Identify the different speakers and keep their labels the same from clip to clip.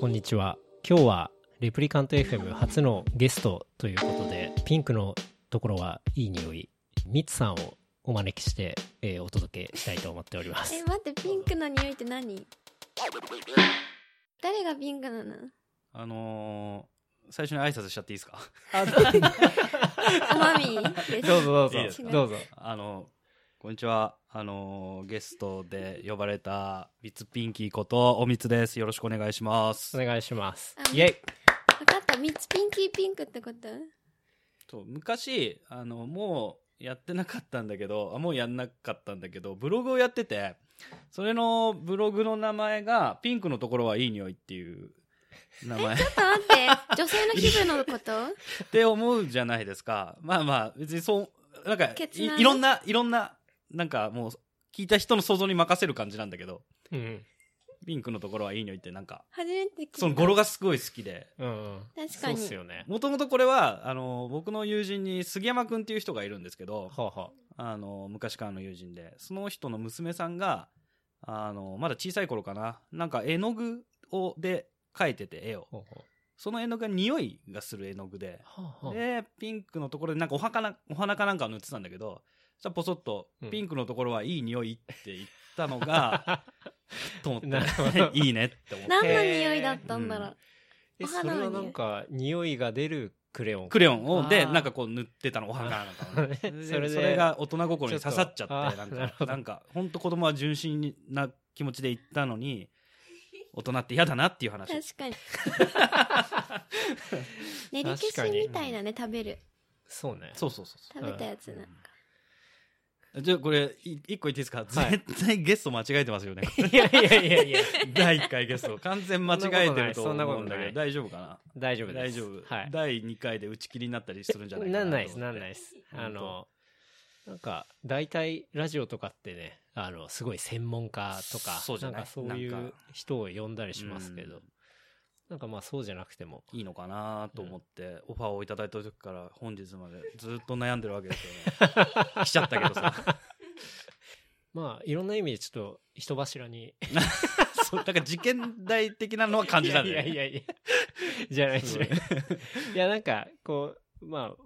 Speaker 1: こんにちは。今日はレプリカント FM 初のゲストということで、ピンクのところはいい匂い、ミツさんをお招きして、えーお届けしたいと思っておりま
Speaker 2: え
Speaker 1: す。
Speaker 2: 待ってピンクの匂いって何誰がピンクなの
Speaker 3: あのー、最初に挨拶しちゃっていいですか
Speaker 2: あマミーです
Speaker 1: どうぞどうぞ
Speaker 3: いいですか
Speaker 1: どうぞ。
Speaker 3: あのこんにちは。あのーゲストで呼ばれた、ミツピンキーこと、おみつです。よろしくお願いします。
Speaker 1: お願いします
Speaker 2: あ。
Speaker 1: イェイ
Speaker 2: 分かった三つピンキーピンクってこと
Speaker 3: と昔、あの、もうやってなかったんだけど、あもうやんなかったんだけど、ブログをやってて、それのブログの名前が、ピンクのところはいい匂いっていう名前。
Speaker 2: ちょっと待って女性の皮膚のこと
Speaker 3: って思うじゃないですか。まあまあ、別にそう、なんか、
Speaker 2: ケツない
Speaker 3: いろんな、いろんな、なんかもう、聞いた人の想像に任せる感じなんだけど、
Speaker 1: うん。
Speaker 3: ピンクのところはいい匂いってなんか、
Speaker 2: 初めて聞いた
Speaker 3: その語呂がすごい好きで、
Speaker 1: うん。
Speaker 2: 確かに
Speaker 1: そうっすよね。
Speaker 3: もともとこれは、あの、僕の友人に杉山くんっていう人がいるんですけど、
Speaker 1: はあは
Speaker 3: あの、昔からの友人で、その人の娘さんが、あの、まだ小さい頃かな、なんか絵の具を、で描いてて絵を
Speaker 1: あ。。は
Speaker 3: その絵の具が匂いがする絵の具で、
Speaker 1: あはあはあ
Speaker 3: でピンクのところでなんかお花なお花かなんかを塗ってたんだけどじゃポソッと
Speaker 1: うん
Speaker 3: 「ピンクのところはいい匂い」って言ったの が、 と思っ
Speaker 1: なるほど
Speaker 3: て いいねって思って
Speaker 2: 何の匂いだったんだろう、
Speaker 1: え
Speaker 2: お
Speaker 1: それ
Speaker 2: 花の匂い
Speaker 1: はなんか、匂いが出るクレヨン。
Speaker 3: クレヨンを
Speaker 1: あ
Speaker 3: で
Speaker 1: ー
Speaker 3: なんかこう塗ってたのお花なん かをね
Speaker 1: それ
Speaker 3: で
Speaker 1: で
Speaker 3: それが大人心に刺さっち
Speaker 1: ちょ
Speaker 3: ゃっ
Speaker 1: っとあ
Speaker 3: て
Speaker 1: ー
Speaker 3: なん
Speaker 1: なる
Speaker 3: か
Speaker 1: ほど
Speaker 3: なんか本当子供は純真な気持ちで言ったのに大人って嫌だなっていう話
Speaker 2: 確 かに練り
Speaker 1: 確か
Speaker 2: 消し
Speaker 1: に
Speaker 2: みたいなね食べる
Speaker 1: そうね。
Speaker 3: そうそうそうそう
Speaker 2: 食べたやつなんか、
Speaker 3: じゃあこれい一個言っていいです
Speaker 1: は
Speaker 3: か、
Speaker 1: い
Speaker 3: 絶対ゲスト間違えてます よね
Speaker 1: いやいやいやいや、
Speaker 3: 第1回ゲスト完全間違えてると
Speaker 1: そんなこと
Speaker 3: 思うん
Speaker 1: ないそん
Speaker 3: だけ
Speaker 1: なことない
Speaker 3: ど大丈夫か
Speaker 1: 大丈
Speaker 3: な
Speaker 1: 夫で
Speaker 3: 大
Speaker 1: す。
Speaker 3: 丈夫、
Speaker 1: はい。
Speaker 3: 第2回で打ち切りになったりするんじゃないか
Speaker 1: な
Speaker 3: なん
Speaker 1: ないで
Speaker 3: と
Speaker 1: す
Speaker 3: 思
Speaker 1: な
Speaker 3: っ
Speaker 1: ん
Speaker 3: て
Speaker 1: ないです
Speaker 3: 本当
Speaker 1: あのなんか大体ラジオとかってねあのすごい専門家とか
Speaker 3: そうじゃ
Speaker 1: な
Speaker 3: なんい
Speaker 1: かそうい
Speaker 3: な
Speaker 1: うん
Speaker 3: か
Speaker 1: 人を呼んだりしますけど、
Speaker 3: うん
Speaker 1: なんかまあそうじゃなくても
Speaker 3: いいのかなと思って、オファーをいただいた時から本日までずっと悩んでるわけですよ ね来ちゃったけどさ
Speaker 1: まあいろんな意味でちょっと人柱に
Speaker 3: そうだから事件代的なのは 感じたんだ
Speaker 1: い
Speaker 3: よ
Speaker 1: や
Speaker 3: ね
Speaker 1: いやいやいやじゃないじ
Speaker 3: す
Speaker 1: ゃな
Speaker 3: ごい
Speaker 1: いいやなんかこうまあ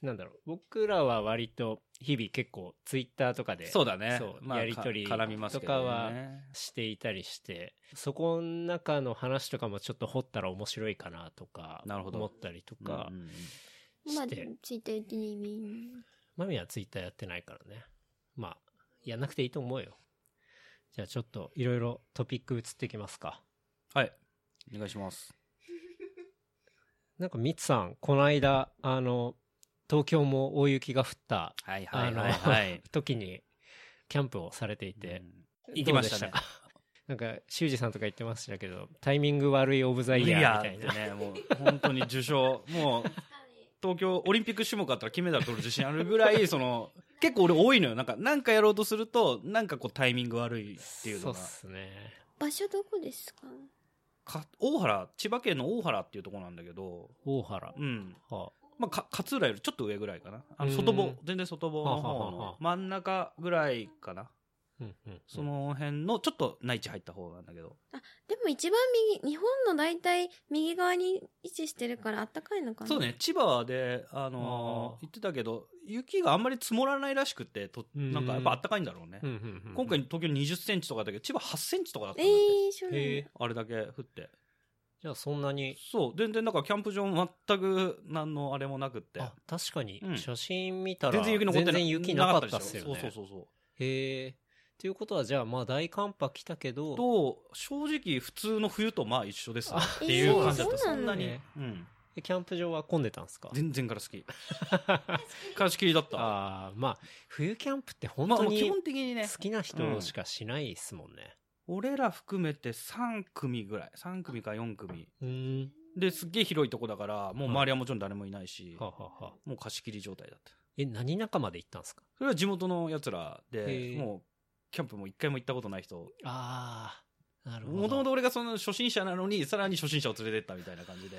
Speaker 1: なんだろう僕らは割と日々結構ツイッターとかで
Speaker 3: そうだね
Speaker 1: そう
Speaker 3: まあ、
Speaker 1: やりとり
Speaker 3: か絡みますけど、ね、
Speaker 1: とかはしていたりしてそこの中の話とかもちょっと掘ったら面白いかなとか
Speaker 3: なるほど
Speaker 1: 思ったりとか
Speaker 3: うんうんうん
Speaker 2: まあ
Speaker 1: して、
Speaker 2: ついてるにみんな
Speaker 1: マミはツイッターやってないからねまあやんなくていいと思うよじゃあちょっといろいろトピック移ってきますか
Speaker 3: はいお願いします
Speaker 1: なんかミツさんこの間あの東京も大雪が降った
Speaker 3: はい
Speaker 1: あ
Speaker 3: はい
Speaker 1: の、
Speaker 3: はいはい、
Speaker 1: 時にキャンプをされていて、
Speaker 3: うん行きました
Speaker 1: どう
Speaker 3: ね
Speaker 1: でかなんか修二さんとか言ってましたけどタイミング悪いオブザイヤーみたいな
Speaker 3: ってね、もう本当に受賞、もう東京オリンピック種目あったら金メダル取る自信あるぐらい、その 結構俺多いのよ。なんか、なんかやろうとすると、なんかこうタイミング悪いっていう
Speaker 1: そ
Speaker 3: の
Speaker 1: うっ
Speaker 3: が。
Speaker 1: すね
Speaker 2: 場所どこですか
Speaker 3: か大原、千葉県の大原っていうところなんだけど、
Speaker 1: 大原
Speaker 3: うん。
Speaker 1: は
Speaker 3: まあ、か勝浦よりちょっと上ぐらいかな。あの
Speaker 1: うん
Speaker 3: 外房、全然外房の
Speaker 1: はは
Speaker 3: 方
Speaker 1: はは
Speaker 3: の真ん中ぐらいかな。
Speaker 1: うんうんうん
Speaker 3: その辺のちょっと内地入った方なんだけど。
Speaker 2: でも一番右日本の大体右側に位置してるからあったかいのかな
Speaker 3: そうね、千葉で、あ
Speaker 1: あー
Speaker 3: のー言ってたけど、雪があんまり積もらないらしくて、と
Speaker 1: うん
Speaker 3: なんかやっぱあったかいんだろうね。
Speaker 1: うんうんうん
Speaker 3: 今回東京20センチとかだけど、千葉8センチとかだった
Speaker 2: え
Speaker 3: んだって。
Speaker 2: ー、そうなんだ、
Speaker 1: へえ
Speaker 3: あれだけ降って。
Speaker 1: じゃあそんなに
Speaker 3: そう、全然なんかキャンプ場も全く何のあれもなくって。
Speaker 1: あ確かに
Speaker 3: うん
Speaker 1: 写真見たら
Speaker 3: 全然雪残ってない。
Speaker 1: 全然雪なかったっすよ
Speaker 3: な
Speaker 1: ね
Speaker 3: かったでしょそうそうそう
Speaker 1: へえということはじゃあまあ大寒波来たけど
Speaker 3: そう。と、正直普通の冬とまあ一緒ですねってい
Speaker 2: あ
Speaker 3: う感じだ
Speaker 2: え
Speaker 3: った。
Speaker 2: ーそう
Speaker 3: そ
Speaker 2: なんだ
Speaker 3: んなに。うん。
Speaker 1: えキャンプ場は混んでたんですか
Speaker 3: 全然から好き。から好きだった。
Speaker 1: ああまあ冬キャンプって本
Speaker 3: まあ
Speaker 1: 当
Speaker 3: 基
Speaker 1: に
Speaker 3: 本的にね、
Speaker 1: 好きな人しかしないですもんね
Speaker 3: 俺ら含めて3組ぐらい。3組か4組。
Speaker 1: うん
Speaker 3: で、すっげえ広いとこだから、もう周りはもちろん誰もいないし、
Speaker 1: ははは
Speaker 3: もう貸し切り状態だった。
Speaker 1: え何仲間で行ったんですか
Speaker 3: それは地元のやつらで
Speaker 1: へ、え
Speaker 3: もう、キャンプも一回も行ったことない人
Speaker 1: あなるほど。
Speaker 3: もともと俺がその初心者なのに、さらに初心者を連れてったみたいな感 じで。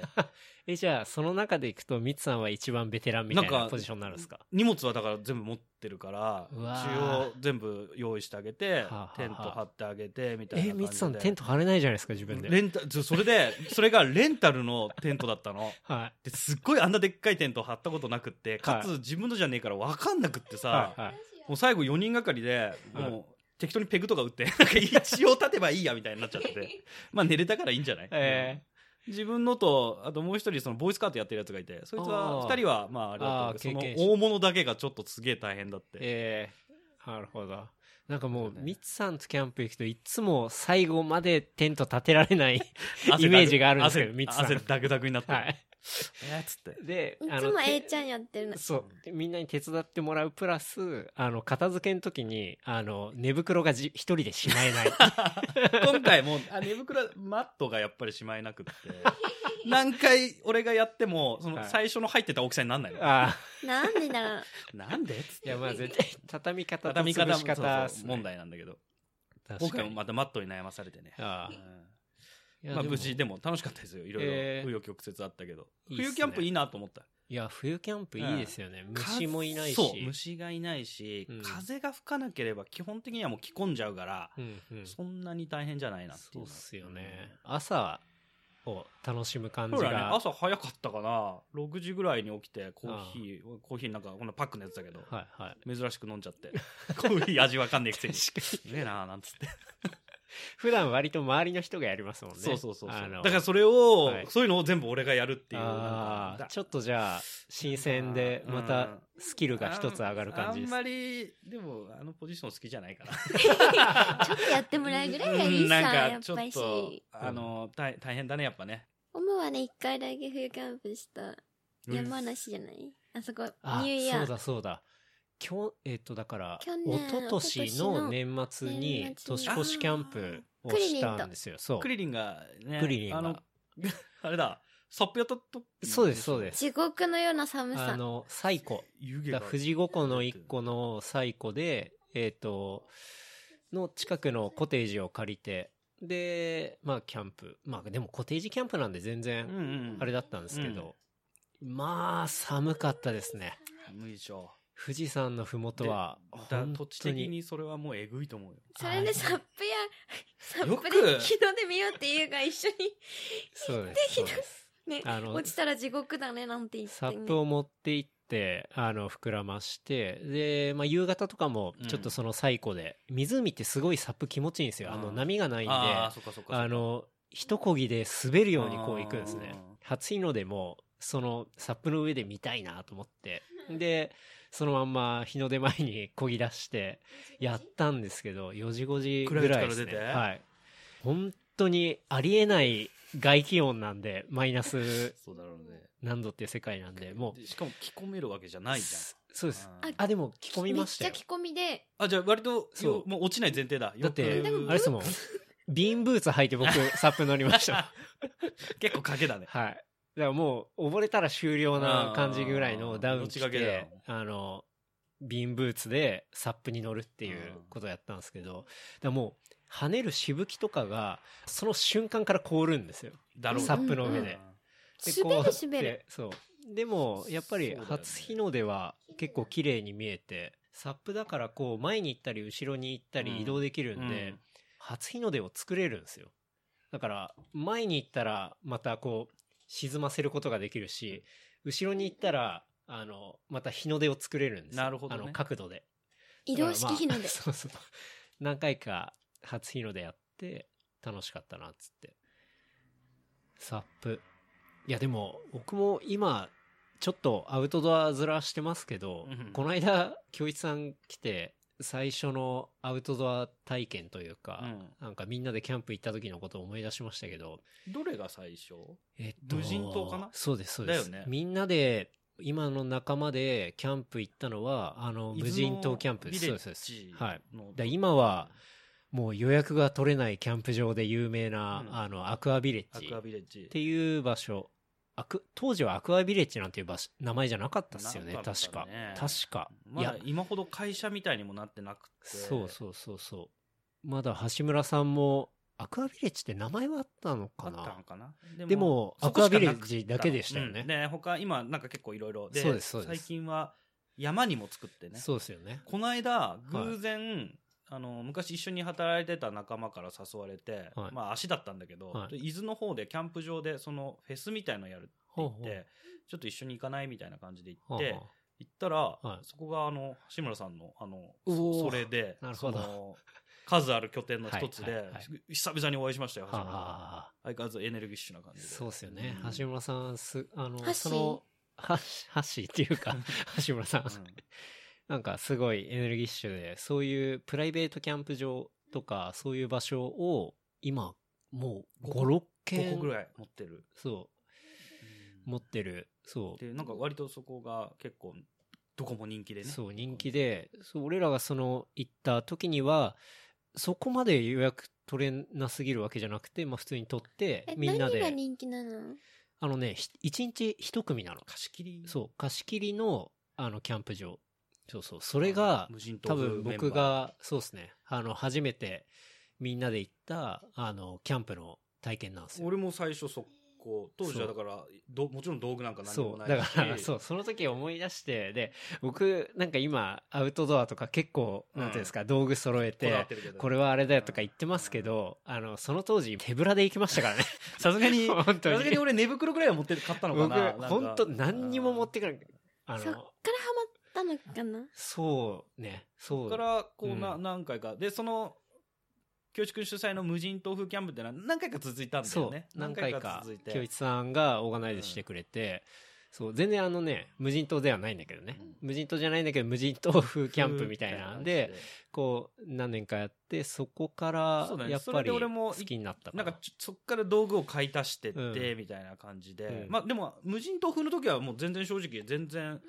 Speaker 1: え、じゃあ、その中でいくと、ミツさんは一番ベテランみたい
Speaker 3: なん
Speaker 1: な
Speaker 3: か
Speaker 1: ポジションになるんですか
Speaker 3: 荷物はだから全部持ってるから、
Speaker 1: うわ
Speaker 3: 中
Speaker 1: ー
Speaker 3: 央全部用意してあげて
Speaker 1: はあは、あ
Speaker 3: テント張ってあげて、みたいな感じ
Speaker 1: え、
Speaker 3: で。
Speaker 1: ミツさん、テント張れないじゃないですか、自分で。
Speaker 3: レンタ、ずそれで、それがレンタルのテントだったの。
Speaker 1: はい。
Speaker 3: で、すっごいあんなでっかいテント張ったことなくって、かつ
Speaker 1: は
Speaker 3: 自分のじゃねえから分かんなくってさ
Speaker 1: はい、はい。
Speaker 3: もう最後4人がかりで、
Speaker 1: はい
Speaker 3: もう適当にペグとか打って、なんか一応立てばいいやみたいになっちゃっ てて、まあ寝れたからいいんじゃない、
Speaker 1: え
Speaker 3: 自分のと、あともう一人そのボーイスカートやってるやつがいて、そいつは
Speaker 1: あー
Speaker 3: 2人はまああれだったけど、
Speaker 1: あー
Speaker 3: そ
Speaker 1: 経験者
Speaker 3: の大物だけがちょっとすげえ大変だって。
Speaker 1: ええなるほど。なんかもう、
Speaker 3: そうだね
Speaker 1: ミツさんとキャンプ行くといつも最後までテント立てられ ない。
Speaker 3: 汗だく
Speaker 1: イメージがあるんですけど
Speaker 3: 汗
Speaker 1: ミツさん
Speaker 3: 汗ダクダクになってる。
Speaker 1: はい。
Speaker 3: えーっつって。
Speaker 1: で、
Speaker 2: いつも A ちゃんやってるの。
Speaker 1: そう。でみんなに手伝ってもらうプラス、あの、片付けの時に、あの、寝袋がじ一人でしまえない。
Speaker 3: 今回もうあ寝袋マットがやっぱりしまえな くって何回俺がやってもその
Speaker 1: はい
Speaker 3: 最初の入ってた大きさになん ないの、
Speaker 1: ああ。
Speaker 2: なんでだろう。
Speaker 3: なんでっつっ
Speaker 1: い
Speaker 3: て
Speaker 1: や、まあ絶対、畳み方と
Speaker 3: 畳み方
Speaker 1: 潰
Speaker 3: も
Speaker 1: し
Speaker 3: そうそう
Speaker 1: 方っすね、
Speaker 3: 問題なんだけど今
Speaker 1: 確か
Speaker 3: 回
Speaker 1: に。
Speaker 3: もまたマットに悩まされてね、
Speaker 1: あ
Speaker 3: うん
Speaker 1: あいや
Speaker 3: まあ
Speaker 1: でも
Speaker 3: 無事でも楽しかったですよいろいろ
Speaker 1: えー
Speaker 3: 紆余曲折あったけど、
Speaker 1: いいっすね
Speaker 3: 冬キャンプいいなと思った
Speaker 1: いや、冬キャンプいいですよね。虫もいないし。
Speaker 3: そう虫がいないし、
Speaker 1: うん
Speaker 3: 風が吹かなければ基本的にはもう着込んじゃうから、
Speaker 1: うんうん。
Speaker 3: そんなに大変じゃないなってい
Speaker 1: そう
Speaker 3: の
Speaker 1: うっ
Speaker 3: は
Speaker 1: すよね。朝を楽しむ感じ
Speaker 3: そうだね
Speaker 1: が。
Speaker 3: 朝早かったかな6時ぐらいに起きてコーヒーコーヒーなんかこんなパックのやつだけど
Speaker 1: はいはい。
Speaker 3: 珍しく飲んじゃってコーヒー味わかんねえく せに
Speaker 1: 確
Speaker 3: す
Speaker 1: かに。
Speaker 3: げえなーなんつって、
Speaker 1: 普段割と周りの人がやりますもんね。
Speaker 3: そうそうそうそう
Speaker 1: あの
Speaker 3: だからそれを、
Speaker 1: はい
Speaker 3: そういうのを全部俺がやるっていう
Speaker 1: あー
Speaker 3: なんか
Speaker 1: ちょっとじゃあ、新鮮で、
Speaker 3: うん
Speaker 1: またスキルが一つ上がる感じで
Speaker 3: あん
Speaker 1: す。
Speaker 3: まりでもあのポジション好きじゃないから
Speaker 2: ちょっとやってもらうぐらいがいいさ、
Speaker 3: う
Speaker 2: や
Speaker 3: んなんか
Speaker 2: っ
Speaker 3: ちょ
Speaker 2: ぱり
Speaker 3: っと
Speaker 2: し。
Speaker 3: あの大大変だねやっぱね
Speaker 2: オモはね、一回だけ冬キャンプした。山梨じゃないあそこ、ニュ
Speaker 1: あ
Speaker 2: ーイヤ
Speaker 1: そう
Speaker 2: ー。
Speaker 1: だそうだ。今日、えっ、と、だから、
Speaker 2: 去年
Speaker 1: 一昨年の年末に
Speaker 2: 年末
Speaker 1: 年
Speaker 2: に
Speaker 1: 越しキャンプをしたんですよ。そう。
Speaker 3: クリリンがね
Speaker 1: クリリンが
Speaker 3: あの あれだサップやったと
Speaker 1: そうですそうです
Speaker 2: 地獄のような寒
Speaker 1: あ
Speaker 2: さ。
Speaker 1: の、最古。
Speaker 3: 湯気
Speaker 1: だ
Speaker 3: が
Speaker 1: から富士五湖の一個の最古で、えっ、と、の近くのコテージを借りて、で、まあキャンプ。まあでもコテージキャンプなんで全
Speaker 3: うん
Speaker 1: 然
Speaker 3: うん
Speaker 1: あれだったんですけど、まあ寒かったですね。
Speaker 3: 無理でしょ
Speaker 1: 富士山のふもとは、
Speaker 3: だ
Speaker 1: 本
Speaker 3: 土地
Speaker 1: 当
Speaker 3: 的
Speaker 1: に。
Speaker 3: にそれはもうえぐいと思うよ
Speaker 2: それでサップや、サップ
Speaker 3: よ
Speaker 2: で
Speaker 3: く
Speaker 2: 日の出見ようっていうが一緒
Speaker 1: そうです。そうです
Speaker 2: に、ね、
Speaker 1: あの
Speaker 2: 落ちたら地獄だねなんて言って、ね。
Speaker 1: サップを持って行って、あの、膨らまして、で、まあ、夕方とかも、ちょっとその最古で、湖ってすごいサップ気持ちいいんですよ。あの、
Speaker 3: うん
Speaker 1: 波がないんで、
Speaker 3: ああそっかそっかそっか
Speaker 1: あの、一漕ぎで滑るようにこう行くんです
Speaker 3: あ
Speaker 1: ね
Speaker 3: ー。
Speaker 1: 初日の出も、そのサップの上で見たいなと思って。で、そのまんま日の出前に漕ぎ出して、やったんですけど、4時5時ぐらいですね。
Speaker 3: 暗いうちから出て
Speaker 1: はい。本当にありえない外気温なんで、マイナス
Speaker 3: そうだろうね
Speaker 1: 何度っていう世界なんで、もう。
Speaker 3: でしかも着込めるわけじゃないじゃん
Speaker 1: すそうです。
Speaker 3: あー
Speaker 1: あ、でも着込みました
Speaker 2: め
Speaker 1: よ
Speaker 2: っちゃ。着込みで、
Speaker 3: あじゃあ割と
Speaker 1: そう
Speaker 3: よもう落ちない前提だ
Speaker 1: だっ
Speaker 3: よ
Speaker 1: て、
Speaker 3: く
Speaker 1: あ
Speaker 2: でも
Speaker 1: れですもん。ビーンブーツ履いて僕、サップ乗りました。
Speaker 3: 結構賭けだね
Speaker 1: はい。だからもう、溺れたら終了な感じぐらい
Speaker 3: あ
Speaker 1: の
Speaker 3: ー
Speaker 1: ダウン着
Speaker 3: 命がけだよ
Speaker 1: て、あの、ビンブーツでサップに乗るっていうことをやったんですけど、だからもう、跳ねるしぶきとかが、その瞬間から凍るんですよ。
Speaker 3: だろうね
Speaker 1: サップの上で。でこう
Speaker 2: 滑る滑る
Speaker 1: やってそう。でも、やっぱり
Speaker 3: そうだよね
Speaker 1: 初日の出は結構綺麗に見えて、サップだからこう、前に行ったり後ろに行った
Speaker 3: うん
Speaker 1: り移動できる
Speaker 3: うん
Speaker 1: んで、初日の出を作れるんですよ。だから、前に行ったら、またこう、沈ませることができるし、後ろに行ったら、あの、また日の出を作れるんですよ
Speaker 3: なるほどね
Speaker 1: あの、角度で。
Speaker 2: 移動式日の
Speaker 1: だからま
Speaker 2: 出。
Speaker 1: あ そうそう。何回か初日の出やって、楽しかったな、つって。サップ。いや、でも、僕も今、ちょっとアウトドア面してますけど、
Speaker 3: うん
Speaker 1: この間、京一さん来て、最初のアウトドア体験というか、
Speaker 3: うん
Speaker 1: なんかみんなでキャンプ行った時のことを思い出しましたけど、
Speaker 3: どれが最初
Speaker 1: えっと、
Speaker 3: 無人島かな
Speaker 1: そうです、そうです。
Speaker 3: だよね
Speaker 1: みんなで、今の仲間でキャンプ行ったのは、あの、無人島キャンプです。
Speaker 3: 伊
Speaker 1: そう
Speaker 3: 豆
Speaker 1: です、そう
Speaker 3: のビレッジ
Speaker 1: です。はい。
Speaker 3: の
Speaker 1: だ今はもう予約が取れないキャンプ場で有名な、
Speaker 3: うん
Speaker 1: あの、アクアビレッ
Speaker 3: ア
Speaker 1: ジ
Speaker 3: クア
Speaker 1: っ
Speaker 3: ビレッジ
Speaker 1: ていう場所。アク当時はアクアビレッジなんていう場所名前じゃなかったっすよね、
Speaker 3: なかった
Speaker 1: 確か
Speaker 3: ね。
Speaker 1: 確か。
Speaker 3: ま
Speaker 1: い
Speaker 3: だ
Speaker 1: や、
Speaker 3: 今ほど会社みたいにもなってなくて
Speaker 1: そうそうそうそう。まだ橋村さんもアクアビレッジって名前はあったのか
Speaker 3: あったの
Speaker 1: な
Speaker 3: かな
Speaker 1: でも、ア
Speaker 3: そ
Speaker 1: ク
Speaker 3: こ
Speaker 1: ア
Speaker 3: しか
Speaker 1: ビ
Speaker 3: な
Speaker 1: レ
Speaker 3: く
Speaker 1: ッジだけでしたよ
Speaker 3: うん
Speaker 1: ね。
Speaker 3: で他今なんか結構いろいろで
Speaker 1: そうですそうです
Speaker 3: 最近は山にも作ってね
Speaker 1: そうですよね。
Speaker 3: この間偶然、あの昔一緒に働いてた仲間から誘われて、
Speaker 1: はい
Speaker 3: まあ足だったんだけど、
Speaker 1: はい
Speaker 3: 伊豆の方でキャンプ場でそのフェスみたいのやるって言
Speaker 1: ほう
Speaker 3: って
Speaker 1: ほう
Speaker 3: ちょっと一緒に行かないみたいな感じで行
Speaker 1: ほうほ
Speaker 3: って、
Speaker 1: う
Speaker 3: 行ったら、
Speaker 1: はい
Speaker 3: そこがあの志村さんのあの
Speaker 1: うおー
Speaker 3: それで
Speaker 1: なるほど
Speaker 3: その数ある拠点の一つで、
Speaker 1: はいはいはい
Speaker 3: 久々にお会いしましたよ
Speaker 1: は
Speaker 3: 橋
Speaker 1: あ
Speaker 3: 村さん
Speaker 1: は
Speaker 3: 相変わらずエネルギッシュな感
Speaker 1: あ
Speaker 3: じで
Speaker 1: そうですよね
Speaker 3: うん。
Speaker 1: 橋村さん、す、あ
Speaker 2: ハッ
Speaker 1: の、
Speaker 2: シー
Speaker 1: その、はハッシーっていうか、橋村さん、
Speaker 3: うん
Speaker 1: なんかすごいエネルギッシュで、そういうプライベートキャンプ場とか、そういう場所を、今、もう5、6
Speaker 3: 5
Speaker 1: 軒
Speaker 3: 個ぐらい持ってる、
Speaker 1: そう、持ってる、そう。
Speaker 3: でなんか割とそこが結構どこも人気でね
Speaker 1: そう、人気で、そう、俺らがその、行った時には、そこまで予約取れなすぎるわけじゃなくて、まあ普通に取って
Speaker 2: え、、
Speaker 1: みんな
Speaker 2: 何が
Speaker 1: で、
Speaker 2: 人気なの
Speaker 1: あのね、ひ一日一組なの。
Speaker 3: 貸し切りう
Speaker 1: そう、貸し切りの、あの、キャンプ場。そうそう、それが、
Speaker 3: 無人島
Speaker 1: 多分僕が、そうですね、あの、初めてみんなで行った、あの、キャンプの体験なんですよ。
Speaker 3: 俺も最初速攻当時はだからどもちろん道具なんか何
Speaker 1: そ
Speaker 3: も
Speaker 1: う、
Speaker 3: な
Speaker 1: だ
Speaker 3: い
Speaker 1: から、 そうう、その時思い出して、で、僕、なんか今、アウトドアとか結構、なんていうんですか、道具揃え
Speaker 3: こだ
Speaker 1: て
Speaker 3: わっ、てるけど
Speaker 1: これはあれだよとか言ってますけど、あの、その当時、手ぶらで行きましたからね。
Speaker 3: さすがに さ
Speaker 1: 本
Speaker 3: す
Speaker 1: 当に。
Speaker 3: がに俺寝袋ぐらいは持って買ったのか
Speaker 1: 僕
Speaker 3: な、
Speaker 1: 本当何にも持ってかない。あ
Speaker 2: そっから
Speaker 1: の
Speaker 2: ハ、マったのかな
Speaker 1: そうね、そう。
Speaker 3: からこうな、
Speaker 1: う
Speaker 3: 何回かでその教師君主催の無人豆腐キャンプってのは何回か続いたんだよ
Speaker 1: そう
Speaker 3: ね、
Speaker 1: 何回か
Speaker 3: 続い、て
Speaker 1: 清一さんがオーガナイズしてくれて、そう、全然あのね、無人島ではないんだけどね。無人島じゃないんだけど、無人島風キャンプみたいなん で、こう、何年かやって、そこから
Speaker 3: そうだ、ね
Speaker 1: やっ
Speaker 3: そ
Speaker 1: ぱ
Speaker 3: れで
Speaker 1: り
Speaker 3: 俺も
Speaker 1: 好きになった
Speaker 3: なんか
Speaker 1: か
Speaker 3: ちょそっから道具を買い足してっ
Speaker 1: う
Speaker 3: てみたいな感じで、
Speaker 1: うん
Speaker 3: まあでも無人島風の時はもう全然正直全然、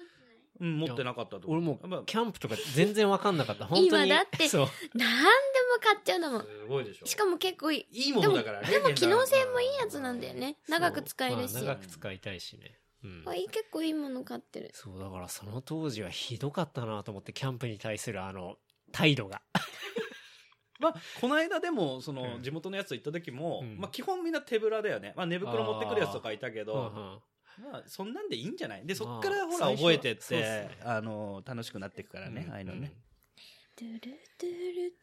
Speaker 3: うん、持ってなかった
Speaker 1: な。
Speaker 3: と
Speaker 1: 俺も
Speaker 3: まあ
Speaker 1: う、キャンプとか全然わかんなかった。本当に。
Speaker 2: 今だって
Speaker 1: そう。
Speaker 2: なんでも買っちゃうのもん。
Speaker 3: すごいでしょ
Speaker 2: しかも結構いい。
Speaker 3: いいものだからね
Speaker 2: でも
Speaker 3: 現代
Speaker 2: 機
Speaker 3: は
Speaker 2: 能性もいいやつなんだよね。長く使えるし
Speaker 1: そう。まあ長く使いたいしね。うん。
Speaker 2: あいい結構いいもの買ってる。
Speaker 1: そう、だからその当時はひどかったなと思って、キャンプに対するあの、態度が。
Speaker 3: まあこの間でもその
Speaker 1: うん
Speaker 3: 地元のやつと行った時も、
Speaker 1: うん
Speaker 3: まあ基本みんな手ぶらだよね、まあ、寝袋持ってくるやつとかいたけど
Speaker 1: うん
Speaker 3: まあそんなんでいいんじゃないでそっか
Speaker 1: ま
Speaker 3: ら
Speaker 1: あ
Speaker 3: ほら
Speaker 1: 最初
Speaker 3: 覚えてっ
Speaker 1: そうっす
Speaker 3: て
Speaker 1: ね
Speaker 3: あの楽しくなっていくか
Speaker 1: う
Speaker 3: ら
Speaker 1: ん。
Speaker 3: ねああいうのね
Speaker 2: ドゥルドゥル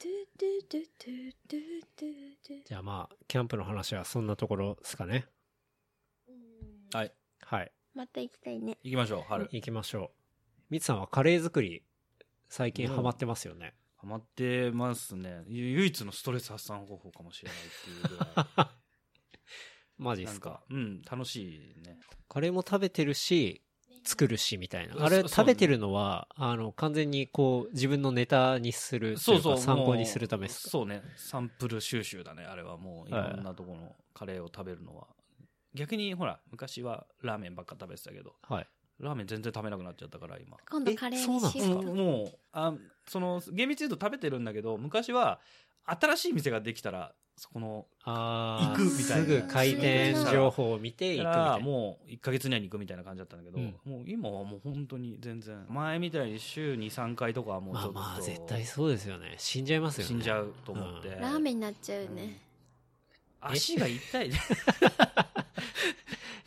Speaker 2: ドゥドゥドゥドゥドゥドゥドゥ
Speaker 1: じゃあまあ、キャンプの話はそんなところですかね。
Speaker 2: うん
Speaker 3: はい
Speaker 1: はい。
Speaker 2: また行きたいね。
Speaker 3: 行きましょう春
Speaker 1: 行きましょう。みつさんはカレー作り、最近ハマってますよ ね。
Speaker 3: ハマってますねゆ唯一のストレス発散方法かもしれないっていうぐら
Speaker 1: マジ
Speaker 3: い
Speaker 1: で
Speaker 3: なん
Speaker 1: すか
Speaker 3: かうん楽しいね
Speaker 1: カレーも食べてるし、作るしみたいな。あれ
Speaker 3: そそう
Speaker 1: 食べてるのは、あの、完全にこう、自分のネタにすると
Speaker 3: そ
Speaker 1: いうう
Speaker 3: そ
Speaker 1: か、
Speaker 3: う
Speaker 1: 参
Speaker 3: も
Speaker 1: 考
Speaker 3: う
Speaker 1: にするためですか。
Speaker 3: そうねサンプル収集だねあれはもういろんなとこのカレーを食べるのは、逆にほら昔はラーメンばっか食べてたけど
Speaker 1: はい。
Speaker 3: ラーメン全然食べなくなっちゃったから今
Speaker 2: 今度カレーにシ
Speaker 1: え
Speaker 2: フ
Speaker 1: そ
Speaker 2: ト
Speaker 1: う。
Speaker 3: もうもうあその厳密に言うと食べてるんだけど昔は新しい店ができたらそこの
Speaker 1: あー
Speaker 3: 行くみたい
Speaker 1: す
Speaker 3: な
Speaker 1: ぐ回転情報を見て行く
Speaker 3: だ
Speaker 1: み
Speaker 3: か
Speaker 1: た
Speaker 3: ら
Speaker 1: いな。
Speaker 3: もう1ヶ月以内に行くみたいな感じだったんだけど、
Speaker 1: うん
Speaker 3: もう今はもう本当に全然前みたいに週23回とかはもう
Speaker 1: ま
Speaker 3: ち
Speaker 1: あ
Speaker 3: ょっと
Speaker 1: まあ、絶対そうですよね。死んじゃいますよね。
Speaker 3: 死んじゃうと思って、
Speaker 1: うん
Speaker 2: ラーメンになっちゃう
Speaker 3: うん
Speaker 2: ね。
Speaker 3: 足が痛い、ね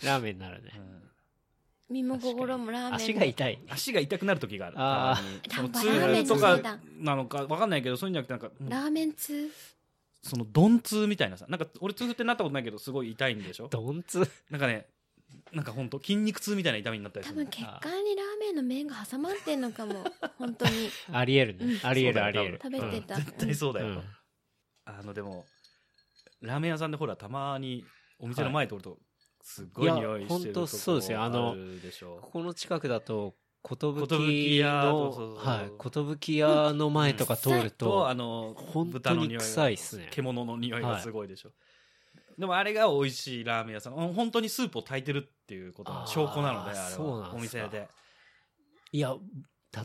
Speaker 1: ラーメンならね
Speaker 3: う。ん
Speaker 2: 身も心もラーメン。
Speaker 1: 足が痛い。
Speaker 3: 足が痛くなる時がある
Speaker 1: あ
Speaker 3: たまに
Speaker 2: あー
Speaker 3: その
Speaker 1: ラーメン
Speaker 3: 痛
Speaker 1: の
Speaker 3: と
Speaker 1: ラ
Speaker 3: か
Speaker 1: ーメン
Speaker 2: だ
Speaker 3: なのかわかんないけどそういうんじゃなくてなんか
Speaker 2: ラ
Speaker 3: もう
Speaker 2: ーメン通。
Speaker 3: その鈍痛みたいなさなんか俺痛風ってなったことないけどすごい痛いんでしょ
Speaker 1: ドンツ
Speaker 3: なんかねなんかほんと筋肉痛みたいな痛みになったり
Speaker 2: 多
Speaker 3: す
Speaker 2: 分
Speaker 3: る
Speaker 2: 血管にラーメンの麺が挟まってんのか も。本当に。
Speaker 1: ありえるね。
Speaker 2: うん
Speaker 1: ありえ
Speaker 3: そう
Speaker 1: る
Speaker 3: だ
Speaker 1: あ
Speaker 3: よ
Speaker 1: りえる。
Speaker 2: 多分食べてた
Speaker 3: 絶対そうだよ、
Speaker 1: うん
Speaker 3: あのでもラーメン屋さんでほらたまにお店の前通るとすっごい
Speaker 1: はい
Speaker 3: 匂
Speaker 1: い
Speaker 3: いして
Speaker 1: やほん
Speaker 3: る
Speaker 1: と
Speaker 3: と
Speaker 1: そうですよあの
Speaker 3: るでし
Speaker 1: こ
Speaker 3: ょ
Speaker 1: この近くだと、寿
Speaker 3: 寿屋
Speaker 1: の
Speaker 3: そうそう、そう
Speaker 1: はい、寿屋の前とか通る
Speaker 3: と
Speaker 1: と
Speaker 3: あ、の
Speaker 1: 本当に臭いっすね
Speaker 3: 獣の匂いがすごいでしょ、でもあれが美味しいラーメン屋さんほん本当にスープを炊いてるっていうことの証拠なのであ
Speaker 1: あ
Speaker 3: れ
Speaker 1: ー
Speaker 3: は
Speaker 1: そうなん
Speaker 3: お
Speaker 1: すか
Speaker 3: 店で
Speaker 1: いや、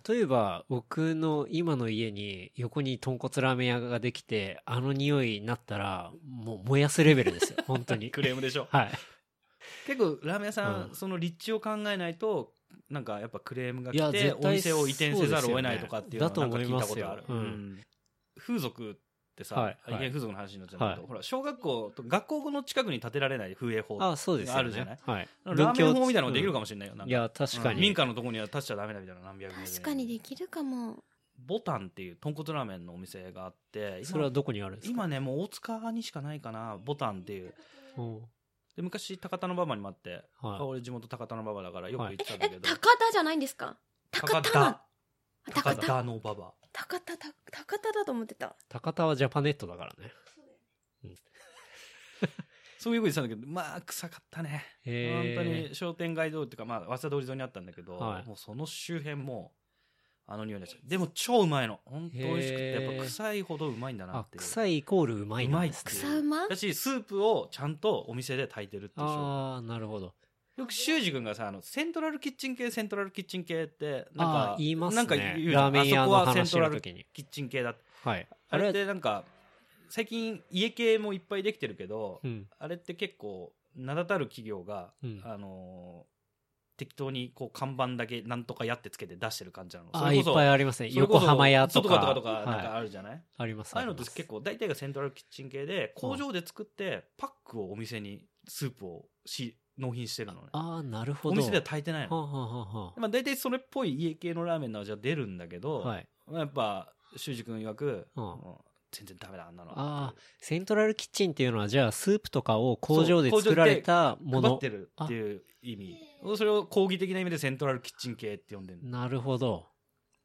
Speaker 1: 例えば僕の今の家に横に豚骨ラーメン屋ができて、あの匂いになったら、もう燃やすレベルですよ、 本当に
Speaker 3: ク。レームでしょ
Speaker 1: はい。
Speaker 3: 結構ラーメン屋さん、
Speaker 1: うん
Speaker 3: その立地を考えないとなんかやっぱクレームが
Speaker 1: い
Speaker 3: 来
Speaker 1: や
Speaker 3: て
Speaker 1: 絶
Speaker 3: お
Speaker 1: 対
Speaker 3: 店を移転
Speaker 1: そ
Speaker 3: せざるを
Speaker 1: うですよ
Speaker 3: 得
Speaker 1: ね
Speaker 3: ないとかっていうのは
Speaker 1: だと
Speaker 3: なんか
Speaker 1: 思い
Speaker 3: 聞い
Speaker 1: ま
Speaker 3: た
Speaker 1: す
Speaker 3: こ
Speaker 1: よ
Speaker 3: とある、
Speaker 1: うん
Speaker 3: うん風俗ってさ、
Speaker 1: はいはい
Speaker 3: 家風俗の話になっちゃうんだけど、
Speaker 1: はい
Speaker 3: ほら小学校と学校の近くに建てられない風営法
Speaker 1: あそうですよね
Speaker 3: あるじゃない
Speaker 1: はい
Speaker 3: ラーメン法みたいなの
Speaker 1: も
Speaker 3: ができるかもしれないよ、なんか
Speaker 1: いや確かに、
Speaker 3: うん民家のとこには立っちゃダメだみたいな何百
Speaker 2: 確かにできるかも
Speaker 3: ボタンっていう豚骨ラーメンのお店があって今
Speaker 1: それはどこにあるんですか
Speaker 3: 今ねもう大塚にしかないかなボタンっていう
Speaker 1: うん
Speaker 3: で昔高田馬場にもあって、
Speaker 1: はい
Speaker 3: あ俺地元高田馬場だからよく行ってたんだけど、
Speaker 2: 高田じゃないんですか高田な
Speaker 3: 田
Speaker 2: 高
Speaker 3: 高
Speaker 2: 田
Speaker 3: 田の馬場
Speaker 2: 高田た高田だと思ってた
Speaker 1: 高田はジャパネットだからね
Speaker 3: そういうふうにしたんだけどまあ臭かったね、
Speaker 1: へえ
Speaker 3: 本当に商店街通りっていうかまあ早稲田通り沿いにあったんだけど、
Speaker 1: はい
Speaker 3: もうその周辺もあの匂いですでも超うまいの本当美味しく
Speaker 1: へ
Speaker 3: て
Speaker 1: ー
Speaker 3: やっぱ臭いほどうまいんだな
Speaker 1: あ
Speaker 3: っていう
Speaker 1: 臭いイコールうまいなんです
Speaker 3: うまいっ
Speaker 1: ね
Speaker 2: 草馬
Speaker 3: てだしスープをちゃんとお店で炊いてるっていう商品
Speaker 1: ああなるほど
Speaker 3: よく修二君がさあのセントラルキッチン系セントラルキッチン系ってなん
Speaker 1: あ
Speaker 3: か
Speaker 1: あ言いますね
Speaker 3: なんか言うじゃん
Speaker 1: ラーメン屋
Speaker 3: あそ
Speaker 1: の
Speaker 3: こはセン
Speaker 1: 話
Speaker 3: トラ
Speaker 1: の
Speaker 3: ル
Speaker 1: 時に
Speaker 3: キッチン系だって
Speaker 1: はい
Speaker 3: あれっ
Speaker 1: は
Speaker 3: てなんか最近家系もいっぱいできてるけど、
Speaker 1: うん
Speaker 3: あれって結構名だたる企業が、
Speaker 1: うん
Speaker 3: あのー適当にこう看板だけなんとかやってつけて出してる感じなの
Speaker 1: ああいっぱい
Speaker 3: い
Speaker 1: ありますね横浜屋とか
Speaker 3: とかとかなん
Speaker 1: は
Speaker 3: かあるじゃない、
Speaker 1: い、あります
Speaker 3: ああいうのって
Speaker 1: ります
Speaker 3: 結構大体がセントラルキッチン系で工場で作ってパックをお店にスープをし納品してるのね
Speaker 1: ああなるほ
Speaker 3: お
Speaker 1: ど
Speaker 3: 店では炊いてない
Speaker 1: は
Speaker 3: の
Speaker 1: あ、はあは
Speaker 3: まあ、大体それっぽい家系のラーメンの味は出るんだけ
Speaker 1: あ
Speaker 3: ど、
Speaker 1: はい
Speaker 3: まあ、やっぱ修二君曰く、
Speaker 1: うん
Speaker 3: もう全然ダメだあんなの
Speaker 1: ああセントラルキッチンっていうのはじゃあスープとかを工場で作られたも
Speaker 3: 配っ
Speaker 1: の
Speaker 3: てるっていう意味それを講義的な意味でセントラルキッチン系って呼んでる
Speaker 1: なるほど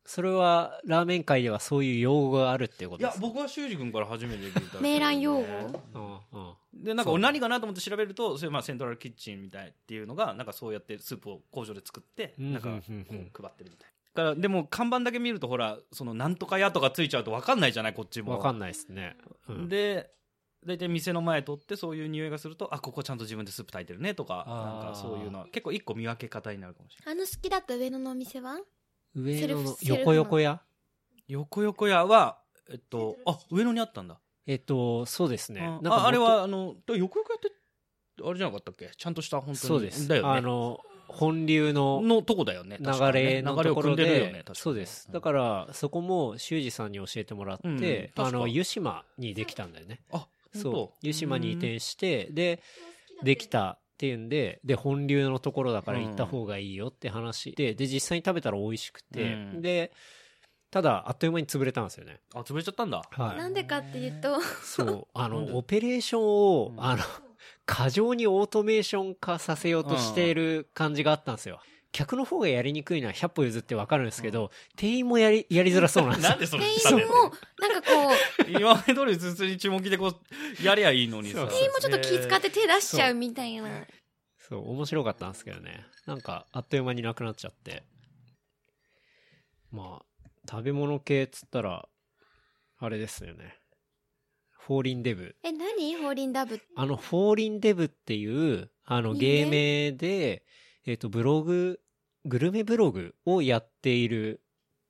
Speaker 1: それはラーメン界ではそういう用語があるってこと
Speaker 3: い
Speaker 1: で
Speaker 3: や
Speaker 1: すか
Speaker 3: 僕は修二君から初めて聞いたんだけどね
Speaker 2: 名蘭用語
Speaker 1: うんうん
Speaker 3: でなんか
Speaker 1: そう
Speaker 3: 何かなと思って調べるとそれまあセントラルキッチンみたいっていうのがなんかそうやってスープを工場で作って
Speaker 1: うん
Speaker 3: なんかこう
Speaker 1: うんうんうん
Speaker 3: 配ってるみたいだからでも看板だけ見るとほらそのなんとか屋とかついちゃうと分かんないじゃないこっちも
Speaker 1: わかんないですね。うん
Speaker 3: で大体店の前取ってそういう匂いがするとあここちゃんと自分でスープ炊いてるねとか
Speaker 1: あー
Speaker 3: なんかそういうのは結構一個見分け方になるかもしれない
Speaker 2: あの好きだった上野のお店は
Speaker 1: 上野
Speaker 2: セルフ
Speaker 1: の
Speaker 2: セルフ
Speaker 1: 横横屋
Speaker 3: 横横屋はえっとあ上野にあったんだ、
Speaker 1: えっと、そうですね。なんか
Speaker 3: あ
Speaker 1: もっと
Speaker 3: ああれはあので横横屋ってあれじゃなかったっけちゃんとした本当に
Speaker 1: そうです。
Speaker 3: だよね
Speaker 1: あの、本流の
Speaker 3: のとこだよね
Speaker 1: 流
Speaker 3: 確かね
Speaker 1: れのところ
Speaker 3: 流れを組んでるよ
Speaker 1: で、
Speaker 3: ね確かね
Speaker 1: そうです。だ
Speaker 3: ら
Speaker 1: から、そこも修二さんに教えてもらって、
Speaker 3: うんうん確か
Speaker 1: あの、湯島にできたんだよね。
Speaker 3: あ
Speaker 1: そう。湯島に移
Speaker 3: し
Speaker 1: 転して、で、できたっていうんで、で、本流のところだから行った方がいいよって話で、で、実際に食べたら美味しくて、
Speaker 3: うん
Speaker 1: で、ただ、あっという間に潰れたんですよね。
Speaker 3: あ潰れちゃったんだ
Speaker 1: はい。
Speaker 2: なんでかっていうと
Speaker 1: そう、あ
Speaker 3: なんで
Speaker 1: の、オペレーションを
Speaker 3: う、ん
Speaker 1: あの、過剰にオートメーション化させようとしている感じがあったんですよ。客の方がやりにくいのは100歩譲ってわかるんですけど、店員もやり、やりづらそうなんです
Speaker 3: な
Speaker 1: よ
Speaker 3: ん。でそれ
Speaker 2: 店
Speaker 3: した
Speaker 2: 員
Speaker 3: ん
Speaker 2: も
Speaker 3: だよ
Speaker 2: なんかこう
Speaker 3: 今まで通り普通に注文聞いてこうやりゃいいのにさ
Speaker 1: そう店員
Speaker 2: もうちょっと気使って手出しちゃうみたいな
Speaker 1: そう、面白かったんですけどね。なんか、あっという間になくなっちゃって。まあ、食べ物系っつったら、あれですよね。フォーリンデブ。
Speaker 2: え何ホーリンダブ
Speaker 1: あの、フォーリンデブっていう、あの、
Speaker 2: いいね
Speaker 1: 芸名で、えっ、と、ブログ、グルメブログをやっている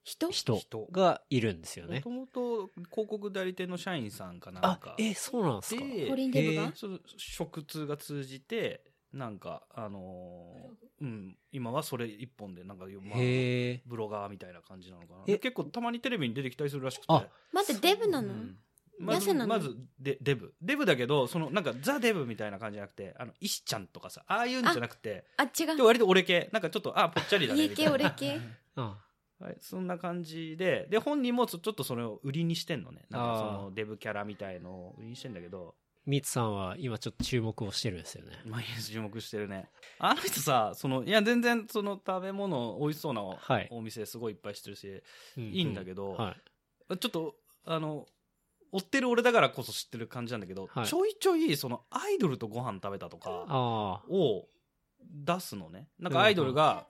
Speaker 2: 人
Speaker 1: 人
Speaker 3: 人
Speaker 1: がいるんですよ
Speaker 3: も
Speaker 1: ね
Speaker 3: と。もと広告代理店の社員さんかなん
Speaker 1: あ
Speaker 3: か、
Speaker 1: え、そうなんですか
Speaker 3: で
Speaker 2: ホリンデブが
Speaker 1: え
Speaker 3: その食通が通じてなんかあのーうん今はそれ一本でなんか、まあ、
Speaker 1: へえ。
Speaker 3: ブロガーみたいな感じなのかな
Speaker 1: え
Speaker 3: 結構たまにテレビに出てきたりするらしくて
Speaker 1: あ
Speaker 2: 待ってデブな
Speaker 3: う
Speaker 2: の、
Speaker 3: んま
Speaker 2: 痩
Speaker 3: ず
Speaker 2: せなの
Speaker 3: まずデデブデブだけどそのなんかザ・デブみたいな感じじゃなくてあの石ちゃんとかさああいうんじゃなくて
Speaker 2: あ違
Speaker 3: で
Speaker 2: う
Speaker 3: 割と俺系なんかちょっとあぽっちゃりだね
Speaker 2: 家
Speaker 3: みたい
Speaker 2: 系
Speaker 3: な
Speaker 2: 俺系
Speaker 1: あ
Speaker 3: はい、そんな感じで、で、本人もちょちょっとそれを売りにしてんのね。なんかそ
Speaker 1: あ
Speaker 3: のデブキャラみたいのを売りにしてんだけど、
Speaker 1: ミツさんは今ちょっと注目をしてるんですよね。
Speaker 3: 毎日注目してるね。あの人さ、その、いや、全然その食べ物美味しそうなお,、
Speaker 1: はい
Speaker 3: 店すごいいっぱいしてるし、
Speaker 1: い
Speaker 3: いいんだけど
Speaker 1: はい。
Speaker 3: ちょっと、あの、追ってる俺だからこそ知ってる感じなんだけど、
Speaker 1: はい
Speaker 3: ちょいちょいそのアイドルとご飯食べたとか
Speaker 1: ああ。
Speaker 3: を出すのね。なんかアイドルが、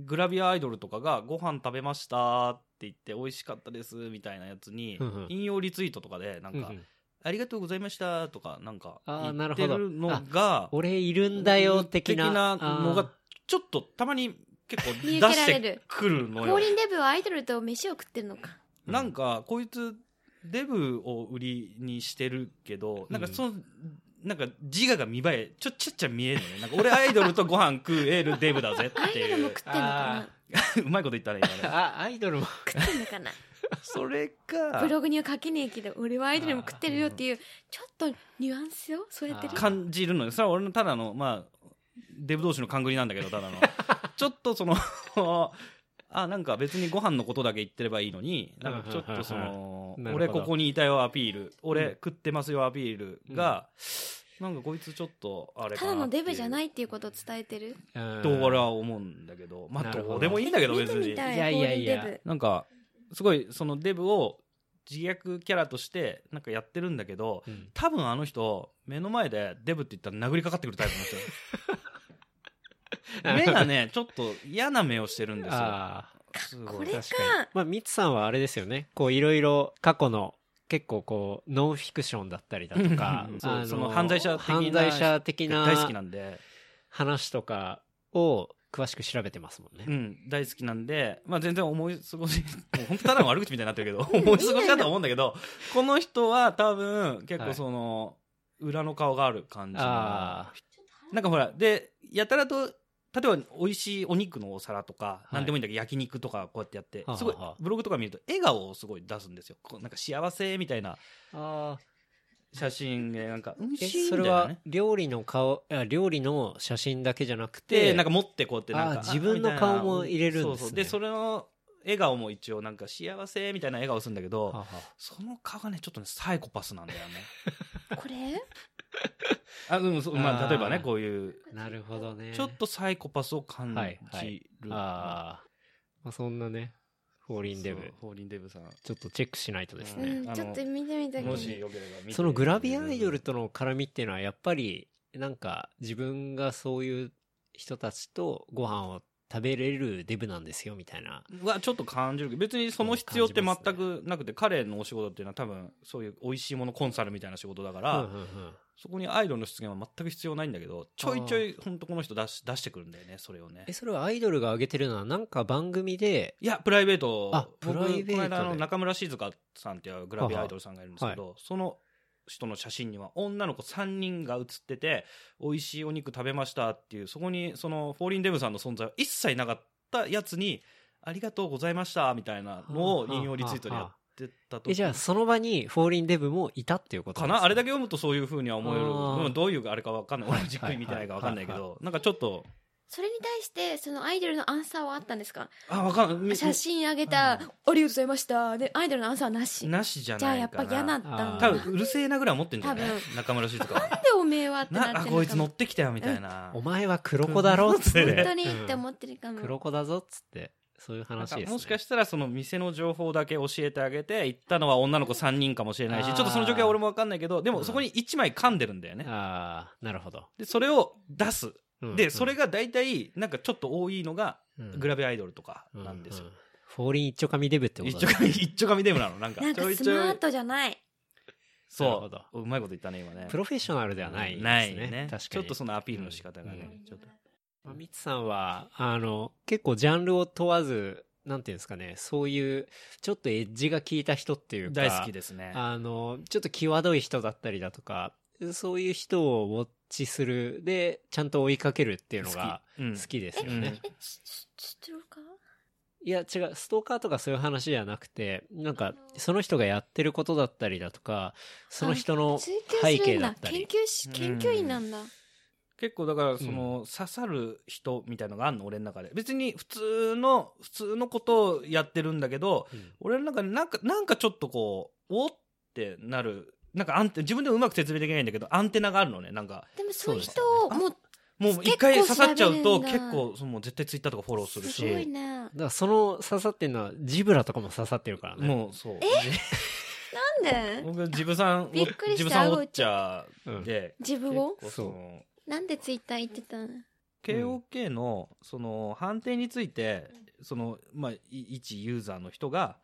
Speaker 3: グラビアアイドルとかがご飯食べましたって言って美味しかったですみたいなやつに
Speaker 1: うんうん
Speaker 3: 引用リツイートとかでなん
Speaker 1: うんう
Speaker 3: か
Speaker 1: ん
Speaker 3: ありがとうございましたとかなんか
Speaker 1: あー
Speaker 3: 言ってるのが
Speaker 1: 俺いるんだよ、的な。
Speaker 3: の
Speaker 1: あ
Speaker 3: が
Speaker 1: ー
Speaker 3: ちょっとたまに結構
Speaker 2: 見
Speaker 3: 出
Speaker 2: 受けら
Speaker 3: し
Speaker 2: れる
Speaker 3: てくる
Speaker 2: ホ
Speaker 3: の
Speaker 2: ー
Speaker 3: よ
Speaker 2: リンデブはアイドルと飯を食ってるのか
Speaker 1: うん
Speaker 3: なんかこいつデブを売りにしてるけどなんかそのなんか自我が見栄えちょちょっちゃ見えるのねなんか俺アイドルとご飯食えるデブだぜ
Speaker 2: ア
Speaker 3: って
Speaker 2: イドル
Speaker 3: い
Speaker 2: も
Speaker 3: う
Speaker 2: 食ってんのかな
Speaker 1: あ
Speaker 3: うまいこと言ったね今ね
Speaker 1: あ、アイドルも。
Speaker 2: 食ってんのかな
Speaker 3: それか
Speaker 2: ブログには書けねえけど俺はアイドルも食ってるよっていうちょっとニュアンスを添えてる
Speaker 1: あー
Speaker 3: 感じるのよそれは俺のただのまあデブ同士の勘繰りなんだけどただの ちょっとその あなんか別にご飯のことだけ言ってればいいのになんかちょっとその
Speaker 1: うんうんうんうんな
Speaker 3: 俺
Speaker 1: るほど
Speaker 3: ここにいたよアピール俺、
Speaker 1: うん
Speaker 3: 食ってますよアピールが、なんかこいつちょっとあれか
Speaker 2: た
Speaker 3: な
Speaker 2: だのデブじゃないいっていうことを伝えてる
Speaker 3: と俺
Speaker 1: は
Speaker 3: は思うんだけどまあ
Speaker 1: なるほど
Speaker 3: どうでもいいんだけど
Speaker 2: 見
Speaker 3: 別
Speaker 2: て
Speaker 3: に
Speaker 2: みたい
Speaker 1: いやいやいや
Speaker 2: ホールデ
Speaker 3: なんかすごいそのデブを自虐キャラとしてなんかやってるんだけど
Speaker 1: うん
Speaker 3: 多分あの人目の前でデブって言ったら殴りかかってくるタイプの人 目がねちょっと嫌な目をしてるんですよ
Speaker 1: ああ
Speaker 3: す
Speaker 2: ブ
Speaker 3: ご
Speaker 2: こ
Speaker 3: い
Speaker 2: れか
Speaker 1: 確かまあミツさんはあれですよねこういろいろ過去の結構こうノンフィクションだったりだ とか
Speaker 3: うんうんそう
Speaker 1: あ
Speaker 3: その犯罪者的な
Speaker 1: 犯罪者的な
Speaker 3: 大好きなんで、
Speaker 1: 話とかを詳しく調べてますもんね、
Speaker 3: うん、大好きなんで、まあ、全然思い過ごしもう本当ただの悪口みたいになって るけど思い過ごしだと思うんだけどこの人は多分結構その、裏の顔がある感じの
Speaker 1: あ
Speaker 3: なんかほら、で、やたらと、例えば美味しいお肉のお皿とか、
Speaker 1: い
Speaker 3: なんでもいいんだけど、焼肉とかこうやってやって
Speaker 1: はあはあ、
Speaker 3: すごい、ブログとか見ると、笑顔をすごい出すんですよ。こうなんか幸せみたいな
Speaker 1: ああ
Speaker 3: 写真で、なんか、うん
Speaker 1: え
Speaker 3: しいみた
Speaker 1: そ
Speaker 3: い
Speaker 1: れ
Speaker 3: な
Speaker 1: は
Speaker 3: ね。
Speaker 1: 料理の顔いや料理の写真だけじゃなくて
Speaker 3: で、なんか持ってこうやって、なん
Speaker 1: あ
Speaker 3: か、
Speaker 1: 自分の
Speaker 3: みたいな
Speaker 1: 顔も入れるんですね
Speaker 3: そうそうで、それの笑顔も一応、なんか幸せみたいな笑顔するんだけ
Speaker 1: はあ
Speaker 3: ど、
Speaker 1: はあ
Speaker 3: その顔がね、ちょっとね、サイコパスなんだよね。
Speaker 2: ブこれ
Speaker 3: あ、でもそう、ま
Speaker 1: あー
Speaker 3: あ、例えばね、こういう、
Speaker 1: なるほどね
Speaker 3: ちょっとサイコパスを感
Speaker 1: はいはい
Speaker 3: じる。
Speaker 1: あー、まあそんなねフォーリンデブ
Speaker 3: そうホーリンデブさん。
Speaker 1: ちょっとチェックしないとです
Speaker 2: う
Speaker 1: ね、
Speaker 2: ん
Speaker 3: あの
Speaker 2: ちょっと見てみたけど
Speaker 3: もしよければ見て
Speaker 1: そのグラビアアイドルとの絡みっていうのはやっぱりなんか自分がそういう人たちとご飯を食べれるデブなんですよみたいな
Speaker 3: はちょっと感じるけど別にその必要って全くなくて、彼のお仕事っていうのは多分そういう美味しいものコンサルみたいな仕事だから、
Speaker 1: うんうんうん
Speaker 3: そこにアイドルの出現は全く必要ないんだけどちょいちょい本当この人出し出してくるんだよねそれをね
Speaker 1: えそれはアイドルが上げてるのはなんか番組で
Speaker 3: いやプライベート
Speaker 1: あ
Speaker 3: 僕
Speaker 1: プライベートで
Speaker 3: この間あの中村静香さんっていうグラビアアイドルさんがいるんですけど、その人の写真には女の子3人が写ってて美味しいお肉食べましたっていうそこにそのフォーリンデブさんの存在は一切なかったやつにありがとうございましたみたいなのを引用リツイートでやってたと
Speaker 1: えじゃあその場にフォーリンデブもいたっていうこと
Speaker 3: か
Speaker 1: んです
Speaker 3: なあれだけ読むとそういうふうには思える
Speaker 1: あー
Speaker 3: うんどういうあれかわかんない
Speaker 1: はい
Speaker 3: 俺じっくり見てないからわかんないけ
Speaker 1: はい
Speaker 3: どなんかちょっと
Speaker 2: それに対してそのアイドルのアンサーはあったんですか
Speaker 3: あわかんない
Speaker 2: 写真あげた、ありがとうございましたでアイドルのアンサーはなし
Speaker 3: なしじゃない
Speaker 2: じ
Speaker 3: か
Speaker 2: ゃあや
Speaker 3: な
Speaker 2: っぱ嫌だったんだ
Speaker 1: あ
Speaker 2: な
Speaker 3: 多
Speaker 2: んで
Speaker 3: 分うるせえなぐらい思ってんじゃない
Speaker 2: 多
Speaker 3: 中村静香は
Speaker 2: おめえはってなってる
Speaker 3: な
Speaker 2: の
Speaker 3: あ
Speaker 2: か
Speaker 3: こいつ
Speaker 2: も
Speaker 3: 乗ってきたよみたいな
Speaker 1: お前は黒子だろっつって
Speaker 3: うん
Speaker 2: 本当にって
Speaker 1: っ
Speaker 2: 思ってるかも、
Speaker 1: 黒子だぞっつってそういう
Speaker 3: なん
Speaker 1: 話
Speaker 3: か
Speaker 1: です、ね、
Speaker 3: もしかしたらその店の情報だけ教えてあげて行ったのは女の子3人かもしれないし
Speaker 1: あー
Speaker 3: ちょっとその状況は俺も分かんないけどで
Speaker 1: うん
Speaker 3: もそこに1枚噛んでるんだよね
Speaker 1: ああなるほど、
Speaker 3: でそれを出す
Speaker 1: うん
Speaker 3: でそれ、が大体なんかちょっと多いのが
Speaker 1: うん
Speaker 3: グラビアアイドルとかなんですよ
Speaker 1: ううフォーリン一丁紙デブってこと
Speaker 3: 一丁紙一丁紙デブなのなんか
Speaker 2: なんか
Speaker 3: ちょい
Speaker 2: ス
Speaker 3: ちょい
Speaker 2: マートじゃない
Speaker 1: なるほ
Speaker 3: そ
Speaker 1: ど
Speaker 3: ううまいこと言ったね今ね
Speaker 1: プロフェッショナルではないですね。
Speaker 3: ないね
Speaker 1: 確かに。
Speaker 3: ちょっとそのアピールの仕方が
Speaker 1: う
Speaker 3: ね
Speaker 1: ん
Speaker 3: ちょっと
Speaker 1: まあミツさんは、あの、結構ジャンルを問わず、なんていうんですかね、そういう、ちょっとエッジが効いた人っていうか、
Speaker 3: 大好きですね
Speaker 1: あの、ちょっと際どい人だったりだとか、そういう人をウォッチする、で、ちゃんと追いかけるっていうのが
Speaker 3: 好きうん
Speaker 1: 好きですよね。
Speaker 3: うん
Speaker 2: えちちちょっとか
Speaker 1: いや、違う、ストーカーとかそういう話じゃなくて、なんか、その人がやってることだったりだとか、その人の
Speaker 2: 追求
Speaker 1: 背
Speaker 2: する
Speaker 1: 景
Speaker 2: ん
Speaker 1: だっ
Speaker 2: だ
Speaker 1: た
Speaker 2: 研
Speaker 1: り。
Speaker 2: 究し研究員なんだ、
Speaker 3: 結構だからその、刺さる人みたいのがあんの俺の中で別に普通の普通のことをやってるんだけど
Speaker 1: うん
Speaker 3: 俺の中でなんかなんかちょっとこうおってなるなんかアンテ自分でもうまく説明できないんだけどアンテナがあるのねなんか
Speaker 2: でもそういう
Speaker 1: そうです
Speaker 2: 人
Speaker 1: よ
Speaker 2: をもう
Speaker 3: もう一回
Speaker 2: 結
Speaker 3: 刺
Speaker 2: 構
Speaker 3: さっちゃうと
Speaker 2: 調べるんだ
Speaker 3: 結構そのもう絶対ツイッターとかフォローする
Speaker 2: すごい
Speaker 3: し
Speaker 2: ねなん
Speaker 1: だからその刺さってるのはジブラとかも刺さってるからね。
Speaker 3: もうそう
Speaker 2: で
Speaker 3: 僕ジブさんを
Speaker 2: びっくりした
Speaker 3: ジブさんウォッチャーで
Speaker 2: 自分
Speaker 3: 結
Speaker 2: を
Speaker 3: 構その
Speaker 2: なんでツイッター行ってたの
Speaker 3: KOK のその判定についてそのまあい一ユーザーの人が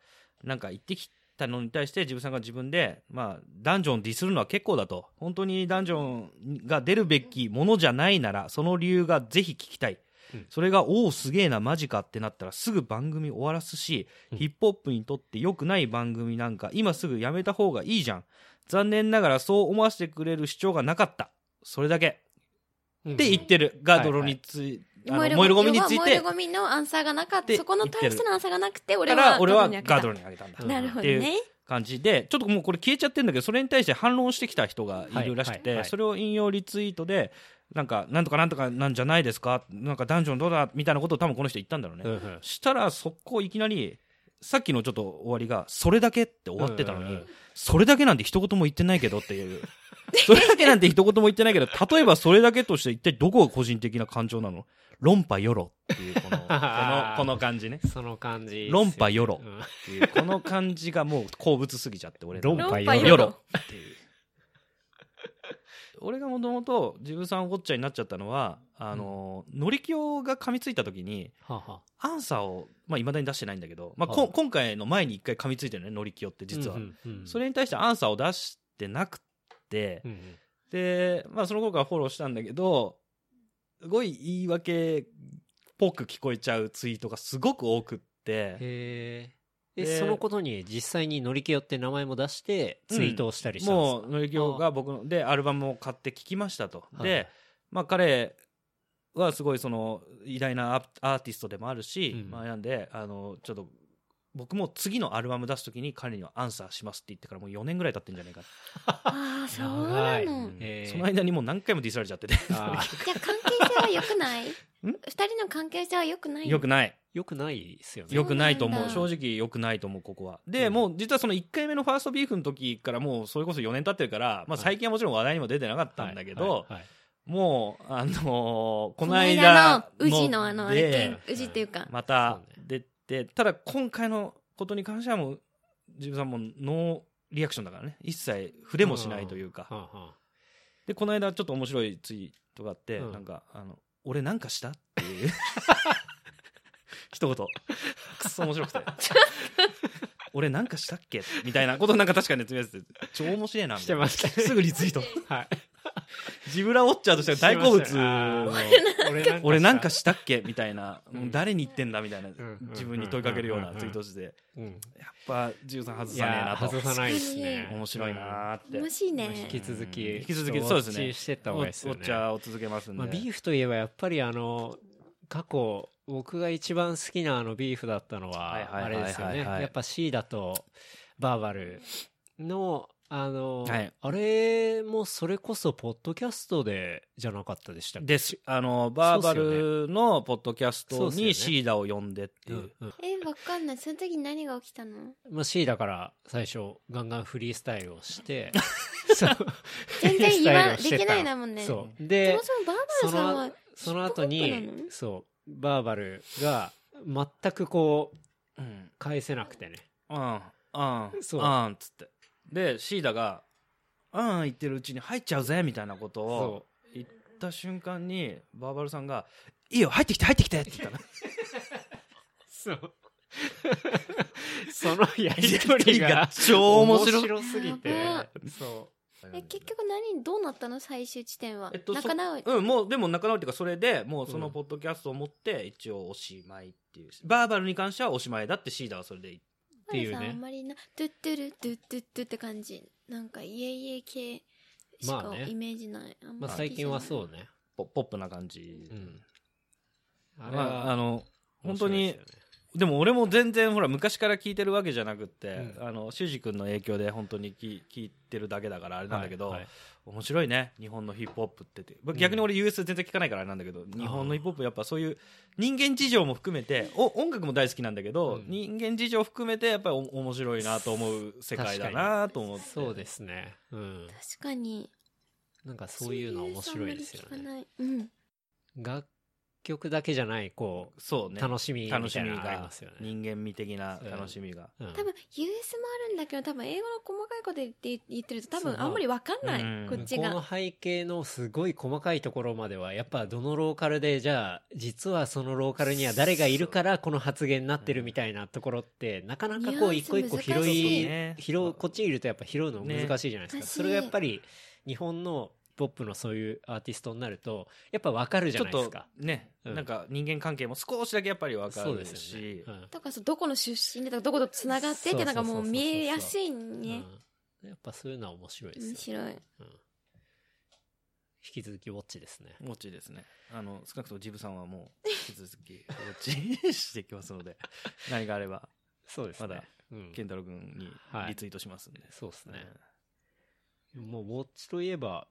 Speaker 3: なんか言ってきたのに対して自分さんが自分でまあダンジョンをディスるのは結構だと本当にダンジョンが出るべきものじゃないならその理由がぜひ聞きたい
Speaker 1: うん
Speaker 3: それがおおすげえなマジかってなったらすぐ番組終わらすし
Speaker 1: うん
Speaker 3: ヒップホップにとって良くない番組なんか今すぐやめた方がいいじゃん残念ながらそう思わせてくれる主張がなかったそれだけ
Speaker 1: うん
Speaker 3: って言ってるが泥についあの燃えるゴミについ
Speaker 2: 燃え
Speaker 3: て
Speaker 2: るゴミのアンサーがなかった
Speaker 3: で
Speaker 2: そこの対してのアンサーがなくて俺
Speaker 3: だか
Speaker 2: は
Speaker 3: ら俺
Speaker 2: ガー
Speaker 3: は
Speaker 2: ドに
Speaker 3: ガード
Speaker 2: ル
Speaker 3: ルにあげたんだ
Speaker 1: うん
Speaker 2: なるほど
Speaker 3: っ
Speaker 2: ね
Speaker 3: 感じでちょっともうこれ消えちゃってるんだけどそれに対して反論してきた人がいるらしく
Speaker 1: はいはいは
Speaker 3: て
Speaker 1: い
Speaker 3: それを引用リツイートでなんかなんとかなんとかなんじゃないですかなんかダンジョンどうだみたいなことを多分この人言ったんだろうね
Speaker 1: うんうん
Speaker 3: したら速攻いきなりさっきのちょっと終わりが「それだけ」って終わってたのに、
Speaker 1: うんうんうん
Speaker 3: それだけなんて一言も言ってないけどっていう それだけなんて一言も言ってないけど例えばそれだけとして一体どこが個人的な感情なの論破よろっていう このこのこの感じね
Speaker 1: その感じ。
Speaker 3: 論破よろ
Speaker 1: うん
Speaker 3: っていうこの感じがもう好物すぎちゃって俺の
Speaker 1: 論
Speaker 2: 論
Speaker 1: 破
Speaker 2: 破
Speaker 1: よろ
Speaker 2: よ
Speaker 3: よ
Speaker 2: ろ
Speaker 3: ろっていう俺がもともと自分さんおっちゃんになっちゃったのはあの、乗り気が噛みついた時に
Speaker 1: はあはあ
Speaker 3: アンサーをまあ、未だに出してないんだけど、まあ、
Speaker 1: はい
Speaker 3: こ今回の前に一回噛みついてるね乗り気って実は、
Speaker 1: うんうんうん
Speaker 3: それに対してアンサーを出してなくて、
Speaker 1: うんうん
Speaker 3: で、まあ、その頃からフォローしたんだけどすごい言い訳っぽく聞こえちゃうツイートがすごく多くって
Speaker 1: へえ。え、
Speaker 3: で
Speaker 1: そのことに実際に乗り気よって名前も出してツイートをしたりしたんです
Speaker 3: も
Speaker 1: か
Speaker 3: う乗り気が僕のでアルバムを買って聴きましたと、
Speaker 1: はい
Speaker 3: で、まあ、彼はすごいその偉大なアアーティストでもあるし、
Speaker 1: うん
Speaker 3: まあ、なんであのちょっと僕も次のアルバム出す時に彼にはアンサーしますって言ってからもう4年ぐらい経ってんじゃないかって、
Speaker 2: ああそうな
Speaker 1: 長
Speaker 2: の
Speaker 1: いへー
Speaker 3: その間にもう何回もディスられちゃってて
Speaker 1: あー
Speaker 2: じゃあ関係性は良くない二人の関係性は良くない
Speaker 3: よくない
Speaker 1: よくないですよね。
Speaker 3: よくないと思
Speaker 2: そううなん
Speaker 3: 正
Speaker 2: だ
Speaker 3: 直よくないと思うここはで、
Speaker 1: うん
Speaker 3: もう実はその1回目のファーストビーフの時からもうそれこそ4年経ってるから、まあ、最近はもちろん話題にも出てなかったんだけど、
Speaker 1: はいはいはい
Speaker 3: もうあのーこ
Speaker 2: こ
Speaker 3: の
Speaker 2: の間
Speaker 3: 間
Speaker 2: の宇治のあのあれ
Speaker 3: で
Speaker 2: 件宇治っていうか
Speaker 3: また
Speaker 1: そう
Speaker 3: 出て、ただ今回のことに関してはもう自分さんもノーリアクションだからね一切触れもしないというか、
Speaker 1: はあはあ
Speaker 3: でこの間ちょっと面白いツイートがあって、
Speaker 1: うん
Speaker 3: なんかあの「俺なんかした?」って いう一言くっそ面白く て「俺なんかしたっけ?」みたいなことなんか確かにつぶやいてて超面白いなみ
Speaker 1: したて
Speaker 3: いな
Speaker 1: ました。
Speaker 3: すぐリツイート
Speaker 1: はい。
Speaker 3: ジブラウォッチャーとしては大好
Speaker 1: し
Speaker 3: 物
Speaker 1: てま
Speaker 3: の
Speaker 1: したね
Speaker 3: 俺なんかしたっけみたいな、もう
Speaker 1: うん
Speaker 3: 誰に言ってんだみたいな、
Speaker 1: ん
Speaker 3: 自分に問いかけるようなツイートをして、やっ
Speaker 1: うん
Speaker 3: ぱジュさん外
Speaker 1: い
Speaker 3: さねえ
Speaker 1: や
Speaker 3: なと
Speaker 1: 外さないですね。
Speaker 3: 面白いなーって、
Speaker 2: 面白いね
Speaker 1: 引き続き、
Speaker 3: うん引き続き
Speaker 1: ちょっと
Speaker 3: そうですね
Speaker 1: ウォッチしてった方
Speaker 3: お
Speaker 1: がいいですよ
Speaker 3: お
Speaker 1: ね。
Speaker 3: 茶を続けますんで、
Speaker 1: まあ、ビーフといえばやっぱりあの過去僕が一番好きなあのビーフだったのは
Speaker 3: はいはい
Speaker 1: あ
Speaker 3: はいはい
Speaker 1: れですよね
Speaker 3: はい
Speaker 1: やっぱ C だとバーバルのあの、
Speaker 3: はい
Speaker 1: あれもそれこそポッドキャストでじゃなかったでしたっけ
Speaker 3: ですあのバーバルのポッドキャス
Speaker 1: そう
Speaker 3: ト
Speaker 1: っすよね
Speaker 3: にシーダを呼んでっていう
Speaker 1: うんうん
Speaker 2: えわかんないその時何が起きたの
Speaker 1: まあ、C だから最初ガンガンフリースタイルをして そう
Speaker 2: 全
Speaker 1: フリー
Speaker 2: 然
Speaker 1: スタ
Speaker 2: 言
Speaker 1: イル
Speaker 2: わ
Speaker 1: を
Speaker 2: で
Speaker 1: してた
Speaker 2: きないんだもんねそも
Speaker 1: そう
Speaker 2: そ
Speaker 1: で
Speaker 2: もバーバラさんは
Speaker 1: その後
Speaker 2: ヒップホップな
Speaker 1: に
Speaker 2: の
Speaker 1: そうバーバルが全くこう
Speaker 3: うん
Speaker 1: 返せなくてね
Speaker 3: うんうん
Speaker 1: そう
Speaker 3: うんっつってでシーダが「うん」言ってるうちに入っちゃうぜみたいなことを
Speaker 1: そ
Speaker 3: 言った瞬間にバーバルさんが「いいよ入ってきて入ってきて」って言った の
Speaker 1: うそう そのやりとりが
Speaker 3: 超面白い
Speaker 1: すぎて
Speaker 2: やば
Speaker 1: そ
Speaker 2: え結局何どうなったの最終地点は、
Speaker 3: えっとそ
Speaker 2: 仲直り
Speaker 3: うんもうでも仲直りっていうかそれでもうその
Speaker 1: うん
Speaker 3: ポッドキャストを持って一応おしまいっていう、バーバルに関してはおしまいだってシーダはそれで言って
Speaker 1: っていうね
Speaker 2: バーバラさんあんまりなドゥッドゥルドゥッドゥッドゥって感じなんかイエイエイ系し
Speaker 1: ま
Speaker 2: か
Speaker 1: あね
Speaker 2: イメージない、あん
Speaker 1: うま
Speaker 2: ま
Speaker 1: あ
Speaker 2: り
Speaker 1: 最近はそうね
Speaker 3: ポポップな感じ、
Speaker 1: うんあれ
Speaker 3: まあ、あ
Speaker 1: は
Speaker 3: の
Speaker 1: 面
Speaker 3: 本
Speaker 1: 白
Speaker 3: 当
Speaker 1: い
Speaker 3: に
Speaker 1: ですよね
Speaker 3: でも俺も全然ほら昔から聞いてるわけじゃなくって、
Speaker 1: うん
Speaker 3: あの修二君の影響で本当にき聞いてるだけだからあれなんだけど、
Speaker 1: はいはい
Speaker 3: 面白いね日本のヒップホップってって僕逆に俺 US 全然聞かないからあれなんだけど、日本のヒップホップやっぱそういう人間事情も含めてお音楽も大好きなんだけど、
Speaker 1: うん
Speaker 3: 人間事情含めてやっぱりお面白いなと思う世界だなと思って
Speaker 1: そうですねうん
Speaker 2: 確かに
Speaker 1: なんかそういうの面白いですよ
Speaker 2: そういう人あ
Speaker 1: ね
Speaker 2: んまり聞かないうん
Speaker 1: 楽曲だけじゃないこ
Speaker 3: そう
Speaker 1: う
Speaker 3: ね
Speaker 1: 楽しみみたい
Speaker 3: 楽しみ
Speaker 1: なのあり
Speaker 3: が
Speaker 1: ますよね
Speaker 3: 人間味的な楽しみが、
Speaker 1: うん
Speaker 2: 多分 US もあるんだけど多分英語の細かいこと言って言ってると多分あんまりわかんない、
Speaker 3: うん
Speaker 2: こっ
Speaker 1: 向
Speaker 2: ち
Speaker 1: こう
Speaker 2: が
Speaker 1: の背景のすごい細かいところまではやっぱどのローカルでじゃあ実はそのローカルには誰がいるからこの発言になってるみたいなところってなかなかこう
Speaker 2: ニュアンス
Speaker 1: 一個一個拾
Speaker 2: 難し
Speaker 1: い
Speaker 2: い
Speaker 3: ね
Speaker 1: 拾うこっちにいるとやっぱ拾うの難しいじゃないですか、
Speaker 2: ね
Speaker 1: それがやっぱり日本のポップのそういうアーティストになるとやっぱ分かるじゃ
Speaker 3: ちょ
Speaker 1: な
Speaker 3: っ
Speaker 1: いです
Speaker 3: と
Speaker 1: か
Speaker 3: ね、
Speaker 1: うん
Speaker 3: なんか人間関係も少しだけやっぱり分か
Speaker 1: そうで
Speaker 3: る
Speaker 1: すよ
Speaker 3: し
Speaker 1: ね、うん
Speaker 2: だからそうどこの出身でとかどことつながってってなんかもう見えやすいね
Speaker 1: うんやっぱそういうのは面白いですよ
Speaker 2: 面
Speaker 1: ね
Speaker 2: 白い
Speaker 1: うん引き続きウォッチですね。
Speaker 3: ウォッチですね。あの、少なくともジブさんはもう、引き続き、ウォッチしていきますの で、何があれば、
Speaker 1: そうですね。
Speaker 3: まだ、
Speaker 1: うん、
Speaker 3: 健太郎くんに
Speaker 1: はい
Speaker 3: リツイートしますんで。
Speaker 1: そうですね。
Speaker 3: うん
Speaker 1: もうウォッチといえば、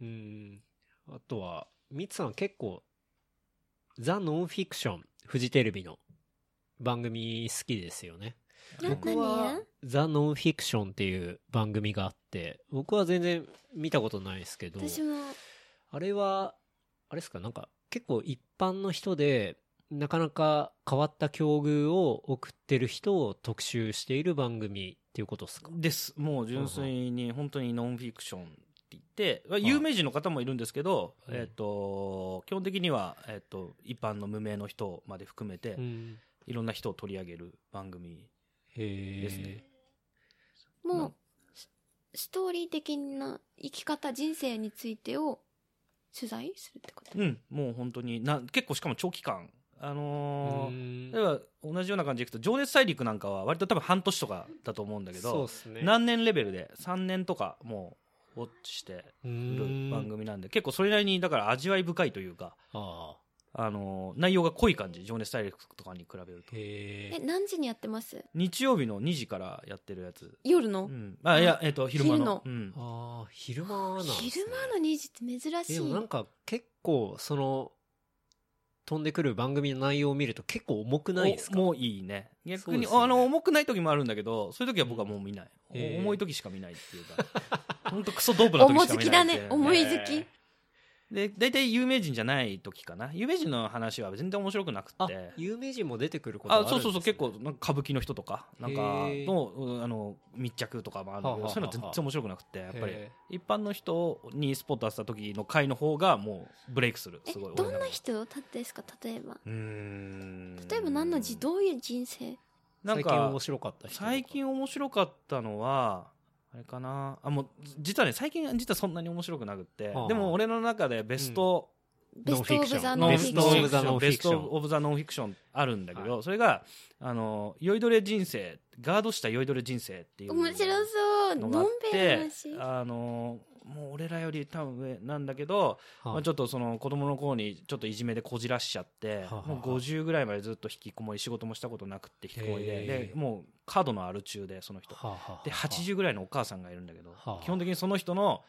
Speaker 1: うーん、あとは、ミツさん結構、ザ・ノンフィクション、フジテレビの番組好きですよね。
Speaker 2: な
Speaker 1: 僕は、ザ・ノンフィクションっていう番組があって、僕は全然見たことないですけど、
Speaker 2: 私も
Speaker 1: あれは、あれですか、なんか結構一般の人で、なかなか変わった境遇を送ってる人を特集している番組っていうことですか
Speaker 3: です。もう純粋に、本当にノンフィクションって言って、有名人の方もいるんですけど、
Speaker 1: うん
Speaker 3: えっと、基本的には、えっと、一般の無名の人まで含めて
Speaker 1: う、ん。
Speaker 3: いろんな人を取り上げる番組
Speaker 1: へえ。
Speaker 3: ですね。
Speaker 2: もうストーリー的な生き方人生についてを取材するってこと
Speaker 3: うん、もう本当にな、結構しかも長期間。あの
Speaker 1: う
Speaker 3: ー
Speaker 1: ん
Speaker 3: 例えば同じような感じでいくと「情熱大陸」なんかは割と多分半年とかだと思うんだけ
Speaker 1: そう
Speaker 3: ど、
Speaker 1: ですね。
Speaker 3: 何年レベルで3年とかもうウォッチして
Speaker 1: う
Speaker 3: い
Speaker 1: ん
Speaker 3: る番組なんで結構それなりにだから味わい深いというか、
Speaker 1: ああ。
Speaker 3: あのー内容が濃い感じ「情熱大陸」とかに比べると
Speaker 1: へ
Speaker 2: え
Speaker 1: え。
Speaker 2: 何時にやってます
Speaker 3: 日曜日の2時からやってるやつ、
Speaker 2: 夜
Speaker 3: う
Speaker 2: の、
Speaker 3: ん、あいや、えっと昼間のうん、
Speaker 1: ああ、昼間なんです、ね。
Speaker 2: 昼間の2時って珍し
Speaker 1: で
Speaker 2: い
Speaker 1: もなんか結構、その、飛んでくる番組の内容を見ると結構重くないですか
Speaker 3: おもういいね
Speaker 1: そ
Speaker 3: 逆
Speaker 1: う
Speaker 3: に、
Speaker 1: ですよね
Speaker 3: あの重くない時もあるんだけどそういう時は僕はもう見ない、
Speaker 1: うんへー
Speaker 3: お重い時しか見ないっていうかほんとクソドープな時しか見ないって
Speaker 2: 重好
Speaker 3: いう
Speaker 2: きだね重い好き
Speaker 1: へ
Speaker 3: で大体有名人じゃない時かな有名人の話は全然面白くなく
Speaker 1: ーあ
Speaker 3: て、
Speaker 1: 有名人も出てくることある
Speaker 3: あ
Speaker 1: んです、
Speaker 3: そ
Speaker 1: ね、
Speaker 3: うそうそう結構なんか歌舞伎の人とかなんか
Speaker 1: へー
Speaker 3: のうんあの密着とかもあるんだけど、
Speaker 1: はあはあはあ
Speaker 3: そういうの全然面白くなくてやっぱり
Speaker 1: へ
Speaker 3: 一般の人にスポット当てた時の回の方がもうブレイクする
Speaker 2: え
Speaker 3: すごい
Speaker 2: どんな人たですか例えば
Speaker 3: うーん
Speaker 2: 例えば何の字どういう人生
Speaker 1: ー。
Speaker 3: なん
Speaker 1: 最
Speaker 3: か
Speaker 1: 近面白かった人とか
Speaker 3: 最近面白かったのはあれかなあもう実はね最近実はそんなに面白くなくって、
Speaker 1: はあ
Speaker 3: でも俺の中でベスト、
Speaker 2: ベスト・オブ・ザ・
Speaker 1: ノ
Speaker 2: ノ
Speaker 1: ン
Speaker 2: ン
Speaker 1: フ
Speaker 2: フ
Speaker 1: ィ
Speaker 2: ィ
Speaker 1: ク
Speaker 2: ク
Speaker 1: シ
Speaker 2: シ
Speaker 1: ョ
Speaker 2: ョ
Speaker 1: ン
Speaker 2: ン
Speaker 1: ベストオブザノンフィクション
Speaker 3: ベストオブザノンフィクションあるんだけど、それがあの酔いどれ人生ガードした酔いどれ人生っていう
Speaker 2: 面白そう
Speaker 3: の
Speaker 2: の
Speaker 3: があっ
Speaker 2: んべえ
Speaker 3: て
Speaker 2: の話
Speaker 3: あのもう俺らより多分上なんだけど、
Speaker 1: はい
Speaker 3: まあ、ちょっとその子供の頃にちょっといじめでこじらしちゃって、
Speaker 1: はあはあ
Speaker 3: もう50ぐらいまでずっと引きこもり仕事もしたことなくって引きこもりで
Speaker 1: へえ
Speaker 3: でもう過度のアル中でその人
Speaker 1: はあはあはあ
Speaker 3: で80ぐらいのお母さんがいるんだけど、
Speaker 1: はあ
Speaker 3: 基本的にその人の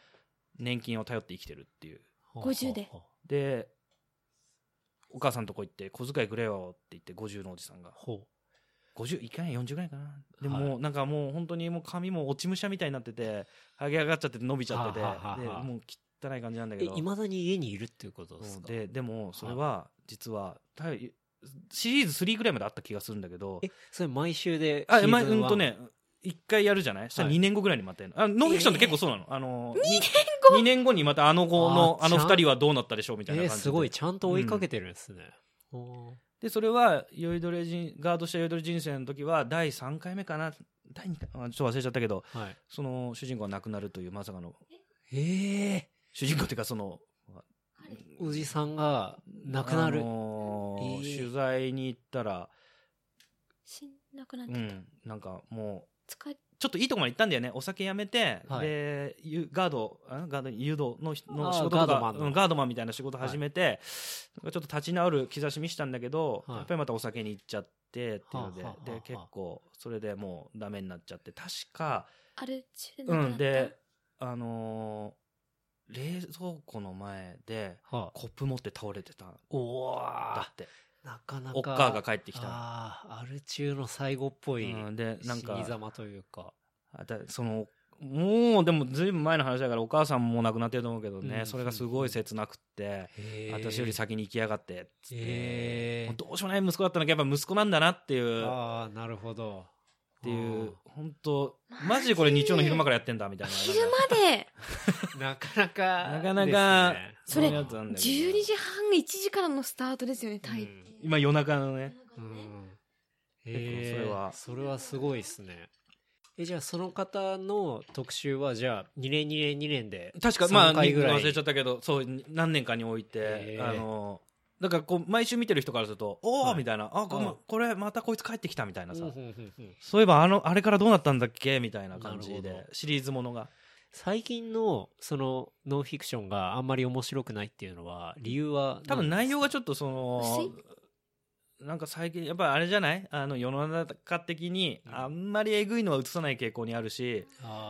Speaker 3: 年金を頼って生きてるっていう
Speaker 2: 50で
Speaker 3: でお母さんのとこ行って小遣いくれよって言って50のおじさんが
Speaker 1: ほ
Speaker 3: 50いかない40ぐらいかなで
Speaker 1: はい
Speaker 3: もうなんかもう本当にもう髪も落ち武者みたいになってて剥げ上がっちゃってて伸びちゃってて、
Speaker 1: はあはあはあ
Speaker 3: でもう汚い感じなんだ
Speaker 1: う
Speaker 3: け
Speaker 1: え
Speaker 3: ど
Speaker 1: いまだに家にいるっていうことです
Speaker 3: うん
Speaker 1: か
Speaker 3: ででもそれは実はたシリーズ3ぐらいまであった気がするんだけど
Speaker 1: えそれ毎週でシ
Speaker 3: あ
Speaker 1: ーズン
Speaker 3: まあう
Speaker 1: 1
Speaker 3: んとね一回やるじゃないそしたら2年後ぐらいにまたやるのあノンフィクションって結構そうなの、あの2年後2年後にまたあの子の
Speaker 1: あ
Speaker 3: あ
Speaker 1: ー
Speaker 3: の
Speaker 1: ちゃん
Speaker 3: 2人はどうなったでしょうみたいな
Speaker 1: え
Speaker 3: 感
Speaker 1: ー
Speaker 3: じで、
Speaker 1: すごいちゃんと追いかけてるんですね、おー
Speaker 3: でそれは酔いどれ人ガードした酔いどれ人生の時は第3回目かな第2回あちょっと忘れちゃったけど
Speaker 1: はい
Speaker 3: その主人公が亡くなるというまさかの
Speaker 1: ええ
Speaker 3: 主人公っていうかその
Speaker 1: おじさんが亡くなる、
Speaker 3: あ
Speaker 1: え
Speaker 3: のー
Speaker 1: ー
Speaker 3: 取材に行ったら
Speaker 2: しんなくなっ
Speaker 3: う
Speaker 2: てた
Speaker 3: んなんかもう
Speaker 2: 疲れ
Speaker 3: ちょっといいとこまで行ったんだよね。お酒やめて、
Speaker 1: はい
Speaker 3: で、ゆガード、あガード、誘導の人
Speaker 1: あ
Speaker 3: の
Speaker 1: ー
Speaker 3: 仕事と
Speaker 1: ガードマ
Speaker 3: か
Speaker 1: ン、の
Speaker 3: うんガードマンみたいな仕事始めて、なんかちょっと立ち直る兆し見したんだけど、
Speaker 1: はい
Speaker 3: やっぱりまたお酒に行っちゃって、っていうので、
Speaker 1: はあはあはあ
Speaker 3: で、結構、それでもうダメになっちゃって、確か、
Speaker 2: ある中でな
Speaker 3: う
Speaker 2: くなった、
Speaker 3: ん、で、あのー冷蔵庫の前で、
Speaker 1: はあ
Speaker 3: コップ持って倒れてたん
Speaker 1: おお
Speaker 3: だって、
Speaker 1: なかなか
Speaker 3: おっかーが帰ってきた
Speaker 1: ああアル中の最後っぽい、
Speaker 3: の。うん、で、なんか、
Speaker 1: 死に様というか
Speaker 3: あだそのもうでもずいぶん前の話だからお母さんも亡くなってると思うけどね、
Speaker 1: うん
Speaker 3: それがすごい切なくって、
Speaker 1: へー
Speaker 3: 私より先に行きやがってっつって、
Speaker 1: へー
Speaker 3: もうどうしようもない息子だったのがやっぱ息子なんだなっていうっ
Speaker 1: ああなるほど
Speaker 3: ていう
Speaker 1: あ
Speaker 3: 本当
Speaker 2: マジ
Speaker 3: マジでこれ日曜の昼間からやってんだみたいな
Speaker 2: 昼間で
Speaker 1: ーなかなか
Speaker 3: なかなか
Speaker 1: ですね
Speaker 2: それ
Speaker 1: うん
Speaker 3: 12
Speaker 2: 12時半1時からのスタートですよね大抵、
Speaker 1: うん
Speaker 3: 今夜中のね
Speaker 1: うん
Speaker 3: 結構
Speaker 1: へ
Speaker 3: そ
Speaker 1: え
Speaker 3: れは
Speaker 1: それはすごいですねえじゃあその方の特集はじゃあ2年2年2年で
Speaker 3: 確かまあ
Speaker 1: 3回ぐらい
Speaker 3: 忘れちゃったけどそうに何年かにおいて
Speaker 1: へー
Speaker 3: あのだからこう毎週見てる人からすると「おお!」
Speaker 1: はい
Speaker 3: みたいな「あごめん
Speaker 1: うん
Speaker 3: これまたこいつ帰ってきた」みたいなさ、
Speaker 1: うんうんうんうん
Speaker 3: そういえばあのあれからどうなったんだっけみたいな感じ
Speaker 1: なる
Speaker 3: で
Speaker 1: ほ
Speaker 3: シリーズものが
Speaker 1: 最近のそのノンフィクションがあんまり面白くないっていうのは理由は
Speaker 3: 多分内容がち
Speaker 1: ょっ
Speaker 3: ょっとそのなんか最近やっぱりあれじゃないあの世の中的に
Speaker 1: うん
Speaker 3: あんまりえぐいのは映さない傾向にあるし、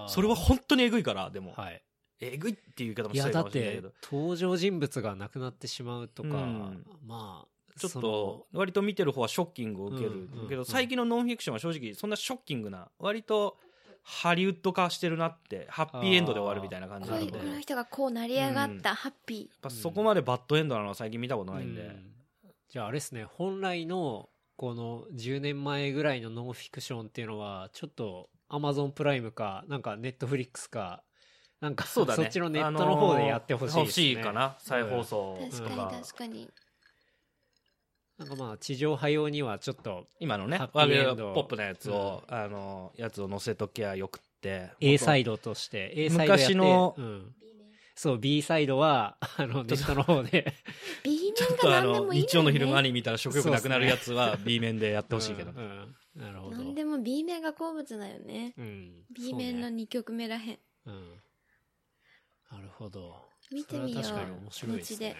Speaker 1: と
Speaker 3: それは本当にえぐいからでも、
Speaker 1: はい
Speaker 3: えぐいっていう言い方も
Speaker 1: い
Speaker 3: し
Speaker 1: や
Speaker 3: たい
Speaker 1: だっ
Speaker 3: かもしれない
Speaker 1: て
Speaker 3: けど
Speaker 1: 登場人物が亡くなってしまうとか、
Speaker 3: うん
Speaker 1: まあ
Speaker 3: ちょっ
Speaker 1: その
Speaker 3: と割と見てる方はショッキングを受ける、
Speaker 1: うんうん
Speaker 3: け
Speaker 1: うん
Speaker 3: ど最近のノンフィクションは正直そんなショッキングな割とハリウッド化してるなってハッピーエンドで終わるみたいな感じ
Speaker 2: こ
Speaker 3: な
Speaker 2: ういう
Speaker 3: ので
Speaker 2: こ
Speaker 1: あー
Speaker 2: の人がこう成り上がった、ハッピ
Speaker 3: やっぱそこまでバッドエンドなのは最近見たことないんで、
Speaker 1: うんじゃああれですね本来のこの10年前ぐらいのノンフィクションっていうのはちょっとアマゾンプライムかなんかネットフリックスかなんか
Speaker 3: そうだね
Speaker 1: っちのネットの方でやってほしいです、ね
Speaker 3: 欲しいかな再放送
Speaker 2: ー
Speaker 3: と
Speaker 2: 確か
Speaker 3: か
Speaker 2: に確かに、
Speaker 1: なんかまあ地上波用にはちょっと
Speaker 3: 今のね
Speaker 1: ハッピ
Speaker 3: ワグ
Speaker 1: ーエンド
Speaker 3: ポップなやつを、あのやつを載せときゃよくって
Speaker 1: A サ
Speaker 3: イ
Speaker 1: イドとして A サイドやって
Speaker 3: 昔の
Speaker 1: うんそう B サイドはあのネットの方で
Speaker 2: B
Speaker 3: ちょっ
Speaker 2: 面
Speaker 3: と
Speaker 2: が
Speaker 3: あ
Speaker 2: 何で
Speaker 3: の
Speaker 2: もいいん
Speaker 3: 日
Speaker 2: だ
Speaker 3: 曜
Speaker 2: よ
Speaker 3: の
Speaker 2: ね
Speaker 3: 昼間に見たら食欲なくなるやつは B 面でやってほしいけど、
Speaker 1: うんうんなるほど
Speaker 2: 何でも B 面が好物だよね
Speaker 1: うん
Speaker 2: B 面
Speaker 1: そ
Speaker 2: の
Speaker 1: うね
Speaker 2: 2曲目らへん
Speaker 1: うんなるほど
Speaker 2: 見てみよう
Speaker 1: それは確かに面白いですね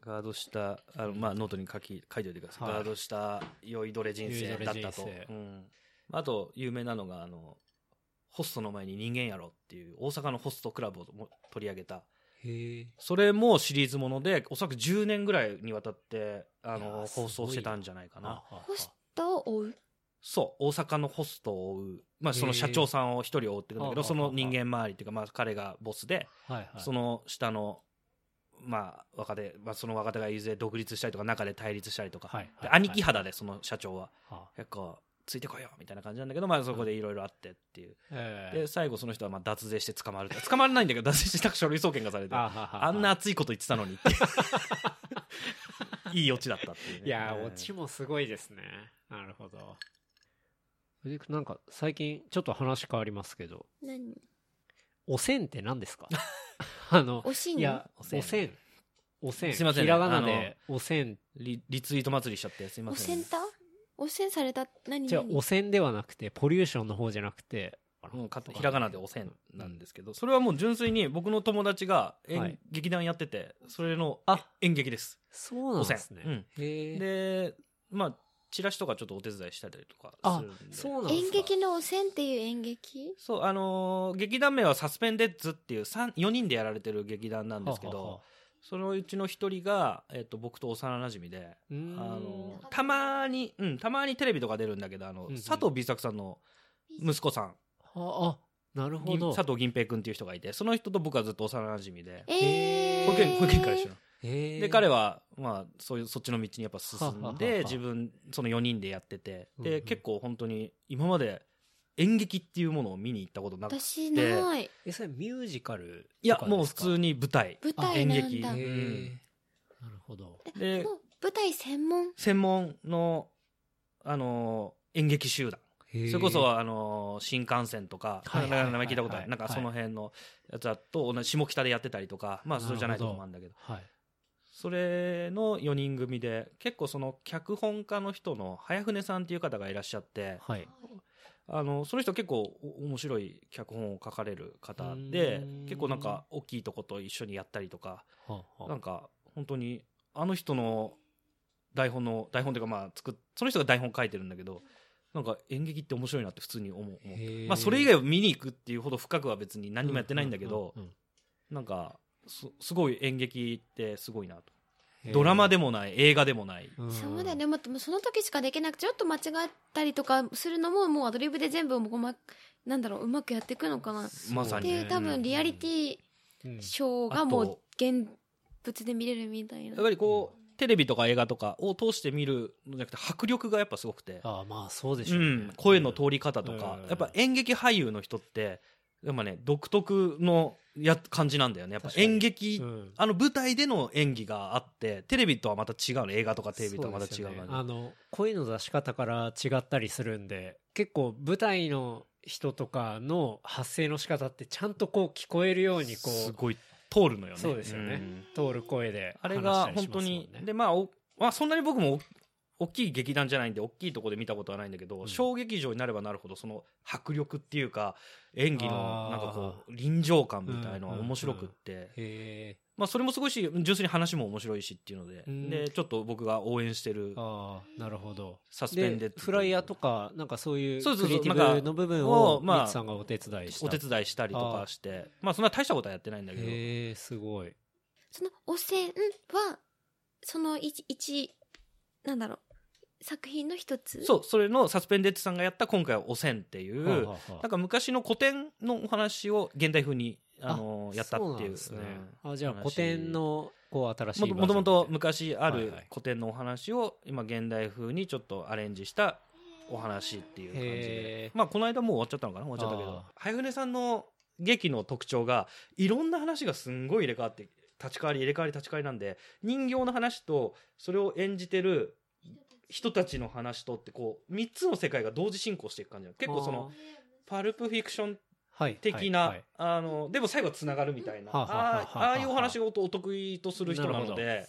Speaker 3: ガードしたあの、まあ、ノートに書き書いておいてください、
Speaker 1: はい
Speaker 3: ガードした酔いどれ人生だった
Speaker 1: 酔いどれ人
Speaker 3: と
Speaker 1: 生、
Speaker 3: うんあと有名なのがあのホストの前に人間やろっていう大阪のホストクラブをも取り上げた
Speaker 1: へえ
Speaker 3: それもシリーズものでおそらく10年ぐらいにわたってあ
Speaker 1: いやー
Speaker 3: の
Speaker 1: すごい
Speaker 3: 放送してたんじゃないかな
Speaker 2: ホストを追う
Speaker 3: そう大阪のホストを追う、まあ、その社長さんを一人追っていくんだけ
Speaker 1: へー
Speaker 3: どその人間周りっていうか、まあ、彼がボスで、
Speaker 1: はいはい
Speaker 3: その下の、まあ、若手、まあ、その若手がいずれ独立したりとか中で対立したりとか、
Speaker 1: はい
Speaker 3: で
Speaker 1: はい
Speaker 3: 兄貴肌でその社長は
Speaker 1: は
Speaker 3: 結構ついてこいよみたいな感じなんだけど、まあ、そこでいろいろあってっていう、
Speaker 1: ええ
Speaker 3: で最後その人はまあ脱税して捕まる捕まらないんだけど脱税してなんか書類送検がされて
Speaker 1: あ
Speaker 3: あ
Speaker 1: はは
Speaker 3: んな熱いこと言ってたのに っていういいオチだったっていうね、
Speaker 1: いや
Speaker 3: う
Speaker 1: ー、
Speaker 3: ん
Speaker 1: オチもすごいですね。なるほど。藤井君なんか最近ちょっと話変わりますけど、
Speaker 2: 何
Speaker 1: おせんって何ですかあの、
Speaker 2: おしん
Speaker 1: いや、お
Speaker 3: お
Speaker 1: せ
Speaker 3: せ
Speaker 1: ん。
Speaker 3: ん
Speaker 1: おせん。
Speaker 3: すいません
Speaker 1: ひらがなで、おせん。
Speaker 3: リリツイート祭りしちゃってすいま
Speaker 2: お
Speaker 3: せ
Speaker 2: せ
Speaker 3: ん
Speaker 2: んたおせんされた何
Speaker 1: じゃあ、
Speaker 2: 何
Speaker 1: おせんではなくて、ポリューションの方じゃなくて、
Speaker 3: うん、かひらがなでおせんなんですけど、それはもう純粋に僕の友達が演、
Speaker 1: はい
Speaker 3: 劇団やってて、それの
Speaker 1: あ
Speaker 3: 演劇です。
Speaker 1: そうなんですね。
Speaker 3: 汚染
Speaker 1: へえ。
Speaker 3: で、まあ、チラシとかちょっとお手伝いしたりとか
Speaker 1: あ
Speaker 3: するん、で。
Speaker 1: そうなんですか。
Speaker 2: 演劇のおせんっていう演劇
Speaker 3: そう、あのー劇団名はサスペンデッズっていう4人でやられてる劇団なんですけど、
Speaker 1: ははは
Speaker 3: そのうちの一人が、えっと、僕と幼なじみで、
Speaker 1: うー
Speaker 3: あ
Speaker 1: ん
Speaker 3: のーたまーに、うん、たまーにテレビとか出るんだけど、あの、
Speaker 1: うんうん
Speaker 3: 佐藤美作さんの息子さん、
Speaker 1: はあ、なるほ
Speaker 3: 銀
Speaker 1: ど。
Speaker 3: 佐藤銀平君っていう人がいて、その人と僕はずっと幼なじみで、
Speaker 2: えー
Speaker 3: 保険保険会社
Speaker 1: へえ。
Speaker 3: で彼
Speaker 1: は、
Speaker 3: は、まあ、そういうそっちの道にやっぱ進
Speaker 1: はは
Speaker 3: ん
Speaker 1: はは
Speaker 3: で自分その4人でやってて
Speaker 1: うんう
Speaker 3: で
Speaker 1: ん
Speaker 3: 結構本当に今まで演劇っていうものを見に行ったことなくて
Speaker 2: 私ない
Speaker 1: え、それミュージカル
Speaker 3: いやもう
Speaker 1: に
Speaker 3: 普通に舞台
Speaker 2: 舞
Speaker 1: あ
Speaker 2: 台
Speaker 3: 演
Speaker 2: なん
Speaker 3: 劇
Speaker 2: だ
Speaker 3: うん
Speaker 1: へーなるほど。
Speaker 2: え
Speaker 3: で
Speaker 2: もう舞台専門
Speaker 3: 専門の、あのー演劇集団
Speaker 1: そ
Speaker 3: それこそ、あのー新幹線とか
Speaker 1: はい
Speaker 3: 名
Speaker 1: はいはいはい
Speaker 3: 前聞いたことあるなんかその辺のやつだと同じ下北でやってたりとかまあそれじゃないとこもあるんだけど
Speaker 1: はい。
Speaker 3: それの4人組で結構その脚本家の人の早船さんっていう方がいらっしゃって
Speaker 1: はい。
Speaker 3: あのその人結構お面白い脚本を書かれる方
Speaker 1: う
Speaker 3: で
Speaker 1: ーん
Speaker 3: 結構なんか大きいとこと一緒にやったりとか
Speaker 1: はあはあ
Speaker 3: なんか本当にあの人の台本の台本というかまあ作っその人が台本書いてるんだけどなんか演劇って面白いなって普通に思う思う
Speaker 1: へえ
Speaker 3: まあそれ以外を見に行くっていうほど深くは別に何もやってないんだけど
Speaker 1: うんうんうん
Speaker 3: なんかすすごい演劇ってすごいなと
Speaker 1: うん
Speaker 3: ドラマでもない映画でもない
Speaker 1: うん
Speaker 2: そうだよね、まあ、もうその時しかできなくてちょっと間違ったりとかするのももうアドリブで全部もうごまなんだろううまくやっていくのかなっ
Speaker 3: まさ
Speaker 2: て
Speaker 3: に
Speaker 2: い
Speaker 3: ね
Speaker 2: う多分リアリティ
Speaker 1: うん
Speaker 2: ショーがもう現物で見れるみたいな
Speaker 3: やっぱりこう、テレビとか映画とかを通して見るのじゃなくて迫力がやっぱすごくて、
Speaker 1: ああまあそうでし
Speaker 3: う
Speaker 1: ょうね
Speaker 3: ん、声の通り方とか、
Speaker 1: うん
Speaker 3: やっぱ演劇俳優の人ってやっぱね独特のや感じなんだよねやっぱ
Speaker 1: 確かに
Speaker 3: 演劇、
Speaker 1: うん
Speaker 3: あの舞台での演技があってテレビとはまた違うの映画とかテレビとはまた違う
Speaker 1: そ
Speaker 3: 感
Speaker 1: です
Speaker 3: じ
Speaker 1: よねあの声の出し方から違ったりするんで結構舞台の人とかの発声の仕方ってちゃんとこう聞こえるようにこ
Speaker 3: す
Speaker 1: う
Speaker 3: ごい通るのよね
Speaker 1: そうですよね
Speaker 3: ん
Speaker 1: 通る声で
Speaker 3: あれ
Speaker 1: 話
Speaker 3: が本
Speaker 1: した
Speaker 3: 当
Speaker 1: りしますもんね
Speaker 3: に、でまあおまあそんなに僕も大きい劇団じゃないんで大きいとこで見たことはないんだけど、
Speaker 1: うん
Speaker 3: 小劇場になればなるほどその迫力っていうか演技の
Speaker 1: あー
Speaker 3: なんかこう臨場感みたいのは
Speaker 1: うんうんうん
Speaker 3: 面白くって、
Speaker 1: へえ
Speaker 3: まあ、それもすごいし純粋に話も面白いしっていうので、
Speaker 1: うん
Speaker 3: でちょっと僕が応援してる
Speaker 1: ああなるほど
Speaker 3: サスペンデッ
Speaker 1: で
Speaker 3: ド
Speaker 1: フライヤーとかなんかそういう
Speaker 3: そうそうそう
Speaker 1: クリエイテ
Speaker 3: な
Speaker 1: ィ
Speaker 3: んか
Speaker 1: ブの部分
Speaker 3: を
Speaker 1: をミ
Speaker 3: まあ
Speaker 1: ツさんがお手伝いした
Speaker 3: お手伝いしたりとかしてまあそんな大したことはやってないんだけど
Speaker 1: へえすごい
Speaker 2: その汚染は、その一、一、なんだろう、作品の一つ
Speaker 3: そうそれのサスペンデッドさんがやった今回は「おせん」っていう、
Speaker 1: はあはあはあ
Speaker 3: なんか昔の古典のお話を現代風にあのやったっていう
Speaker 1: そなんですね
Speaker 3: うん
Speaker 1: あじゃあ
Speaker 3: 話
Speaker 1: 古典のこう新しい
Speaker 3: もともともと昔あ
Speaker 1: はい
Speaker 3: る
Speaker 1: はい
Speaker 3: 古典のお話を今現代風にちょっとアレンジしたお話っていう感じで
Speaker 1: へー
Speaker 3: まあこの間もう終わっちゃったのかな終わっちゃったけど
Speaker 1: あ
Speaker 3: 早船さんの劇の特徴がいろんな話がすんごい入れ替わって立ち替わり入れ替わり立ち替わりなんで人形の話とそれを演じてる人たちの話とってこう3つの世界が同時進行していく感じなの結構そのパルプフィクション的な、
Speaker 1: はい
Speaker 3: あのでも最後はつながるみたいな、
Speaker 1: はあはあはあは
Speaker 3: あ
Speaker 1: あはあ
Speaker 3: ああいうお話をおお得意とする人なの
Speaker 1: なる
Speaker 3: で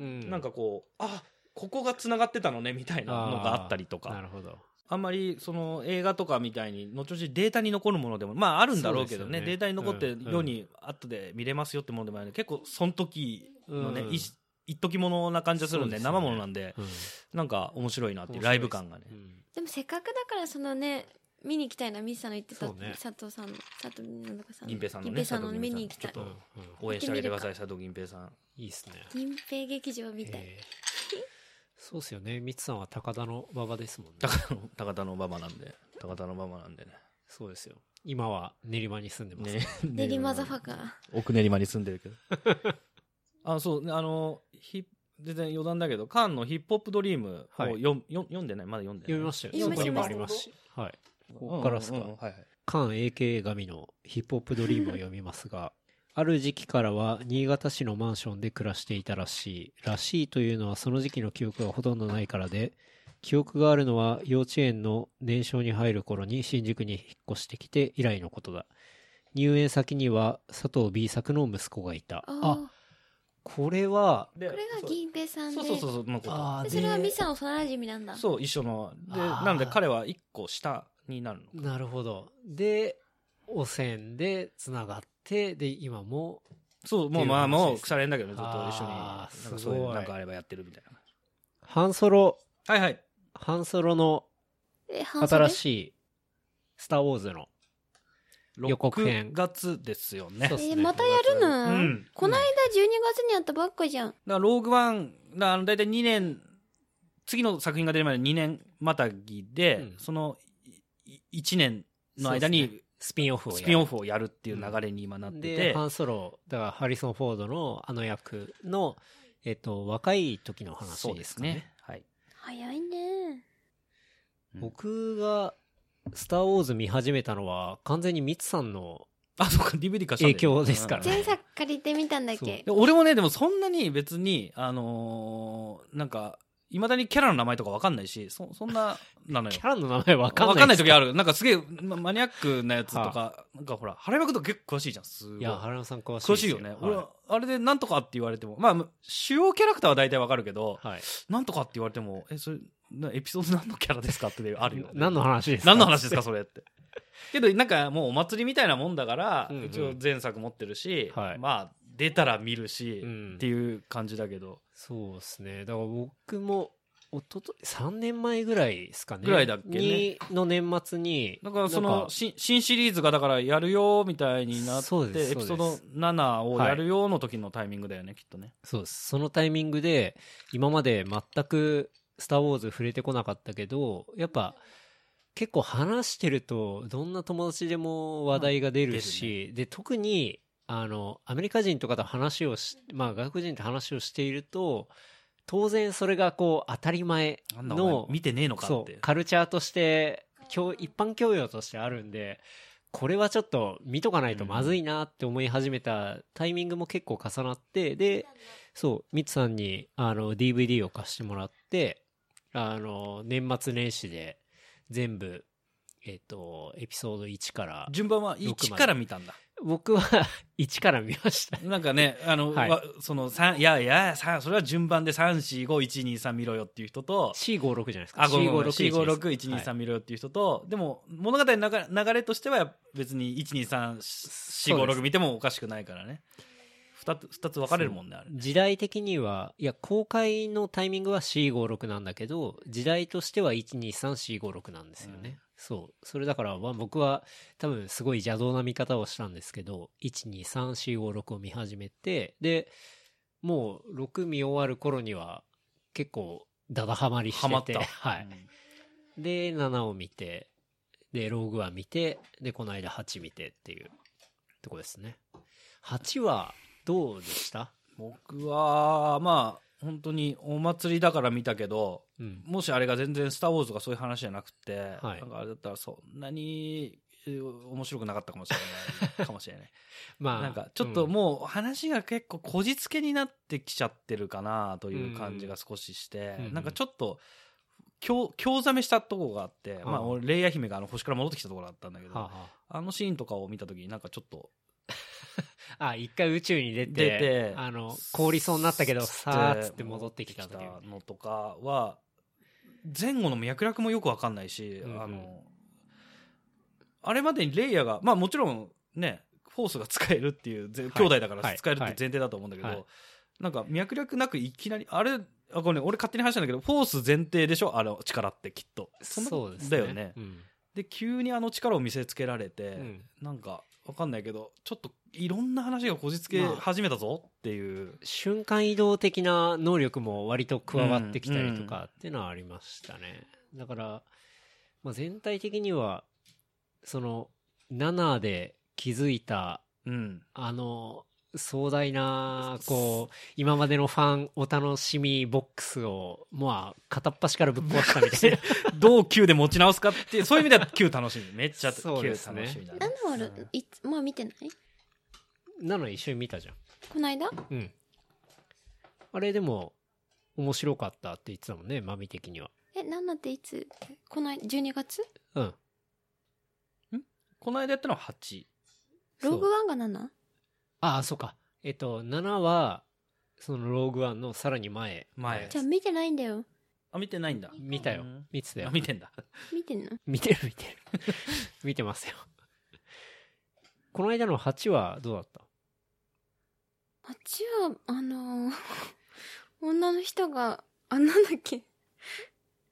Speaker 1: うん
Speaker 3: なんかこうあここがつながってたのねみたいなのがあったりと
Speaker 1: な
Speaker 3: か
Speaker 1: るほど
Speaker 3: あんまりその映画とかみたいに後々データに残るものでもまああるんだろうけど
Speaker 1: そう
Speaker 3: ね
Speaker 1: ですよね
Speaker 3: データに残って
Speaker 1: うん
Speaker 3: 世に後で見れますよってものでもないので結構その時のね、
Speaker 1: うん
Speaker 3: いし一時ものな感じがするん
Speaker 1: そ
Speaker 3: で
Speaker 1: うですよね
Speaker 3: 生ものなんで
Speaker 1: うん
Speaker 3: なんか面白いなっていうライブ感がね
Speaker 1: うん
Speaker 2: でもせっかくだからそのね、見に行きたいな、ミスさんの言ってた、
Speaker 1: そうね
Speaker 2: 佐藤さんの、佐藤なんとかさんの。
Speaker 3: 銀平さんのね
Speaker 2: 銀平さんの見に行きたい
Speaker 3: ち
Speaker 1: う
Speaker 3: ょっ。と
Speaker 1: んうん
Speaker 3: 応援してあげてください佐藤銀平さん
Speaker 1: いいですね
Speaker 2: 銀平劇場みたい。
Speaker 1: えーそうっすよねミツさんは高田の馬場ですもんね
Speaker 3: 高田の高田の馬場なんで高田の馬場なんでね
Speaker 1: そうですよ今は練馬に住んでます、
Speaker 3: ね
Speaker 2: 練馬ザファカー。
Speaker 3: 奥練馬に住んでるけどあそうあのひ全然余談だけどカンの「ヒップホップドリームを
Speaker 1: はい
Speaker 3: よ、よ読んでないまだ読んでない
Speaker 1: 読みましたよ
Speaker 2: 読
Speaker 1: そ
Speaker 2: みました
Speaker 1: こにもありますしはい
Speaker 3: うん
Speaker 1: こっからっすか
Speaker 3: うんうんはいはい
Speaker 1: カン AK 神のヒップホップドリームを読みます が、ある時期からは新潟市のマンションで暮らしていたらしい。らしいというのはその時期の記憶がほとんどないからで、記憶があるのは幼稚園の年少に入る頃に新宿に引っ越してきて以来のことだ。入園先には佐藤 B 作の息子がいた。あ、
Speaker 2: あ
Speaker 1: これは、
Speaker 3: で
Speaker 2: あ。これが銀平さん
Speaker 3: そ
Speaker 2: で。
Speaker 3: うそうそうそうのこと
Speaker 1: あー
Speaker 2: でそれはミスさんの幼馴染なんだ。
Speaker 3: そう一緒ので
Speaker 1: あー
Speaker 3: なので彼は一個下になるの
Speaker 1: なるほど。で、汚染で繋がって、で、今も、
Speaker 3: そうも
Speaker 1: っ
Speaker 3: う
Speaker 1: ていう話です
Speaker 3: まあもう腐れんだけどねずっと一緒にな
Speaker 1: あー
Speaker 3: んかそうい
Speaker 1: す
Speaker 3: う
Speaker 1: ごい
Speaker 3: なんかあればやってるみたいな
Speaker 1: 半ソロ、
Speaker 3: はいはい
Speaker 1: 半ソロの
Speaker 2: え、半袖
Speaker 1: 新しい「スター・ウォーズの」予告編
Speaker 3: 6月ですよね
Speaker 1: そう
Speaker 2: えーまたやるの、
Speaker 3: うん
Speaker 2: この間12月にやったばっかじゃん。
Speaker 3: だからローグワンだだいたい2年次の作品が出るまで2年またぎで、
Speaker 1: うん
Speaker 3: その1年の間に
Speaker 1: スピンオフをや
Speaker 3: ス
Speaker 1: る
Speaker 3: ピンオフをやるっていう流れに今なってて、
Speaker 1: でハンソロだからハリソン・フォードのあの役の、えっと若い時の話ですかね
Speaker 3: はい
Speaker 2: 早いね。
Speaker 3: うん
Speaker 1: 僕が「スター・ウォーズ」見始めたのは完全にミツさんの
Speaker 3: あそうか DVD 化したんだ
Speaker 1: 影
Speaker 3: よ
Speaker 1: 響ですからね
Speaker 3: うん
Speaker 2: 前作借りてみたんだっけ
Speaker 3: で俺もねでもそんなに別にあのーなんかいまだにキャラの名前とかわかんないしそそんななのよ
Speaker 1: キャラの名前わかんない
Speaker 3: わかんない
Speaker 1: です
Speaker 3: 時あるなんかすげえまマニアックなやつとか、なんかほら原山君とか結構詳しいじゃんすごい
Speaker 1: いや原山さん詳しい
Speaker 3: 詳しいよね、
Speaker 1: はい
Speaker 3: 俺はあれでなんとかって言われてもまあ主要キャラクターは大体わかるけど、
Speaker 1: はい、、
Speaker 3: なんとかって言われてもえそれなエピソード何のキャラですかってあるよ、ね
Speaker 1: 何の話ですか
Speaker 3: 何の話ですかそれ ってけどなんかもうお祭りみたいなもんだから、
Speaker 1: うんうん
Speaker 3: 一応前作持ってるし、
Speaker 1: はい
Speaker 3: まあ出たら見るし、
Speaker 1: うん
Speaker 3: っていう感じだけど
Speaker 1: そうですね。だから僕も、おとと3年前ぐらいですかね。
Speaker 3: ぐらいだっけね
Speaker 1: にの年末に。
Speaker 3: だから
Speaker 1: な
Speaker 3: そ
Speaker 1: ん
Speaker 3: の
Speaker 1: か
Speaker 3: 新新シリーズがだからやるよみたいになって
Speaker 1: そうです
Speaker 3: エピソード
Speaker 1: そう
Speaker 3: 7をやるよの時のタイミングだよね、きっとね
Speaker 1: そうです。そのタイミングで、今まで全く、スター・ウォーズ触れてこなかったけど、やっぱ、結構話してると、どんな友達でも話題が出るし、で、特に、あの、アメリカ人とかと話をし、まあ、外国人と話をしていると、当然それがこう、当たり前
Speaker 3: なんだお
Speaker 1: の
Speaker 3: 前見てねえのかっ
Speaker 1: そ
Speaker 3: て
Speaker 1: うカルチャーとして教一般教養としてあるんでこれはちょっと見とかないとまずいなって思い始めたタイミングも結構重なってでそうミツさんにあの DVD を貸してもらってあの年末年始で全部えっ、とエピソード1から
Speaker 3: 順番は
Speaker 1: 六まで
Speaker 3: 1から見たんだ
Speaker 1: 僕は 1から見ました。
Speaker 3: なんかね、あの、
Speaker 1: はい
Speaker 3: わその、三いやいや、さそれは順番で3、4、5、1、2、3見ろよっていう人と、
Speaker 1: C56 じゃないですか。
Speaker 3: あ、ごめんごめん、
Speaker 1: C56
Speaker 3: 456、123見ろよっていう人と、でも、物語の流れ流れとしては、別に123、
Speaker 1: そうで
Speaker 3: 456
Speaker 1: す
Speaker 3: 見てもおかしくないからね。二つ、二つ分かれるもんね、あれ。
Speaker 1: 時代的には、いや、公開のタイミングは C56 なんだけど、時代としては123456なんですよね。
Speaker 3: うん
Speaker 1: そう。それだから、まあ僕は多分すごい邪道な見方をしたんですけど、123456を見始めて、で、もう6見終わる頃には結構ダダハマりしてて。
Speaker 3: ハマった。
Speaker 1: はい。で、7を見て、で、ローグは見て、で、この間8見てっていうとこですね。8はどうでした
Speaker 3: うん僕は、まあ、本当にお祭りだから見たけど、
Speaker 1: うん。
Speaker 3: もしあれが全然「スター・ウォーズ」とかそういう話じゃなくて、
Speaker 1: はい
Speaker 3: なんかあれだったらそんなにえー面白くなかったかもしれ ないかもしれない
Speaker 1: まあ、
Speaker 3: なんかちょっともう話が結構こじつけになってきちゃってるかなという感じが少しして、
Speaker 1: うん
Speaker 3: なんかちょっと興興ざめしたとこがあって、
Speaker 1: ああ
Speaker 3: まあ、俺レイヤ姫があの星から戻ってきたところだったんだけ
Speaker 1: う
Speaker 3: ど、
Speaker 1: ん、はあは
Speaker 3: あのシーンとかを見た時になんかちょっと
Speaker 1: あ、あ、一回宇宙に出て、
Speaker 3: 出て
Speaker 1: あの、凍りそうになったけど、
Speaker 3: つって
Speaker 1: さーっつって戻ってきた時
Speaker 3: 戻ってきたのとかは前後の脈絡もよくわかんないし、
Speaker 1: うんうん
Speaker 3: あのあれまでにレイヤーがまあもちろんねフォースが使えるっていうぜ、兄弟だか
Speaker 1: は
Speaker 3: ら
Speaker 1: い
Speaker 3: 使えるって前提だと思うんだけど、
Speaker 1: はい
Speaker 3: なんか脈絡なくいきなりあれあこれ、ね、俺勝手に話したんだけどフォース前提でしょあの力ってきっとんな
Speaker 1: そうですね。
Speaker 3: だよね、
Speaker 1: うん。
Speaker 3: で急にあの力を見せつけられて、
Speaker 1: うん
Speaker 3: なんかわかんないけどちょっといろんな話がこじつけ始めたぞっていう、
Speaker 1: 瞬間移動的な能力も割と加わってきたりとかっていうのはありましたね。だから、まあ、全体的には、その、7で気づいた、
Speaker 3: うん、
Speaker 1: あの、壮大な、こう、今までのファンお楽しみボックスを、まあ、片っ端からぶっ壊したみたい な。
Speaker 3: どう Q で持ち直すかっていう、そういう意味では Q 楽しみ。めっちゃ Q
Speaker 1: そう
Speaker 3: 楽
Speaker 1: で
Speaker 3: し
Speaker 1: すね
Speaker 3: みだね。
Speaker 2: 7は
Speaker 3: うん
Speaker 2: るいつまあ見てない
Speaker 1: なの一緒に見たじゃん。
Speaker 2: この間
Speaker 1: うん。あれでも、面白かったって言ってたもんね、マミ的には。
Speaker 2: え7っていつこの間12月
Speaker 1: うん。
Speaker 3: この間やったのは8。
Speaker 2: ローグ
Speaker 1: そう
Speaker 2: ワンが 7?
Speaker 1: ああ、そうか。えっと、7は、そのローグワンのさらに前。
Speaker 3: 前
Speaker 2: じゃあ見てないんだよ
Speaker 3: あ、見てないんだ。
Speaker 1: 見たよ
Speaker 3: うん。
Speaker 1: 見てたよ
Speaker 3: あ、。見てんだ。
Speaker 2: 見てんの
Speaker 1: 見てる見てる。 見てますよ。この間の8はどうだった
Speaker 2: あっちはあのー 女の人があなんだっ け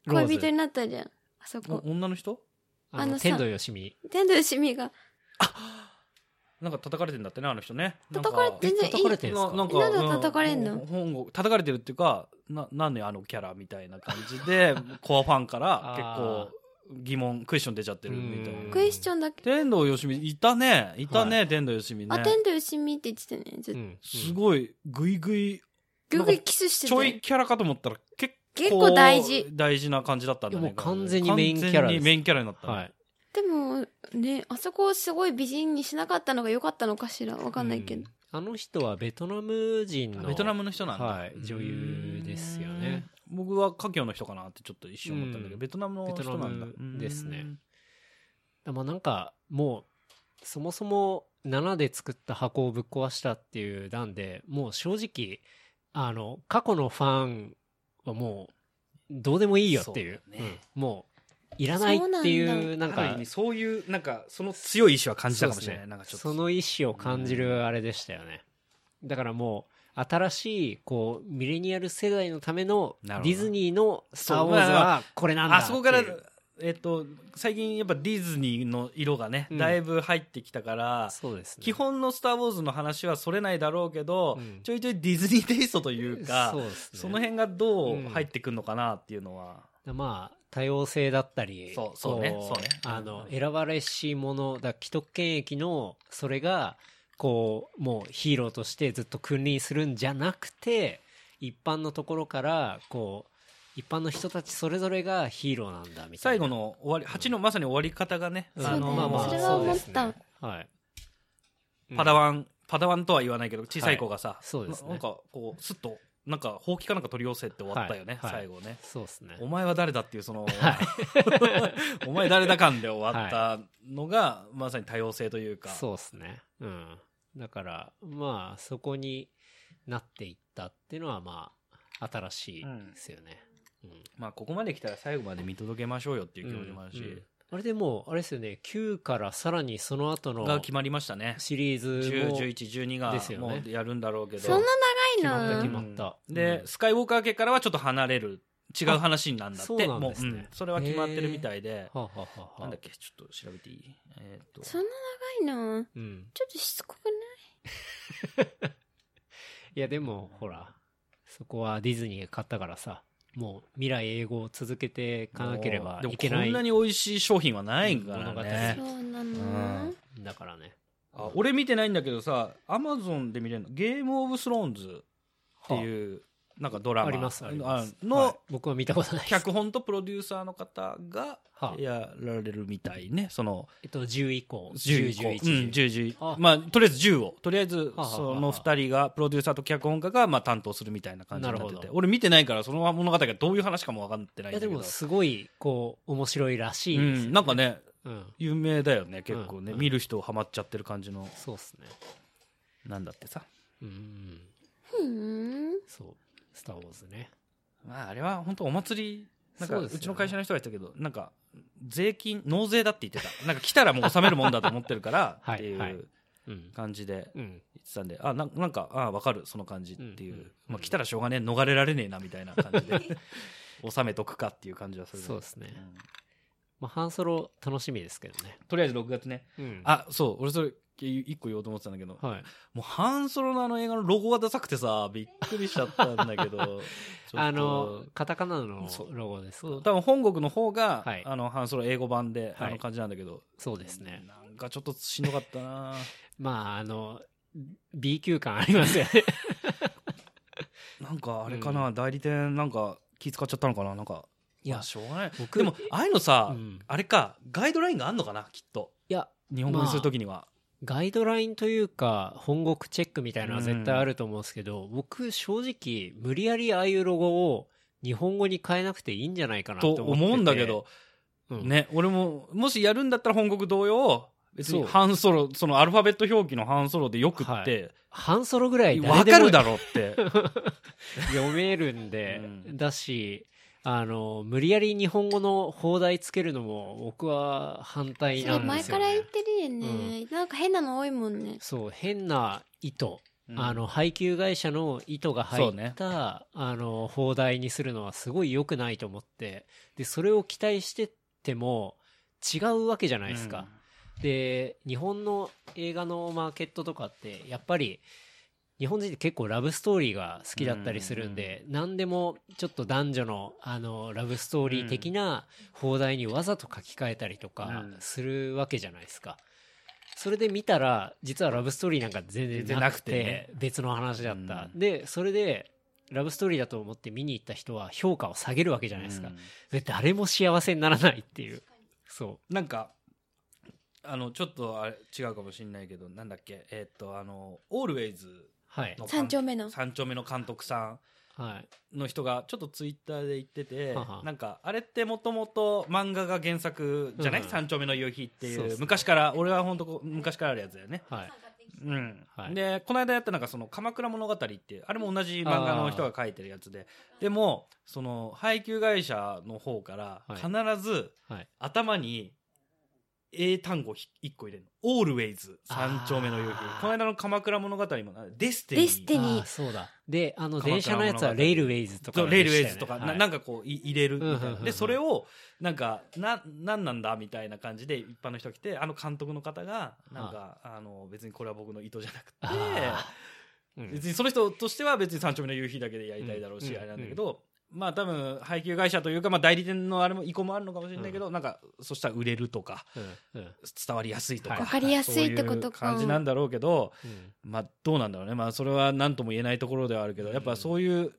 Speaker 2: 恋人になったじゃんあそ
Speaker 3: お
Speaker 2: こ
Speaker 3: 女の人
Speaker 1: あ
Speaker 2: あ
Speaker 1: の、
Speaker 2: のさ
Speaker 1: 天童よしみ。
Speaker 2: 天童よしみが
Speaker 3: なんか叩かれてんだってね、あの人ね。
Speaker 2: 叩かれ
Speaker 3: なん
Speaker 2: 全然いい
Speaker 1: 叩かれてるんです
Speaker 3: な
Speaker 1: か
Speaker 3: なんか、
Speaker 2: なんで叩かれんの
Speaker 3: う本を叩かれてるっていうか、な、なんであのキャラみたいな感じ で、コアファンから結構
Speaker 1: あ
Speaker 3: 疑問、クエスチョン出ちゃってるみたい
Speaker 1: うん
Speaker 3: な。
Speaker 2: クエスチョンだっけ、
Speaker 3: 天童よしみ、いたね。いたね、天童よしみね
Speaker 2: あ。天童よしみって言ってたよねずっ
Speaker 1: う
Speaker 2: と
Speaker 1: ん。
Speaker 3: すごい、ぐいぐい
Speaker 2: グイグイキスして
Speaker 3: ち
Speaker 2: た
Speaker 3: ょ
Speaker 2: よ
Speaker 3: いキャラかと思ったら結構
Speaker 2: 結構大事
Speaker 3: 大事な感じだったんだね
Speaker 1: いやもう完全にメインキャラです
Speaker 3: 完全にメインキャラになったね、
Speaker 1: はい。
Speaker 2: でもねあそこをすごい美人にしなかったのが良かったのかしらわかんないけど、
Speaker 1: うんあの人はベトナム人
Speaker 3: あ
Speaker 1: の。
Speaker 3: ベトナムの人なんだ、
Speaker 1: はい女優ですよね
Speaker 3: うん僕は華僑の人かなってちょっと一瞬思ったんだけど、
Speaker 1: うん
Speaker 3: ベトナムの人なんだ
Speaker 1: ベトナムですね
Speaker 3: うん
Speaker 1: まあなんかもうそもそも7で作った箱をぶっ壊したっていう段でもう正直あの過去のファンはもうどうでもいいよっていう
Speaker 3: そうだね
Speaker 1: うんもういらないっていうなん
Speaker 3: ある
Speaker 1: か
Speaker 3: 意味そういうなんかその強い意志は感じたかもしれな
Speaker 1: そうです
Speaker 3: い、
Speaker 1: ね
Speaker 3: なんかちょっと
Speaker 1: その意思を感じるあれでしたよねだからもう新しいこうミレニアル世代のためのデ
Speaker 3: なるほど
Speaker 1: ィズニーの「スター・ウォ
Speaker 3: そう
Speaker 1: ー
Speaker 3: まあ
Speaker 1: ズ」
Speaker 3: まあ
Speaker 1: はこれなんだ
Speaker 3: あそこから
Speaker 1: っていう
Speaker 3: えっと最近やっぱディズニーの色がね、
Speaker 1: うん
Speaker 3: だいぶ入ってきたから
Speaker 1: そうですね
Speaker 3: 基本の「スター・ウォーズ」の話はそれないだろうけど、
Speaker 1: うん
Speaker 3: ちょいちょいディズニーテイストというか
Speaker 1: そうですね
Speaker 3: その辺がどう入ってくるのかなっていうのは、
Speaker 1: まあ多様性だったり
Speaker 3: そうそうね
Speaker 1: こ
Speaker 3: そうね
Speaker 1: あ
Speaker 3: う
Speaker 1: の
Speaker 3: ん
Speaker 1: 選ばれし者だ既得権益のそれがこうもうヒーローとしてずっと君臨するんじゃなくて一般のところからこう一般の人たちそれぞれがヒーローなんだみたいな
Speaker 3: 最後の終わり8のまさに終わり方がね、
Speaker 2: そうだよね
Speaker 3: まあまあ
Speaker 2: それは思った
Speaker 1: そうですねはい
Speaker 3: パダ
Speaker 1: ン
Speaker 3: ワンパダワンとは言わないけど小さい子がさ、
Speaker 1: そうですね
Speaker 3: ななんかこうすっとなんかほうきかなんか取り寄せて終わったよね、
Speaker 1: はいはい
Speaker 3: 最後ね
Speaker 1: そうですね
Speaker 3: お前は誰だっていうその、
Speaker 1: はい
Speaker 3: お前誰だかんで終わったのが、まさに多様性というか
Speaker 1: そうですねうんだからまあそこになっていったっていうのはまあ新しいですよね、うん
Speaker 3: まあここまで来たら最後まで見届けましょうよっていう気持ちもあるし、
Speaker 1: うんうんあれでもうあれですよね9からさらにその後の
Speaker 3: が決まりましたね
Speaker 1: シリーズも
Speaker 3: 101112が
Speaker 1: ですよ
Speaker 3: も
Speaker 1: ね
Speaker 3: うやるんだろうけど
Speaker 2: そんな長い
Speaker 1: 決ま
Speaker 2: の
Speaker 1: った決ま
Speaker 3: うん
Speaker 1: った
Speaker 3: で、
Speaker 1: うん
Speaker 3: スカイウォーカー家からはちょっと離れる違う話になるんだ
Speaker 1: あ
Speaker 3: って
Speaker 1: そうなんですね
Speaker 3: もうそれは決まってるみたいで
Speaker 1: はあはあはあ
Speaker 3: なんだっけちょっと調べていいえーっと
Speaker 2: そんな長いの
Speaker 1: うん
Speaker 2: ちょっとしつこくない
Speaker 1: いやでもほらそこはディズニーが買ったからさもう未来英語を続けていかなければ
Speaker 3: でも
Speaker 1: いけな
Speaker 3: こん
Speaker 1: い
Speaker 3: なに美味しい商品はないからね
Speaker 1: 物
Speaker 2: そうな
Speaker 3: う
Speaker 2: の
Speaker 3: ん
Speaker 1: だからね
Speaker 3: あ俺見てないんだけどさアマゾンで見れるのゲーム・オブ・スローンズって
Speaker 1: は
Speaker 3: いうなんかド
Speaker 1: あ
Speaker 3: ラマ
Speaker 1: ありますあります
Speaker 3: あの、
Speaker 1: はい僕は見たことないです
Speaker 3: 脚本とプロデューサーの方が
Speaker 1: はあ
Speaker 3: やられるみたいねその
Speaker 1: えっと10以降
Speaker 3: 10以降
Speaker 1: 1011
Speaker 3: うん、10
Speaker 1: あ
Speaker 3: まあとりあえず10をとりあえ
Speaker 1: は
Speaker 3: ず
Speaker 1: あはあ
Speaker 3: その2人がプロデューサーと脚本家がまあ担当するみたいな感じになっ
Speaker 1: な
Speaker 3: て
Speaker 1: るほ
Speaker 3: て
Speaker 1: ど
Speaker 3: 俺見てないからその物語がどういう話かも分かってない
Speaker 1: いや
Speaker 3: んだ
Speaker 1: で
Speaker 3: けど
Speaker 1: もすごいこう面白いらしい
Speaker 3: うん
Speaker 1: ですよ
Speaker 3: なんかね
Speaker 1: うん
Speaker 3: 有名だよね結構ね、
Speaker 1: うんうん
Speaker 3: 見る人ハマっちゃってる感じの
Speaker 1: そうっすね
Speaker 3: なんだってさ
Speaker 1: うんうん
Speaker 2: ふーん
Speaker 1: そう「スター・ウォーズね」
Speaker 3: まああれは本当お祭りなんか
Speaker 1: そう
Speaker 3: う
Speaker 1: ですよね
Speaker 3: ちの会社の人が言ってたけどなんか税金納税だって言ってたなんか来たらもう納めるもんだと思ってるから
Speaker 1: はい
Speaker 3: ってい
Speaker 1: はいううん
Speaker 3: 感じで
Speaker 1: うん
Speaker 3: 言ってたんで、あ、なんなんか、あ、わかる、その感じっていう。
Speaker 1: うんうん
Speaker 3: まあ、来たらしょうがねえ、逃れられねえな、みたいな感 じで。収めとくかっていう感じはするね
Speaker 1: そうですね
Speaker 3: ん
Speaker 1: まあ半ソロ楽しみですけどね
Speaker 3: とりあえず6月ね。
Speaker 1: うん
Speaker 3: あ、そう、俺それ、一個言おうと思ってたんだけど、
Speaker 1: はい
Speaker 3: もう、ハンソロのあの映画のロゴがダサくてさ、びっくりしちゃったん だけど、ちょっと
Speaker 1: あの、カタカナの
Speaker 3: そう
Speaker 1: ロゴですか
Speaker 3: そう多分本国の方が、
Speaker 1: はい
Speaker 3: あの、ハンソロ英語版で、
Speaker 1: はい
Speaker 3: あの感じなんだけど、
Speaker 1: そうですね
Speaker 3: なんかちょっとしんどかっ たな
Speaker 1: まああの B 級感ありますよね
Speaker 3: なんか、あれかな、代理店、なんか、気使っちゃったのかな、なんか、
Speaker 1: い
Speaker 3: ま
Speaker 1: や
Speaker 3: あしょうが ない。
Speaker 1: 僕
Speaker 3: でも、ああいうのさ、
Speaker 1: うん
Speaker 3: あれか、ガイドラインがあんのかな、きっと。
Speaker 1: いや
Speaker 3: 日本語にするときには。
Speaker 1: ガイドラインというか本国チェックみたいなのは絶対あると思うんですけど、僕正直無理やりああいうロゴを日本語に変えなくていいんじゃないかな
Speaker 3: と
Speaker 1: と思ってて
Speaker 3: 思うんだけ、ど、
Speaker 1: うん
Speaker 3: ね、俺も、もしやるんだったら本国同様、別
Speaker 1: そ
Speaker 3: に
Speaker 1: う
Speaker 3: 半ソロ、そのアルファベット表記の半ソロでよくって、
Speaker 1: 半ソロぐらい
Speaker 3: わ
Speaker 1: 誰で
Speaker 3: か
Speaker 1: も
Speaker 3: るだろうって。
Speaker 1: 読めるんで、
Speaker 3: うん
Speaker 1: だしあの無理やり日本語の放題つけるのも僕は反対
Speaker 2: そ
Speaker 1: な
Speaker 2: れ
Speaker 1: んで
Speaker 2: 前
Speaker 1: す
Speaker 2: か
Speaker 1: よ、ね、
Speaker 2: ら言ってるよね、なんか変なの多いもんね
Speaker 1: そう変な意図
Speaker 3: うん
Speaker 1: あの、配給会社の意図が入
Speaker 3: そう
Speaker 1: っ
Speaker 3: ね
Speaker 1: た、あの、放題にするのはすごい良くないと思って、で、それを期待してっても違うわけじゃないですか。で、日本の映画のマーケットとかって、やっぱり、日本人って結構ラブストーリーが好きだったりするんで、何でもちょっと男女の、あの、ラブストーリー的な放題にわざと書き換えたりとか
Speaker 3: うん
Speaker 1: するわけじゃないですか。それで見たら、実はラブストーリーなんか全
Speaker 3: 全
Speaker 1: 然
Speaker 3: 然
Speaker 1: な
Speaker 3: な
Speaker 1: く
Speaker 3: く
Speaker 1: て、
Speaker 3: て
Speaker 1: 別の話だった。
Speaker 3: うん
Speaker 1: で、それで、ラブストーリーだと思って見に行った人は評価を下げるわけじ
Speaker 3: じ
Speaker 1: ゃないですか。
Speaker 3: うん
Speaker 1: で誰も幸せにならないっていう。そう。
Speaker 3: なんか、あの、ちょっとあれ違うかもしれないけど、なんだっけ、えーっと、あの、オールウェイズ
Speaker 1: はい。
Speaker 3: の
Speaker 2: 三丁目の
Speaker 3: 三丁目の監督さん。
Speaker 1: はい。
Speaker 3: の人がちょっとツイッターで言ってて
Speaker 1: はは
Speaker 3: なんかあれってもともと漫画が原作じゃない「
Speaker 1: うん
Speaker 3: 三丁目の夕日」ってい
Speaker 1: そう
Speaker 3: う
Speaker 1: っすね
Speaker 3: 昔から俺は本当こう昔からあるやつだよね。
Speaker 1: はい。
Speaker 3: うん
Speaker 1: はい
Speaker 3: でこの間やったなんかその「鎌倉物語」っていうあれも同じ漫画の人が書いてるやつででもその配給会社の方から
Speaker 1: はい
Speaker 3: 必ず
Speaker 1: はい。
Speaker 3: 頭に英単語1個入れるの「オールウェイズ三丁目の夕日
Speaker 1: あー」
Speaker 3: この間の「鎌倉物語」もなデステ
Speaker 2: デステ
Speaker 3: ィ
Speaker 2: ィニー
Speaker 1: ああそうだであの
Speaker 3: 鎌倉
Speaker 1: 電車のやつはレイルウェイズとか
Speaker 3: そう
Speaker 1: でした
Speaker 3: レ
Speaker 1: よね、
Speaker 3: イルウェイズとか、ななん
Speaker 1: か
Speaker 3: かこうい入れるみたいな、
Speaker 1: うんうんうんうん
Speaker 3: でそれをなんかななんなんだみたいな感じで一般の人が来てあの監督の方がなんかあの別にこれは僕の意図じゃなくて別にその人としては別に三丁目の夕日だけでやりたいだろうし、
Speaker 1: うん
Speaker 3: あれなんだけど、まあ多分配給会社というか、まあ、代理店のあれも意向もあるのかもしれないけど、なんかそしたら売れるとか
Speaker 1: うんうん
Speaker 3: 伝わりやすいとか、
Speaker 1: はいわ
Speaker 2: かりやすいってことか
Speaker 3: そういう感じなんだろうけど、
Speaker 1: うん
Speaker 3: まあどうなんだろうね、まあ、それは何とも言えないところではあるけど、やっぱそういう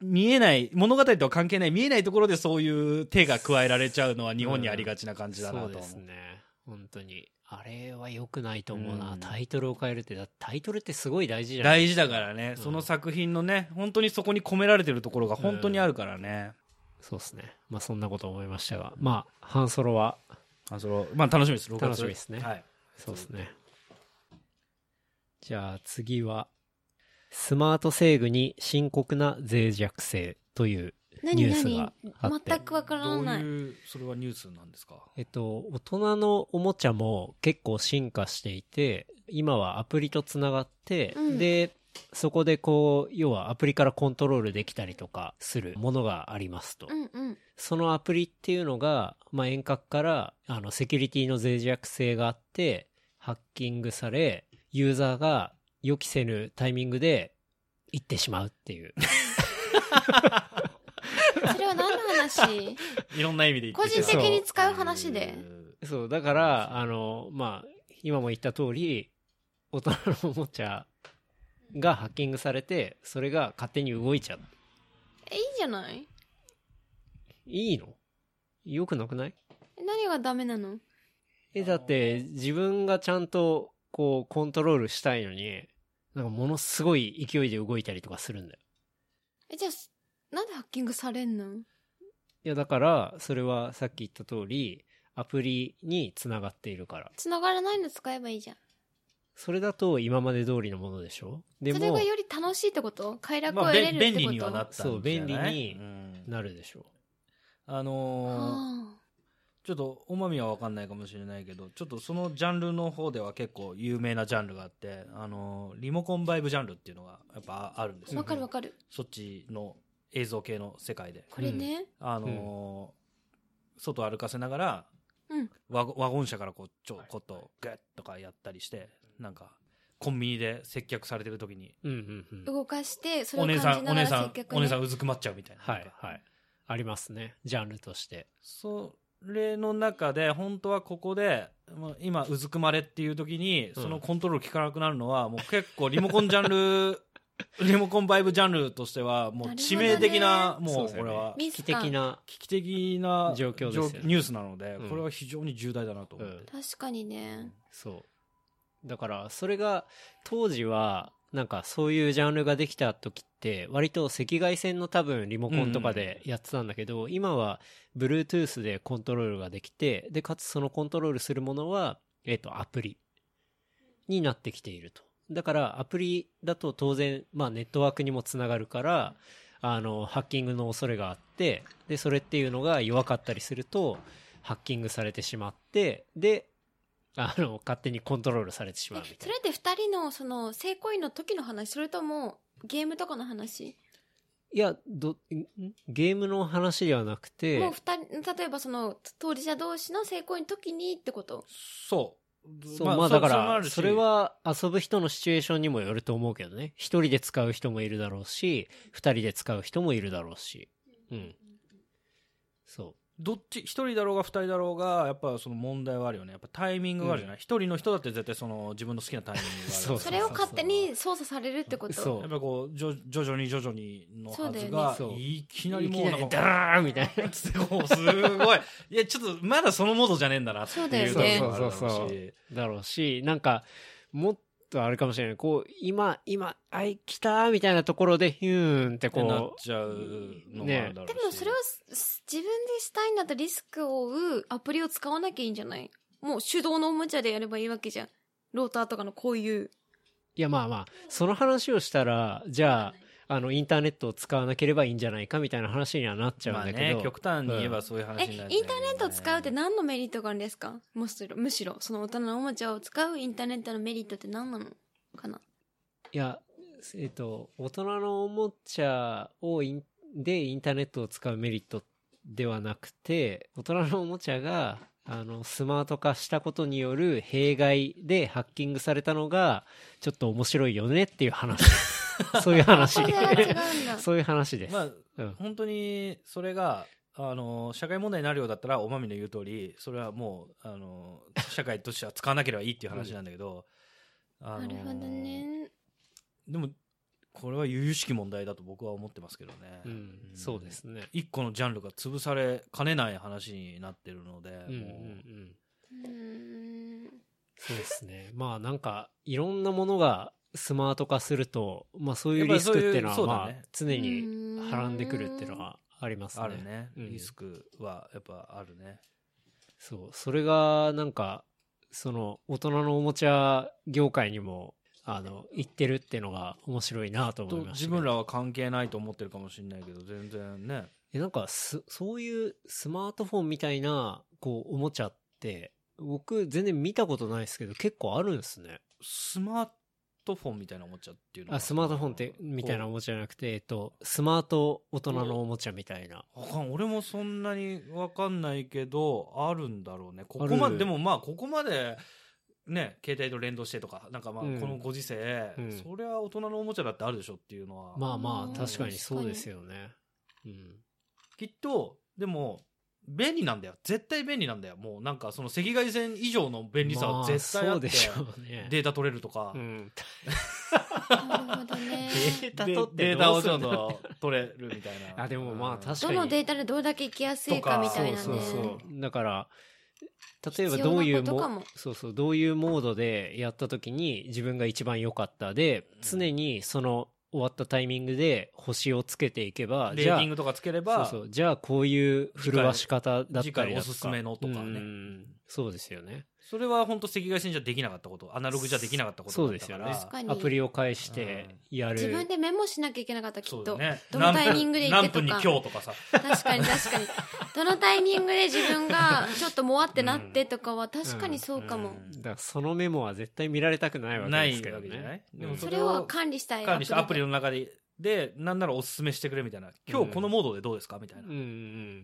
Speaker 3: 見えない物語とは関係ない見えないところでそういう手が加えられちゃうのは日本にありがちな感じだなと
Speaker 1: そう
Speaker 3: 思う、
Speaker 1: ですね本当にあれは良くないと思うな、
Speaker 3: うん
Speaker 1: タイトルを変えるってだタイトルってすごい大事じゃない
Speaker 3: 大事だからね、
Speaker 1: うん
Speaker 3: その作品のね本当にそこに込められてるところが本当にあるからね、
Speaker 1: そうですねまあそんなこと思いましたがまあ半ソロは
Speaker 3: あそれまあ楽しみです6月
Speaker 1: 楽しみですね
Speaker 3: はい、
Speaker 1: そうですねじゃあ次はスマート制御に深刻な脆弱性というニ
Speaker 2: 何
Speaker 1: ュースが
Speaker 2: 何
Speaker 1: あって
Speaker 2: 全くわからない。
Speaker 3: どういうそれはニュースなんですか
Speaker 1: えっと、大人のおもちゃも結構進化していて、今はアプリとつながって、
Speaker 2: うん
Speaker 1: で、そこでこう、要はアプリからコントロールできたりとかするものがありますと。
Speaker 2: うんうん。
Speaker 1: そのアプリっていうのが、まあ、遠隔から、あの、セキュリティの脆弱性があって、ハッキングされ、ユーザーが予期せぬタイミングで行ってしまうっていう。
Speaker 2: それは何の 話
Speaker 3: いろんな意味で言って
Speaker 2: 個人的に使う話で
Speaker 1: そう、だから、あの、まあ、今も言った通り、大人のおもちゃがハッキングされて、それが勝手に動いちゃう。
Speaker 2: え、いいじゃない
Speaker 1: いいの良くなくない
Speaker 2: え何がダメなの
Speaker 1: え、だって、自分がちゃんと、こう、コントロールしたいのに、なんかものすごい勢いで動いたりとかするんだよ。
Speaker 2: え、じゃあ、すなんでハッキングされんの
Speaker 1: いや、だから、それはさっき言った通り、アプリにつながっているから。
Speaker 2: 繋がらないの使えばいいじゃん。
Speaker 1: それだと今まで通りのものでしょで
Speaker 2: それ
Speaker 1: も
Speaker 2: が、より楽しいってこと快楽を
Speaker 3: まあ、
Speaker 2: 得れる
Speaker 3: 便
Speaker 2: ってこと、
Speaker 3: 便利にはなったんじゃない
Speaker 1: そう便利に
Speaker 3: うん
Speaker 1: なるでしょ
Speaker 3: あのー
Speaker 2: はあ
Speaker 3: ちょっとおまみは分かんないかもしれないけどちょっとそのジャンルの方では結構有名なジャンルがあって、あのーリモコンバイブジャンルっていうのがやっぱあるんですよ、
Speaker 2: わかるわかる。
Speaker 3: そっちの映像系の世界で
Speaker 2: これね。
Speaker 3: あのー外を歩かせながら
Speaker 2: うん。
Speaker 3: ワゴワゴン車からこうちょこっとグッとかやったりしてなんかコンビニで接客されてる時に
Speaker 1: う。うんうんうん。
Speaker 2: 動かして、それ
Speaker 3: お
Speaker 2: を
Speaker 3: 姉さ
Speaker 2: 感じ
Speaker 3: ん
Speaker 2: な
Speaker 3: お
Speaker 2: が
Speaker 3: 姉
Speaker 2: ら
Speaker 3: さ
Speaker 2: 接
Speaker 3: ん
Speaker 2: 客、ね、
Speaker 3: お姉さんうずくまっちゃうみたいな
Speaker 1: は
Speaker 3: なん
Speaker 1: い
Speaker 3: か
Speaker 1: はい。ありますね。ジャンルとして。
Speaker 3: それの中で本当はここでまあ今うずくまれっていう時に
Speaker 1: うん
Speaker 3: そのコントロール効かなくなるのはもう結構リモコンジャン ルリモコンバイブジャンルとしてはもう
Speaker 2: なるほどね
Speaker 3: 致命的なも
Speaker 1: そう
Speaker 3: う
Speaker 1: ですよ
Speaker 3: こ
Speaker 1: ね
Speaker 3: れは
Speaker 2: ミ
Speaker 1: 危機
Speaker 2: ス感
Speaker 1: 的な。
Speaker 3: 危機的な
Speaker 1: 状況ですよね
Speaker 3: 状ニュースなので
Speaker 1: うん
Speaker 3: これは非常に重大だなと思って、
Speaker 1: うん
Speaker 2: 確かにね。
Speaker 1: そう。だから、それが、当時は、なんかそういうジャンルができた時って、割と赤外線の多分リモコンとかでやってたんだけど、今は Bluetooth でコントロールができて、で、かつそのコントロールするものは、えっ、と、アプリになってきていると。だから、アプリだと当然、まあネットワークにもつながるから、あの、ハッキングの恐れがあって、で、それっていうのが弱かったりすると、ハッキングされてしまって、で、あの、勝手にコントロールされてしまう
Speaker 2: え
Speaker 1: みたいな。
Speaker 2: それって二人のその性行為の時の話それともゲームとかの話、
Speaker 1: いや、ど、んゲームの話ではなくて、
Speaker 2: もう二人例えばその当事者同士の性行為の時にってこと
Speaker 3: そう
Speaker 1: そう、まあだか
Speaker 3: うもあ
Speaker 1: ら、
Speaker 3: るし
Speaker 1: それは遊ぶ人のシチュエーションにもよると思うけどね。一人で使う人もいるだろうし、二人で使う人もいるだろうし。うん。そ
Speaker 3: どっち一人だろうが二人だろうがやっぱその問題はあるよねやっぱタイミングがあるじゃない一、人の人だって絶対その自分の好きなタイミングがある
Speaker 1: そう
Speaker 2: それを勝手に操作されるってこと
Speaker 1: そう
Speaker 3: やっぱこうじょ徐々に徐々にのはずが、
Speaker 1: そうだよねそう
Speaker 3: いき
Speaker 1: う。
Speaker 3: なりもうなん
Speaker 1: いきなり
Speaker 3: か
Speaker 1: ダラーンみたいな。
Speaker 3: すごいすごいいやちょっとまだそのモードじゃねえんだなって
Speaker 2: そうだ
Speaker 3: い
Speaker 2: よ
Speaker 3: う
Speaker 2: ね
Speaker 3: ところもあるだろ
Speaker 1: そうそうそう
Speaker 3: し
Speaker 1: だろうし、なんか、もっとあれかもしれない。こう、今、今、あい、来たーみたいなところで、ヒューンって
Speaker 3: ってなっ
Speaker 1: こう、
Speaker 3: ちゃうのもあるだろうし
Speaker 2: でもそれをす自分でしたいんだったらリスクを負うアプリを使わなきゃいいんじゃないもう手動のおもちゃでやればいいわけじゃんローターとかのこういう
Speaker 1: いやまあまあ、その話をしたら、じゃあ、あの、インターネットを使わなければいいんじゃないかみたいな話にはなっちゃうん
Speaker 3: まあ
Speaker 1: だけど。
Speaker 3: ね極端に言えばそういう
Speaker 2: え
Speaker 3: 話
Speaker 2: イ
Speaker 3: に
Speaker 2: ンタ
Speaker 3: な
Speaker 2: ー
Speaker 3: るん
Speaker 2: ネ
Speaker 3: だよね
Speaker 2: ットを使うって何のメリットがあるんですかむしろむしろその大人のおもちゃを使うインターネットのメリットって何なの かない
Speaker 1: や、えっと、大人のおもちゃをインでインターネットを使うメリットではなくて、大人のおもちゃが、あの、スマート化したことによる弊害でハッキングされたのが、ちょっと面白いよねっていう 話。そういう話
Speaker 2: そ。れは違うんだ
Speaker 1: そういう話です。
Speaker 3: まあ
Speaker 1: うん
Speaker 3: 本当にそれがあの社会問題になるようだったらおまみの言う通りそれはもうあの社会としては使わなければいいっていう話なんだけど、あ
Speaker 2: な
Speaker 3: の
Speaker 2: るほどね
Speaker 3: でもこれは由々しき問題だと僕は思ってますけどね、
Speaker 1: うん、そうですね。
Speaker 3: 一個のジャンルが潰されかねない話になってるので、
Speaker 1: うんうんう。
Speaker 3: もうん
Speaker 2: うーん
Speaker 1: そうですね。まあなんか、いろんなものがスマート化すると、まあそういう
Speaker 3: やっぱ
Speaker 1: リ
Speaker 3: り
Speaker 1: ス
Speaker 3: そう
Speaker 1: ク
Speaker 3: いう
Speaker 1: っていうのは、
Speaker 3: そうだ
Speaker 1: まあ
Speaker 3: ね
Speaker 1: 常にはらんでくるっていうのはありますね。
Speaker 3: あるね、
Speaker 1: うん
Speaker 3: リスクはやっぱあるね
Speaker 1: そう。それがなんか、その大人のおもちゃ業界にも、あの、言ってるっていうのが面白いなと
Speaker 3: と
Speaker 1: 思いましたけ
Speaker 3: 自
Speaker 1: ど。
Speaker 3: 分らは関係ないと思ってるかもしれないけど全然ね
Speaker 1: えなんかす、そういうスマートフォンみたいな、こう、おもちゃって、僕全然見たことないですけど、結構あるんですね。
Speaker 3: スマートフォンみたいなおもちゃっていうの
Speaker 1: あ、スマートフォンって、みたいなお
Speaker 3: も
Speaker 1: もちゃじゃなくて、えっと、スマート大人のおもちゃみたいな。
Speaker 3: かん俺もそんなにわかんないけどあるんだろうねここ
Speaker 1: あ
Speaker 3: ま
Speaker 1: る
Speaker 3: ででもまあここまでね携帯と連動してとかなんかまあ
Speaker 1: うん
Speaker 3: このご時世、
Speaker 1: うん
Speaker 3: そりゃ大人のおもちゃだってあるでしょっていうのは、
Speaker 1: まあま
Speaker 2: うん
Speaker 1: あ、確かにそうですよね。うん。
Speaker 3: きっとでも便利なんだよ絶対便利なんだよもうなんかその赤外線以上の便利さは絶対
Speaker 1: ま
Speaker 3: あ
Speaker 1: そう
Speaker 3: って、
Speaker 1: でしょうね。
Speaker 3: データ取れるとか、
Speaker 1: うん。
Speaker 2: なるほど ね。
Speaker 1: データ
Speaker 3: で
Speaker 1: 取って
Speaker 3: データ
Speaker 1: どう
Speaker 3: を
Speaker 1: す
Speaker 3: ち
Speaker 1: る
Speaker 3: ょ
Speaker 1: ん
Speaker 3: っ
Speaker 1: だ
Speaker 3: と取れるみたいな
Speaker 1: あでもまあ確か
Speaker 2: どのデータでどれだけ行きやすいかみたいなね。
Speaker 1: そうそうそう。だから、例えば
Speaker 2: 必要な
Speaker 1: どういう
Speaker 2: ことか
Speaker 1: も
Speaker 2: も、
Speaker 1: そうそう、どういうモードでやった時に自分が一番良かったで、常にその終わったタイミングで星をつけていけば、
Speaker 3: レ
Speaker 1: じ
Speaker 3: ー
Speaker 1: ゃ
Speaker 3: テ
Speaker 1: あ
Speaker 3: ィン、グとかつけれ
Speaker 1: そう
Speaker 3: ば
Speaker 1: そう、じゃあこういう振るわし方だったりだとか。
Speaker 3: 次回おすすめのとかね
Speaker 1: うんそうですよね。
Speaker 3: それは本当赤外線じゃできなかったことアナログじゃできなかったこと
Speaker 1: そう
Speaker 3: だ
Speaker 1: です
Speaker 3: ったか
Speaker 1: よ
Speaker 3: ら
Speaker 1: ね
Speaker 2: 確か。に
Speaker 1: アプリを介してやる。
Speaker 2: 自分でメモしなきゃいけなかった、き
Speaker 3: そ
Speaker 2: っ
Speaker 3: うだ
Speaker 2: と。
Speaker 3: ね
Speaker 2: どのタイミングで行け
Speaker 3: 何
Speaker 2: とか
Speaker 3: 分に今日とかさ
Speaker 2: 確かに確かに。どのタイミングで自分がちょっともわってなってとかは確かにそうかも。
Speaker 3: うん
Speaker 1: だからそのメモは絶対見られたくないわけ
Speaker 3: な
Speaker 1: で
Speaker 3: い
Speaker 1: すけど
Speaker 3: わけじゃな
Speaker 1: ね
Speaker 3: い。でも
Speaker 1: うん
Speaker 2: そ
Speaker 3: そ
Speaker 2: れ
Speaker 3: れ
Speaker 2: を
Speaker 3: を
Speaker 2: 管理したい。
Speaker 3: 管理してアプリ
Speaker 2: で
Speaker 3: の中ででなんならおすすめしてくれみたいな今日このモードでどうですかみたいな、
Speaker 1: うんうんう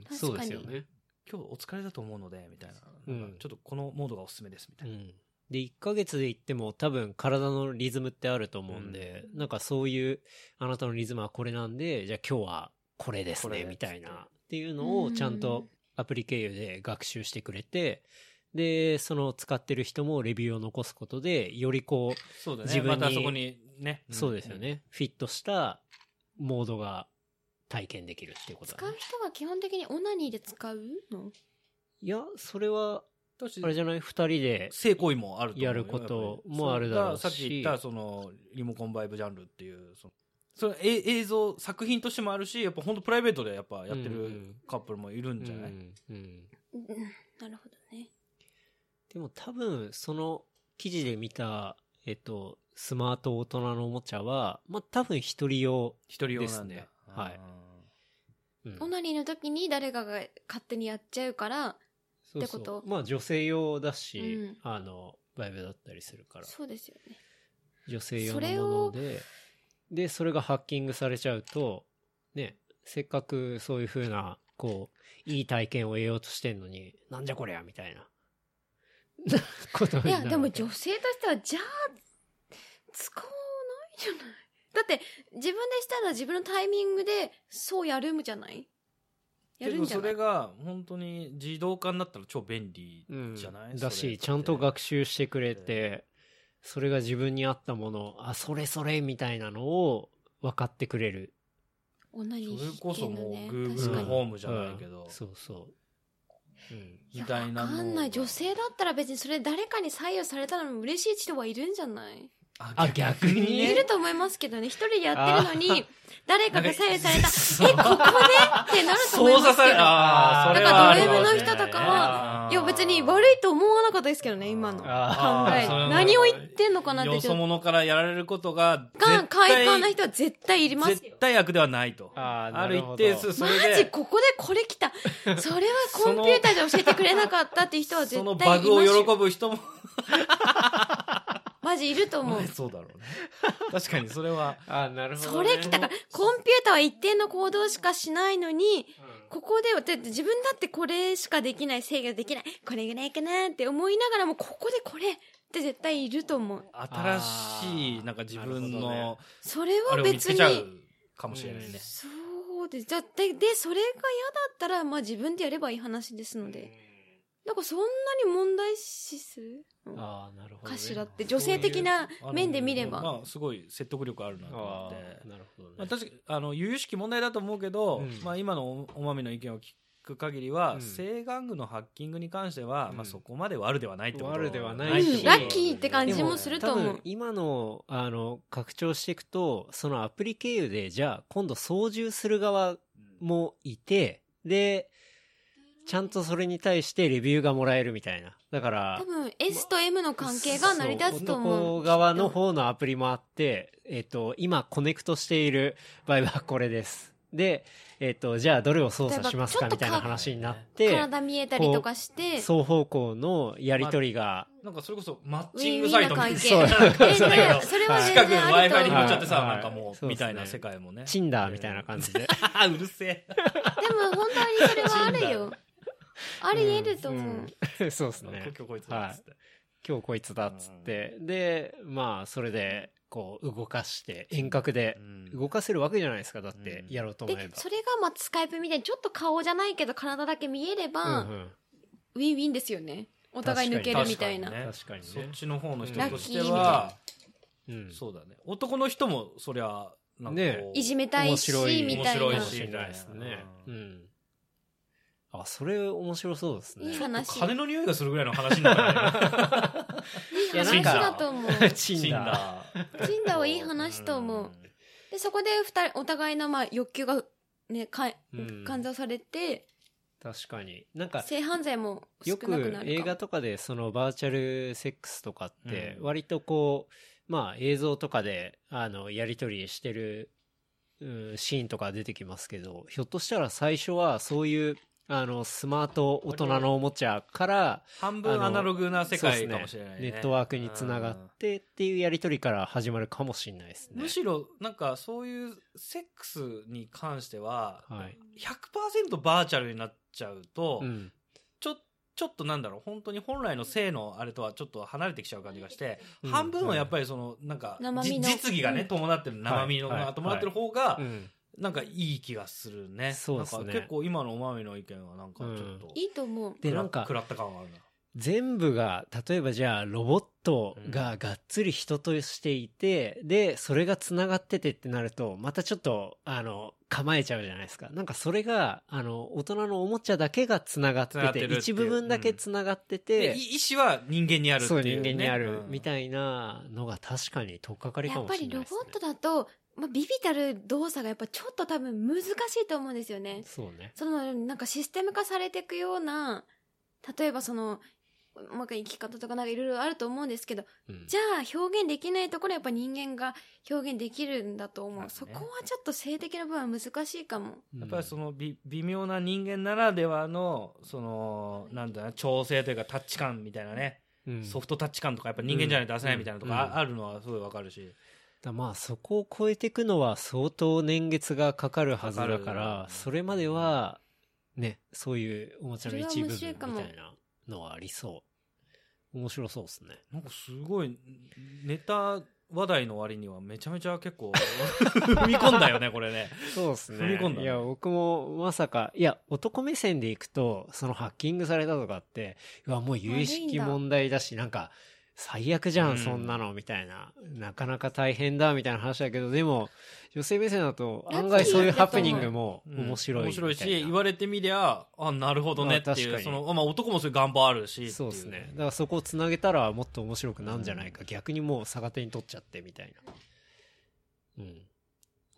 Speaker 1: ん。
Speaker 2: 確かに
Speaker 1: そうですよね。
Speaker 3: 今日お疲れだと思うのでみたいな,、
Speaker 1: うん
Speaker 3: なんかちょっとこのモードがおすすめですみた
Speaker 1: う
Speaker 3: いな、
Speaker 1: ん。で、1ヶ月で行っても多分体のリズムってあると思うんで、なんかそういう、あなたのリズムはこれなんで、じゃあ今日はこれです
Speaker 3: こ
Speaker 1: ね、
Speaker 3: れ
Speaker 1: みたいな。っていうのをちゃんとアプリ経由で学習してくれて、で、その使ってる人もレビューを残すことで、よりこう、
Speaker 3: そうだね
Speaker 1: 自分に
Speaker 3: またそこにね、ん
Speaker 1: そうですよね、フィットしたモードが体験できるっていうこと
Speaker 2: 使
Speaker 1: だ、
Speaker 2: う
Speaker 1: ね。
Speaker 2: 人は基本的にオナニーで使うの
Speaker 1: いや、それは、
Speaker 3: だし
Speaker 1: あれじゃない二人で、
Speaker 3: 性行為もあると思うよ
Speaker 1: やることもあるだろうし
Speaker 3: やっぱりそさっき言ったそのリモコンバイブジャンルっていうそのそれえ映像作品としてもあるしやっぱ本当プライベートでやっぱやって
Speaker 1: うんう
Speaker 3: る
Speaker 1: ん
Speaker 3: カップルもいるんじゃない、
Speaker 1: うんうん
Speaker 2: うんなるほどね。
Speaker 1: でも多分、その記事で見た、えっと、スマート大人のおもちゃは、まあ、多分一人用。
Speaker 3: 一人用なんだ
Speaker 1: ですねはいうん
Speaker 2: オナニーの時に誰かが勝手にやっちゃうから、
Speaker 1: そう
Speaker 2: ってこと
Speaker 1: まあ女性用だし、
Speaker 2: うん
Speaker 1: あの、バイブだったりするから。
Speaker 2: そうですよね。
Speaker 1: 女性用
Speaker 2: そ
Speaker 1: の
Speaker 2: れを
Speaker 1: もので、で、それがハッキングされちゃうと、ね、せっかくそういう風な、こう、いい体験を得ようとしてんのに、なんじゃこりゃみたいな。 ことに
Speaker 2: い
Speaker 1: なる
Speaker 2: や、でも女性としては、じゃあ、使わないじゃない。だって、自分でしたら自分のタイミングで、そうやるんじゃないや
Speaker 3: で
Speaker 2: るん
Speaker 3: も
Speaker 2: じゃ
Speaker 3: そ
Speaker 2: な
Speaker 3: れ
Speaker 2: い
Speaker 3: が本当に自動化になったら超便利じゃな
Speaker 1: だ
Speaker 3: い、それっ
Speaker 1: し、
Speaker 3: て
Speaker 1: ちゃんと学習してくれて、それが自分に合ったもの、あ、それそれみたいなのを分かってくれる。
Speaker 2: 女に
Speaker 3: それこそもう
Speaker 2: ね、
Speaker 3: Google
Speaker 2: 確かに
Speaker 3: ホームじゃないけど
Speaker 1: うんそうそう。うん。
Speaker 2: いや
Speaker 3: みたいな
Speaker 2: わ
Speaker 3: のが
Speaker 2: かんない女性だったら別にそれ誰かに左右されたのも嬉しい人はいるんじゃない
Speaker 1: あ逆にね
Speaker 2: いると思いますけどね一人でやってるのに誰かが左右さ れた
Speaker 3: た
Speaker 2: えここでってなると思い
Speaker 3: 操
Speaker 2: ま
Speaker 3: 作
Speaker 2: す
Speaker 3: さ
Speaker 2: け
Speaker 3: れ
Speaker 2: ど
Speaker 3: あーそれはあるかもしれないね
Speaker 2: だからド M の人とかはいや別に悪いと思わなかったですけどね今の考
Speaker 1: あ
Speaker 3: ー
Speaker 2: え
Speaker 3: そういうの
Speaker 2: 何を言ってんのかなって
Speaker 3: よ
Speaker 2: ち
Speaker 3: そ
Speaker 2: ょっと
Speaker 3: 者からやられることが
Speaker 2: が
Speaker 3: 絶
Speaker 2: 快
Speaker 3: 対
Speaker 2: 感な人は絶対いりますよ
Speaker 3: 絶対悪ではないと
Speaker 1: あー
Speaker 3: あ
Speaker 1: な
Speaker 3: る
Speaker 1: る
Speaker 3: 一
Speaker 1: ほど
Speaker 3: 定数そ
Speaker 2: マ
Speaker 3: れ
Speaker 2: ジ
Speaker 3: で
Speaker 2: ここでこれ 来たそれはコンピューターで教えてくれなかったって人は絶対
Speaker 3: そ
Speaker 2: いま
Speaker 3: の
Speaker 2: すよ
Speaker 3: バグを喜 ぶ人も
Speaker 2: マジいると思う
Speaker 3: そうだろうね確かにそれは
Speaker 1: あ、なるほ
Speaker 2: そ
Speaker 1: ど、ね。
Speaker 2: れ来たから、コンピューターは一定の行動しかしないのに、ここで、だって自分だってこれしかできない、制御できない、これぐらいかなって思いながらも、ここでこれって絶対いると思う。
Speaker 3: 新しいなんか自分
Speaker 1: なる
Speaker 3: の
Speaker 2: それは
Speaker 3: あれを見
Speaker 2: 別
Speaker 3: つけちゃ
Speaker 2: に
Speaker 3: う。かもしれないね
Speaker 2: そうです。だって、で、それが嫌だったら、まあ自分でやればいい話ですので。なんかそんなに問題視するの
Speaker 1: あーなるほど、ね。
Speaker 2: かしらって、女性的な面で見れ
Speaker 3: あの
Speaker 2: ば。
Speaker 3: まあすごい説得力あるなと思
Speaker 1: あ
Speaker 3: って
Speaker 1: ーなるほどね。
Speaker 3: まあ、確かにあの由々しき問題だと思うけど、
Speaker 1: うん
Speaker 3: まあ、今のおおまみの意見を聞く限り
Speaker 1: う
Speaker 3: は、
Speaker 1: ん
Speaker 3: 西岸軍のハッキングに関しては、
Speaker 1: うん
Speaker 3: まあ、そこまで悪ではないってこと
Speaker 1: 悪ではな
Speaker 2: う
Speaker 1: い
Speaker 2: ん、
Speaker 1: し
Speaker 2: ラッキーって感じもする
Speaker 1: 多
Speaker 2: と思う
Speaker 1: 分。今のあの拡張していくとそのアプリ経由でじゃあ今度操縦する側もいてでちゃんとそれに対してレビューがもらえるみたいなだから
Speaker 2: 多分 S と M の関係が成り立つ
Speaker 1: そ
Speaker 2: と
Speaker 1: う
Speaker 2: 思う。
Speaker 1: 男側の方のアプリもあって、えっと今コネクトしている場合はこれですで、えっとじゃあどれを操作しますかみたいな話になって
Speaker 2: 体見えたりとかして、
Speaker 1: 双方向のやり取りが、
Speaker 3: なんかそれこそ
Speaker 2: ウ
Speaker 3: マッチ
Speaker 2: ィン
Speaker 3: ン
Speaker 2: ウ
Speaker 3: グサ
Speaker 2: ィ
Speaker 3: イ
Speaker 2: ン
Speaker 3: ト
Speaker 2: な
Speaker 3: みたい
Speaker 2: 関
Speaker 3: な
Speaker 2: 係。
Speaker 1: そう
Speaker 2: え
Speaker 3: そうだけど
Speaker 2: ねそれは全
Speaker 3: 近くの
Speaker 2: 然あると
Speaker 3: Wi-Fi に
Speaker 2: 思
Speaker 3: 持
Speaker 2: う
Speaker 3: っちゃってさ、
Speaker 1: はい
Speaker 3: なんかもう、
Speaker 1: はい
Speaker 3: みたいな世界もね。
Speaker 1: チンダーみたいな感じで。
Speaker 3: あ、うるせえ。
Speaker 2: でも本当にそれはあるよ。あり得ると思う。
Speaker 1: うん。 そうですね。
Speaker 3: 今日こいつだっつって。
Speaker 1: 今日こいつだっつって。で、まあ、それで、こう、動かして、遠隔で動かせるわけじゃないですか。だって
Speaker 3: う、ん
Speaker 1: やろうと思え
Speaker 2: で、
Speaker 1: ば。
Speaker 2: それがまあスカイプみたいにちょっと顔じゃないけど体だけ見えれば、
Speaker 1: うんうん
Speaker 2: ウィンウィンですよね。お互い抜けるみたいな。
Speaker 3: 確かにね
Speaker 1: 確かに
Speaker 3: そっ
Speaker 1: ね。
Speaker 3: ちの方の人
Speaker 1: ラッキ
Speaker 3: と
Speaker 1: ー
Speaker 3: しては、
Speaker 1: うん
Speaker 3: そうだね。男の人も、そりゃ、なんか
Speaker 1: ね
Speaker 3: こう
Speaker 2: いじめたいし、み
Speaker 3: 面
Speaker 2: たいな
Speaker 3: 白。
Speaker 1: か
Speaker 3: い
Speaker 1: も
Speaker 3: し
Speaker 1: しれないですね。
Speaker 3: う
Speaker 1: うん。あ、それ面白そうですね
Speaker 2: いい。話。
Speaker 3: 金の匂いがするぐらいの話になるね
Speaker 2: いい
Speaker 1: いや
Speaker 2: 話だと思う。
Speaker 1: チンダー。
Speaker 3: ダー。
Speaker 2: チンダーはいい話と思う。で、そこで二人、お互いのまあ欲求が、ね、か
Speaker 1: うん
Speaker 2: 換算されて、
Speaker 1: 確かに。なんか、
Speaker 2: 性犯罪も少
Speaker 1: よ
Speaker 2: なくなる
Speaker 1: く
Speaker 2: かも
Speaker 1: 映画とかでそのバーチャルセックスとかって
Speaker 3: うん
Speaker 1: 割とこう、まあ映像とかであのやり取りしてる、うんシーンとか出てきますけどひょっとしたら最初はそういうあのスマート大人のおもちゃから
Speaker 3: 半分アナログな世
Speaker 1: そう
Speaker 3: 界
Speaker 1: っすね
Speaker 3: かもしれないね。
Speaker 1: ネットワークにつながってっていうやり取りから始まるかもしれないです
Speaker 3: うん。
Speaker 1: ね
Speaker 3: む。しろ、なんか、そういうセックスに関しては、
Speaker 1: はい
Speaker 3: 100%バーチャルになっちゃうと、
Speaker 1: うん
Speaker 3: ちょ、ちょっとなんだろう、本当に本来の性のあれとはちょっと離れてきちゃう感じがして、
Speaker 1: うん
Speaker 3: 半分はやっぱりその、なんか、
Speaker 2: 生
Speaker 3: じ
Speaker 2: 身の
Speaker 3: 実技がね、
Speaker 2: うん
Speaker 3: 伴ってる、生身の
Speaker 1: はいは
Speaker 3: が
Speaker 1: い
Speaker 3: 伴ってる方が
Speaker 1: う、ん
Speaker 3: なんかいい気がするね。
Speaker 1: そうっすね
Speaker 3: なんか結構今のおまみの意見はなんかちょっと、
Speaker 2: いいと思う。
Speaker 1: でなんか
Speaker 3: 食らった感があるな。
Speaker 1: 全部が例えばじゃあロボットががっつり人としていて、でそれがつながっててってなるとまたちょっとあの構えちゃうじゃないですかなんかそれがあの大人のおもちゃだけがつながって
Speaker 3: 繋
Speaker 1: て
Speaker 3: がってるっていう
Speaker 1: 一部分だけつながってて、
Speaker 3: でい意思は人間にあるってい、
Speaker 1: そうう
Speaker 3: ね。
Speaker 1: 人間にある
Speaker 3: うん
Speaker 1: みたいなのが確かに取っかかり
Speaker 2: や
Speaker 1: か
Speaker 2: っ
Speaker 1: も
Speaker 2: ぱ
Speaker 1: しれ
Speaker 2: り
Speaker 1: ない
Speaker 2: ロ
Speaker 1: です、ね、
Speaker 2: ボットだと、まあ、ビビたる動作がやっぱちょっと多分難しいと思うんですよね。
Speaker 1: そうね
Speaker 2: その、なんかシステム化されていくような、例えばその、うまく生き方とかなんかいろいろあると思うんですけど、
Speaker 1: うん
Speaker 2: じゃあ表現できないところはやっぱ人間が表現できるんだと思う。
Speaker 3: まあね
Speaker 2: そこはちょっと性的な部分は難しいか も。
Speaker 1: うん
Speaker 3: やっぱりそのび微妙な人間ならではの、その、なんだろうな、調整というかタッチ感みたいなね、
Speaker 1: うん
Speaker 3: ソフトタッチ感とかやっぱ人間じゃないと出せないみたいなとか
Speaker 1: うん
Speaker 3: ああるのはすごいわかるし。
Speaker 1: だまあそこを超えていくのは相当年月がかかるはずだから
Speaker 3: かかるよね
Speaker 1: それまではねそういうおもちゃの一部分み
Speaker 2: それ
Speaker 1: た
Speaker 2: は面白いかも
Speaker 1: いなのはありそう面白そうですね
Speaker 3: なんかすごい、ネタ話題の割にはめちゃめちゃ結構 踏み込んだよね、これね。
Speaker 1: そうですね
Speaker 3: 踏み込んだね
Speaker 1: いや僕もまさかいや男目線でいくとそのハッキングされたとかってうわもう有意識問題だしなんか最悪じゃ
Speaker 3: うん
Speaker 1: んそんなのみたいな、なかなか大変だみたいな話だけどでも女性目線だと案外そういうハプニングも
Speaker 3: うん
Speaker 1: 面白い
Speaker 3: 面
Speaker 1: みたいな、
Speaker 3: 白いし、言われてみりゃ、あ、なるほどねって
Speaker 1: まあ確
Speaker 3: い
Speaker 1: か
Speaker 3: う、
Speaker 1: に
Speaker 3: その、まあ男もそういう願望あるしっていう。
Speaker 1: そうですねだからそこをつなげたらもっと面白くなんじゃないか、逆にもう逆手に取っちゃってみたいなうん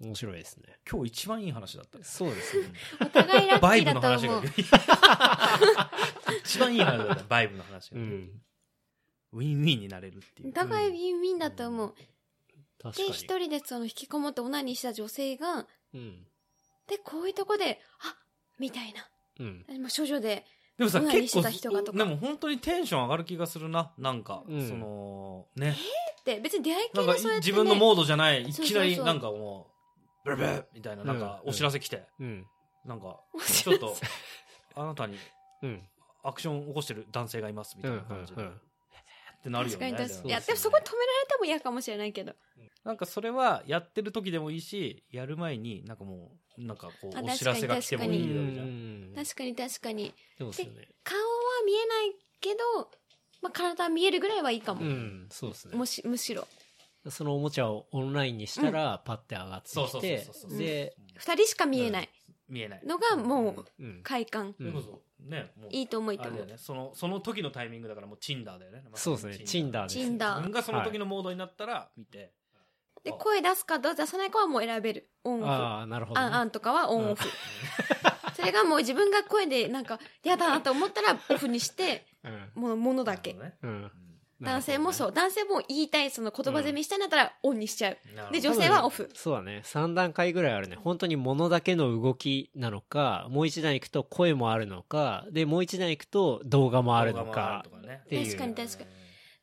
Speaker 1: 面白いですね
Speaker 3: 今日一番いい話だ ったね
Speaker 1: そうですね
Speaker 2: お互いラッ
Speaker 3: バ
Speaker 2: キ
Speaker 3: イ
Speaker 2: ー
Speaker 3: ブの
Speaker 2: だ
Speaker 3: 話
Speaker 2: と思
Speaker 3: が
Speaker 2: う。。
Speaker 3: 一番いい話だった、バイブの話
Speaker 1: う
Speaker 3: が。
Speaker 1: ん
Speaker 3: ウィンウィンになれるってい
Speaker 2: お
Speaker 3: う。
Speaker 2: 互いウィンウィンだと思う。
Speaker 1: 確か
Speaker 2: で、
Speaker 1: に
Speaker 2: 一人でその引きこもってオナニーした女性が、
Speaker 1: うん
Speaker 2: で、こういうとこで、あみたいな。
Speaker 1: うん
Speaker 2: 今、少女で、
Speaker 3: でもさ、
Speaker 2: オナニー
Speaker 3: 結
Speaker 2: してた人がと
Speaker 3: 構、
Speaker 2: か
Speaker 3: でも本当にテンション上がる気がするな、なんか、
Speaker 1: うん
Speaker 3: その、ね。
Speaker 2: って、別に出会い系
Speaker 3: なんか
Speaker 2: でそうやって、ね。
Speaker 3: 自分のモードじゃない、い
Speaker 2: そうそうそう
Speaker 3: きなりなんかもう、ブルブルみたいな、なんか
Speaker 1: うん
Speaker 3: お知らせ来て、
Speaker 1: うん
Speaker 3: なんか、
Speaker 2: お知らせ
Speaker 3: ちょっと、あなたに
Speaker 1: うん
Speaker 3: アクションを起こしてる男性がいます、
Speaker 1: う
Speaker 3: みた
Speaker 1: ん
Speaker 3: いうな感じで。
Speaker 1: ん
Speaker 3: ってなる
Speaker 2: 確
Speaker 3: よ
Speaker 2: か
Speaker 3: ね。
Speaker 2: に
Speaker 3: でも
Speaker 2: 確
Speaker 1: そうね
Speaker 2: かに。いや、でもそこに止められても嫌かもしれないけど。
Speaker 3: なんかそれは、やってる時でもいいし、やる前に、なんかもう、なんかこ
Speaker 2: あ
Speaker 3: う、お知らせが来ても
Speaker 1: う
Speaker 3: い
Speaker 1: ん
Speaker 3: いわけじゃ
Speaker 1: ん
Speaker 3: ん。
Speaker 2: 確かに確かに。
Speaker 1: そうですよね
Speaker 2: 顔は見えないけど、まあ、体は見えるぐらいはいいかも。
Speaker 1: うんそうですね
Speaker 2: もし、むしろ。
Speaker 1: そのおもちゃをオンラインにしたらパッて上がって
Speaker 3: そうそ
Speaker 1: き
Speaker 3: うそう
Speaker 1: て
Speaker 3: そうそう。
Speaker 1: で
Speaker 2: 二人しか見えない。
Speaker 3: 見えない
Speaker 2: のがもう
Speaker 1: うん。
Speaker 2: 快感。
Speaker 3: それこそねもう
Speaker 2: いいと思い
Speaker 3: あ
Speaker 2: と
Speaker 3: れだ
Speaker 2: 思
Speaker 3: よ
Speaker 2: う。
Speaker 3: ねそのその時のタイミングだからもう Tinder だよね、ま
Speaker 1: そうですね。チンダーです。
Speaker 2: チンダー
Speaker 3: 自分がその時のモードになったら見て、
Speaker 2: で、
Speaker 3: あ
Speaker 2: 声出すかどう出さないかはもう選べる。オンオフ。あ
Speaker 1: ああ、なるほど、ね。
Speaker 2: んあんとかはオンオフ。それがもう自分が声でなんか嫌だなと思ったらオフにして、
Speaker 1: うん。
Speaker 2: もうものだけ。
Speaker 3: なる
Speaker 1: うん。なるほ
Speaker 3: ほどね
Speaker 1: どね
Speaker 2: 男性もそう。男性も言いたい、その言葉攻めしたいんだったらオンにしちゃう。
Speaker 3: うんなるほ
Speaker 2: で、
Speaker 3: ど
Speaker 2: 女性はオフ。
Speaker 1: そうだね。3段階ぐらいあるね。本当に物だけの動きなのか、もう一段行くと声もあるのか、で、もう一段行くと動画もあるの
Speaker 3: 動画も
Speaker 1: か
Speaker 3: ある。とね
Speaker 1: っていう
Speaker 2: 確かに確かに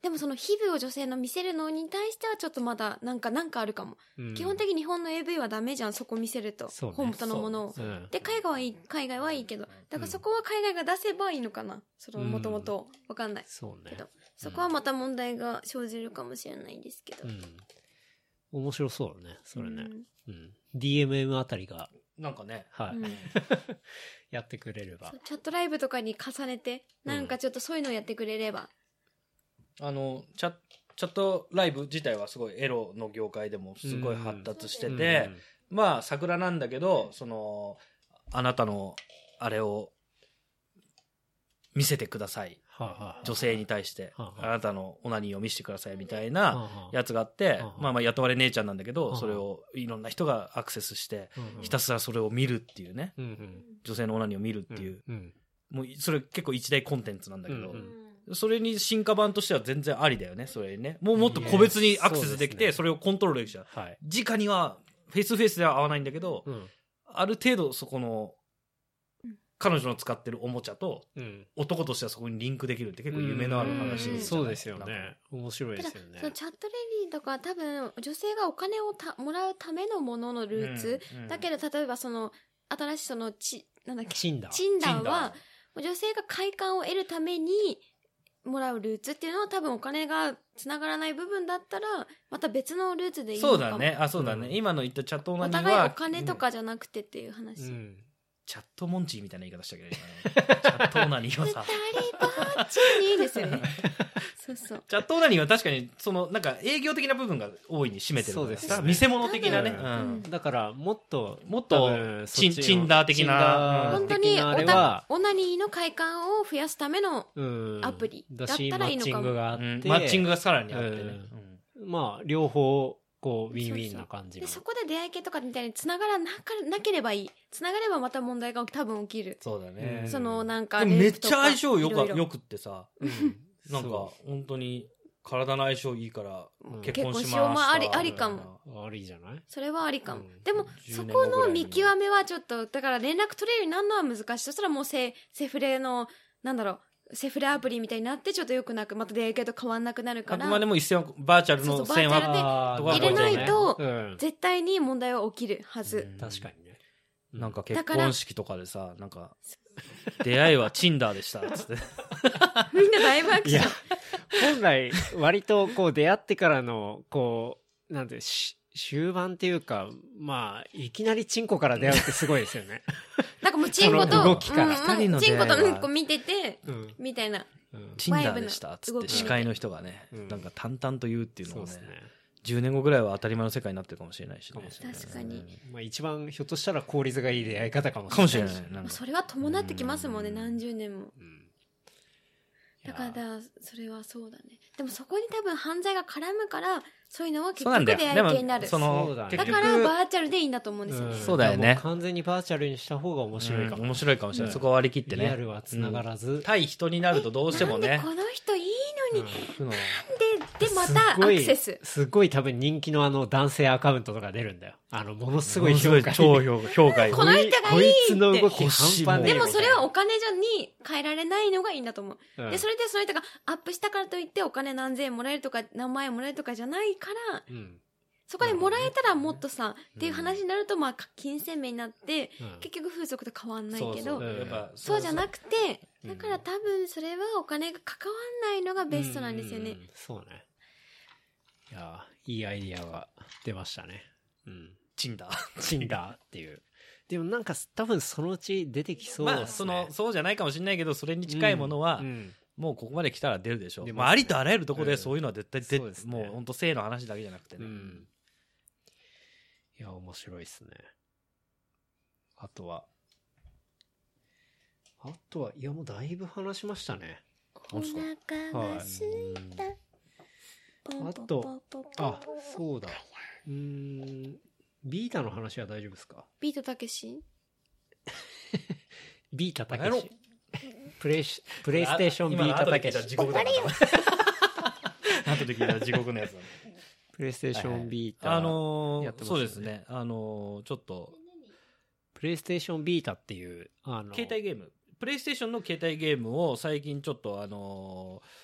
Speaker 2: でもその皮膚を女性の見せるのに対してはちょっとまだなんか、なんかあるかも。
Speaker 1: うん
Speaker 2: 基本的に日本の AV はダメじゃん、そこ見せると。
Speaker 1: そうね
Speaker 2: 本当のものを。
Speaker 1: そううん
Speaker 2: で、海外はいい、海外はいいけど。だからそこは海外が出せばいいのかな。その、もともと。わかんない。
Speaker 1: そうね
Speaker 2: け。どそこはまた問題が生じるかもしれないですけど。
Speaker 1: うん。面白そうだね。それね
Speaker 2: う。ん
Speaker 1: うん。DMM あたりが、
Speaker 3: なんかね
Speaker 1: はい。
Speaker 2: うん
Speaker 1: やってくれれば
Speaker 2: そう。チャットライブとかに重ねて、なんかちょっとそういうのをやってくれれば。
Speaker 3: あのチャチャットライブ自体はすごいエロの業界でもすごい発達してて、まあ桜なんだけどそのあなたのあれを見せてください
Speaker 1: うん、はいはいはい
Speaker 3: 女性に対して
Speaker 1: はあ
Speaker 3: あ
Speaker 1: はあ
Speaker 3: なたのオナニーを見せてくださいみたい
Speaker 1: は
Speaker 3: な
Speaker 1: あはあ
Speaker 3: やつがあっ
Speaker 1: は
Speaker 3: て
Speaker 1: あはあ
Speaker 3: まあまあ雇われ姉ちゃんなんだけ
Speaker 1: はあ
Speaker 3: ど
Speaker 1: はあ
Speaker 3: それをいろんな人がアクセスして
Speaker 1: うんうん
Speaker 3: ひたすらそれを見るっていうね
Speaker 1: うんうん
Speaker 3: 女性のオナニーを見るっていう
Speaker 1: うん
Speaker 3: もうそれ結構一大コンテンツなんだけど、
Speaker 1: うん
Speaker 3: それに進化版としては全然ありだよね、それね。もうもっと個別にアクセスでき
Speaker 1: いやそうで
Speaker 3: て、
Speaker 1: すね
Speaker 3: それをコントロールできちゃう。
Speaker 1: はい。
Speaker 3: 直には、フェイスフェイスでは合わないんだけど、
Speaker 1: うん。
Speaker 3: ある程度そこの
Speaker 2: うん、
Speaker 3: 彼女の使ってるおもちゃと、
Speaker 1: うん。
Speaker 3: 男としてはそこにリンクできるって結構夢のある話じゃ
Speaker 1: う
Speaker 3: なんい
Speaker 1: そうですよ。
Speaker 3: なんか
Speaker 1: ね。面白いで
Speaker 2: ただ
Speaker 1: すよね
Speaker 2: そ。のチャットレディとかは多分女性がお金をたもらうためのもののルーツ、
Speaker 3: うん
Speaker 2: だけど例えばその新しいそのちなん だっけ
Speaker 1: チンダー。
Speaker 2: チンダ
Speaker 3: チ
Speaker 2: ー
Speaker 3: ンダー
Speaker 2: は女性が快感を得るためにもらうルーツっていうのは多分お金がつながらない部分だったらまた別のルーツでいいの
Speaker 3: そ
Speaker 2: か
Speaker 3: う
Speaker 2: も
Speaker 3: だね。あ、そうだね。
Speaker 1: うん
Speaker 3: 今の言ったチャットオナ
Speaker 2: お
Speaker 3: ニーは、
Speaker 2: 互いお金と
Speaker 3: うん
Speaker 2: かじゃなくてっていう話、
Speaker 1: うん。
Speaker 3: チャットモンチーみたいな言い方したけど、今ね チャットオナニーは
Speaker 2: 二人
Speaker 3: さ。
Speaker 2: ぼっちにですよねそうそう
Speaker 3: チャットオナニーは確かに、その、なんか営業的な部分が大いに占めてるから
Speaker 1: そうですよね
Speaker 3: 見せ物的なね。
Speaker 1: 多
Speaker 3: う
Speaker 1: 分
Speaker 3: ん
Speaker 1: だから、もっと、
Speaker 3: もっと
Speaker 1: 多分
Speaker 3: チ
Speaker 1: そっ
Speaker 3: ン
Speaker 1: ちの
Speaker 3: チンダー的
Speaker 1: チ
Speaker 3: な
Speaker 1: ンダ
Speaker 2: 本
Speaker 1: ー
Speaker 2: 当
Speaker 1: 的
Speaker 2: に
Speaker 1: なあ
Speaker 2: オ
Speaker 1: れ
Speaker 2: タ
Speaker 1: は、
Speaker 2: オナニーの快感を増やすための
Speaker 1: うん
Speaker 2: アプリ
Speaker 1: だ
Speaker 2: だっ
Speaker 1: し、
Speaker 2: た
Speaker 1: マ
Speaker 2: らいい
Speaker 1: ッ
Speaker 2: のか
Speaker 1: チ
Speaker 2: も
Speaker 1: ングがあっ
Speaker 3: うん
Speaker 1: て、
Speaker 3: マッチングがさらにあってね
Speaker 1: うん
Speaker 3: うん
Speaker 1: まあ、両方、こう、ウィンウィンな感じ
Speaker 2: で
Speaker 1: も。
Speaker 2: そこで出会い系とかみたいにつながらなかなければいいつながればまた問題が多分起きる、
Speaker 3: そうだね
Speaker 1: うん
Speaker 2: そのなんか
Speaker 3: でもめっ
Speaker 2: レイプと
Speaker 3: ち
Speaker 2: か
Speaker 3: ゃ相性よ
Speaker 2: いろい
Speaker 3: か
Speaker 2: ろ
Speaker 3: よくってさ
Speaker 1: うん
Speaker 3: なんか
Speaker 1: そ
Speaker 3: 本当に体の相性いいから
Speaker 1: うん
Speaker 3: 結婚し
Speaker 2: 結婚しよう
Speaker 3: ま
Speaker 2: も
Speaker 3: す
Speaker 2: ありありかも
Speaker 1: う悪いじゃない
Speaker 2: それはありか
Speaker 1: う
Speaker 2: も、
Speaker 1: ん
Speaker 2: でも
Speaker 3: 10
Speaker 2: そ
Speaker 3: 年
Speaker 2: こ
Speaker 3: 後ぐら
Speaker 2: の
Speaker 3: いに
Speaker 2: 見極めはちょっとだから連絡取れるようになるのは難しいそしたらもうセセフレのなんだろうセフレアプリみたいになってちょっとよくなくまた出会い系と変わんなくなる
Speaker 3: あ
Speaker 2: か
Speaker 3: くま
Speaker 2: ら
Speaker 3: でも一線はバーチャル
Speaker 2: そ
Speaker 3: の
Speaker 2: うそう
Speaker 3: 線
Speaker 2: バーチャル
Speaker 3: は
Speaker 2: で
Speaker 1: あー
Speaker 3: 入れない
Speaker 2: と
Speaker 1: うん
Speaker 2: 絶対に問題は起きるはず、
Speaker 3: うん
Speaker 1: 確かにね。
Speaker 3: なん か
Speaker 2: だ
Speaker 3: 結
Speaker 2: から
Speaker 3: 婚式とかでさなんか出会いはチンダーでしたっ つって
Speaker 2: みんな大爆
Speaker 1: い
Speaker 2: 笑
Speaker 1: や、本来、割とこう出会ってからの、こう、なんて、し終盤っていうか、まあ、いきなりチンコから出会うってすごいですよね。
Speaker 2: なんかもうチンコ
Speaker 1: そ
Speaker 2: と
Speaker 1: の動きから
Speaker 2: うん
Speaker 3: 二人
Speaker 2: うん、
Speaker 3: の出
Speaker 2: チ
Speaker 3: 会
Speaker 2: ン
Speaker 3: い
Speaker 2: コ
Speaker 3: は
Speaker 2: とうんこ見てて
Speaker 1: うん。
Speaker 2: みたいな
Speaker 1: うん
Speaker 3: チンダーでしたっつっ
Speaker 2: ワイブ
Speaker 3: て
Speaker 2: な
Speaker 3: 司会の人がね
Speaker 1: うん
Speaker 3: なんか淡々と言うっていうの
Speaker 1: そう
Speaker 3: も
Speaker 1: で
Speaker 3: ね
Speaker 1: すね。
Speaker 3: 10年後ぐらいは当たり前の世界になってるかもしれないし
Speaker 1: か
Speaker 3: ね
Speaker 1: もし
Speaker 2: れない確かに
Speaker 1: まあ、一番、ひょっとしたら効率がいい出会い方かも
Speaker 3: かもしれない
Speaker 1: し
Speaker 3: なん
Speaker 2: まあ
Speaker 3: か
Speaker 2: それは伴ってきますもんね
Speaker 3: うん
Speaker 2: 何十年も
Speaker 1: うん
Speaker 2: だからそれはそうだねでもそこに多分犯罪が絡むからそういうのは結
Speaker 3: そうなん
Speaker 2: 局
Speaker 3: だ
Speaker 2: 出
Speaker 3: よ。
Speaker 2: 会い系になる
Speaker 3: でもそ
Speaker 2: だ
Speaker 1: そう
Speaker 3: の
Speaker 1: だね
Speaker 3: 結
Speaker 2: か
Speaker 3: 局
Speaker 2: らバーチャルでいいんだと思うんですよ、
Speaker 1: ん
Speaker 3: そうだよね
Speaker 1: も完全にバーチャルにした方が面白いか
Speaker 3: うん
Speaker 1: も。
Speaker 3: 面白いかもしれな
Speaker 1: う
Speaker 3: い。
Speaker 1: ん
Speaker 3: そこは割り切ってね。
Speaker 1: リアルは繋がらず。
Speaker 3: 対人になるとどうしても
Speaker 2: なん
Speaker 3: ね
Speaker 2: で。この人いいのに、
Speaker 3: 負の
Speaker 2: ででまたアクセス
Speaker 1: すごい多分人気のあの男性アカウントとか出るんだよ。あの、ものすごい
Speaker 3: ものす
Speaker 1: 評
Speaker 3: ごい
Speaker 1: 価。
Speaker 3: 超評価評価よ
Speaker 2: この人がいいって
Speaker 1: こいつの動き
Speaker 3: 欲しいも
Speaker 1: 半
Speaker 3: ん
Speaker 1: 端ねえ
Speaker 2: でも
Speaker 1: み
Speaker 2: そ
Speaker 1: たい
Speaker 2: れ
Speaker 1: な
Speaker 2: はお金じゃに変えられないのがいいんだと思う、
Speaker 1: うん
Speaker 2: でそれでその人がアップしたからといってお金何千円もらえるとか何万円もらえるとかじゃないから
Speaker 1: うん
Speaker 2: そこでもらえたらもっとさ、
Speaker 3: ん
Speaker 2: っていう話になるとまあ金銭面になって、
Speaker 1: うん
Speaker 2: 結局風俗と変わんないけど
Speaker 3: そうそう
Speaker 1: うん
Speaker 3: やっぱ
Speaker 2: そうじゃなく
Speaker 3: て
Speaker 2: て、
Speaker 3: うん
Speaker 2: だから多分それはお金が関わんないのがベストなんですよね。
Speaker 1: うううそうね。いやー、いいアイディアが出ましたね。うん。
Speaker 3: チンだ。
Speaker 1: チンダーっていう。でもなんか多分そのうち出てきそうですね。
Speaker 3: まあそのそうじゃないかもしれないけどそれに近いものは
Speaker 1: うんうん
Speaker 3: もうここまで来たら出るでしょ
Speaker 1: 出
Speaker 3: う。
Speaker 1: ますね
Speaker 3: まあありとあらゆるとこ
Speaker 1: う
Speaker 3: ろ
Speaker 1: ん
Speaker 3: でそういうのは絶対出
Speaker 1: そうですね
Speaker 3: もう本当性の話だけじゃなくて
Speaker 1: う
Speaker 3: ね。
Speaker 1: ん。いや、面白いっすね。あとは、あとは、いやもうだいぶ話しましたね。
Speaker 2: お腹がすいた。
Speaker 1: いあと、あ、そうだ。うーん、ビータの話は大丈夫ですか
Speaker 2: ビートたけし
Speaker 1: ビータたけ
Speaker 3: やろ
Speaker 1: し。プレイし、プレイステーションビータたけし。
Speaker 3: 地獄だ あとで聞いたら地獄のやつだね
Speaker 1: プレイステーションビータ。
Speaker 3: あの
Speaker 1: やっ
Speaker 3: ー
Speaker 1: てましたね
Speaker 3: そうですね。あのーちょっと、
Speaker 1: プレイステーションビータっていう、あの、
Speaker 3: 携帯ゲーム。プレイステーションの携帯ゲームを最近ちょっとあのー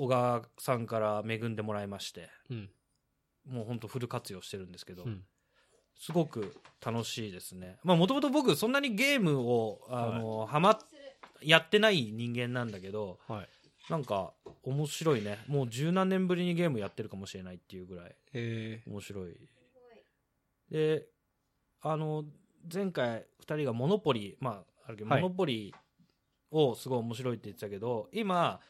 Speaker 3: 小川さんから恵んでもらいまして、
Speaker 1: うん、
Speaker 3: もうほんとフル活用してるんですけど、
Speaker 1: うん。
Speaker 3: すごく楽しいですね。まあもともと僕そんなにゲームを、あのーハマっやってない人間なんだけど、
Speaker 1: はい。
Speaker 3: なんか面白いね。もう十何年ぶりにゲームやってるかもしれないっていうぐらい
Speaker 1: え
Speaker 3: 面白い。で、あの、前回2人がモノポリ、まあ、あるけど、
Speaker 1: はい
Speaker 3: モノポリをすごい面白いって言ってたけど、今、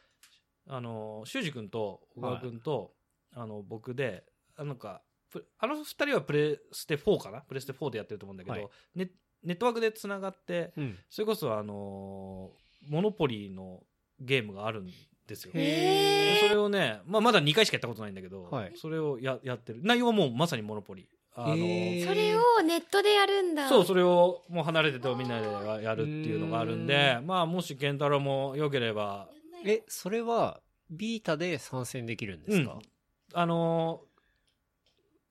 Speaker 3: あの、修二君と小川君と、あの、僕で、あなんか、プあの2人はプレステ4かなプレステ4でやってると思うんだけど、
Speaker 1: はい
Speaker 3: ネネットワークでつながって、
Speaker 1: ー、うん。
Speaker 3: それこそ、あの、モノポリのゲームがあるんですよ。
Speaker 2: へ
Speaker 3: それをね、まあ、まだ2回しかやったことないんだけど、
Speaker 1: はい
Speaker 3: それをややってる内容はもうまさにモノポリあの、
Speaker 1: へー
Speaker 2: それをネットでやるんだ。
Speaker 3: そうそれをもう離れててもみんなでややるっていうのがあるんで
Speaker 1: う
Speaker 3: まあもし健太郎もよければ
Speaker 1: え、それは、ビータで参戦できるんですか、
Speaker 3: あの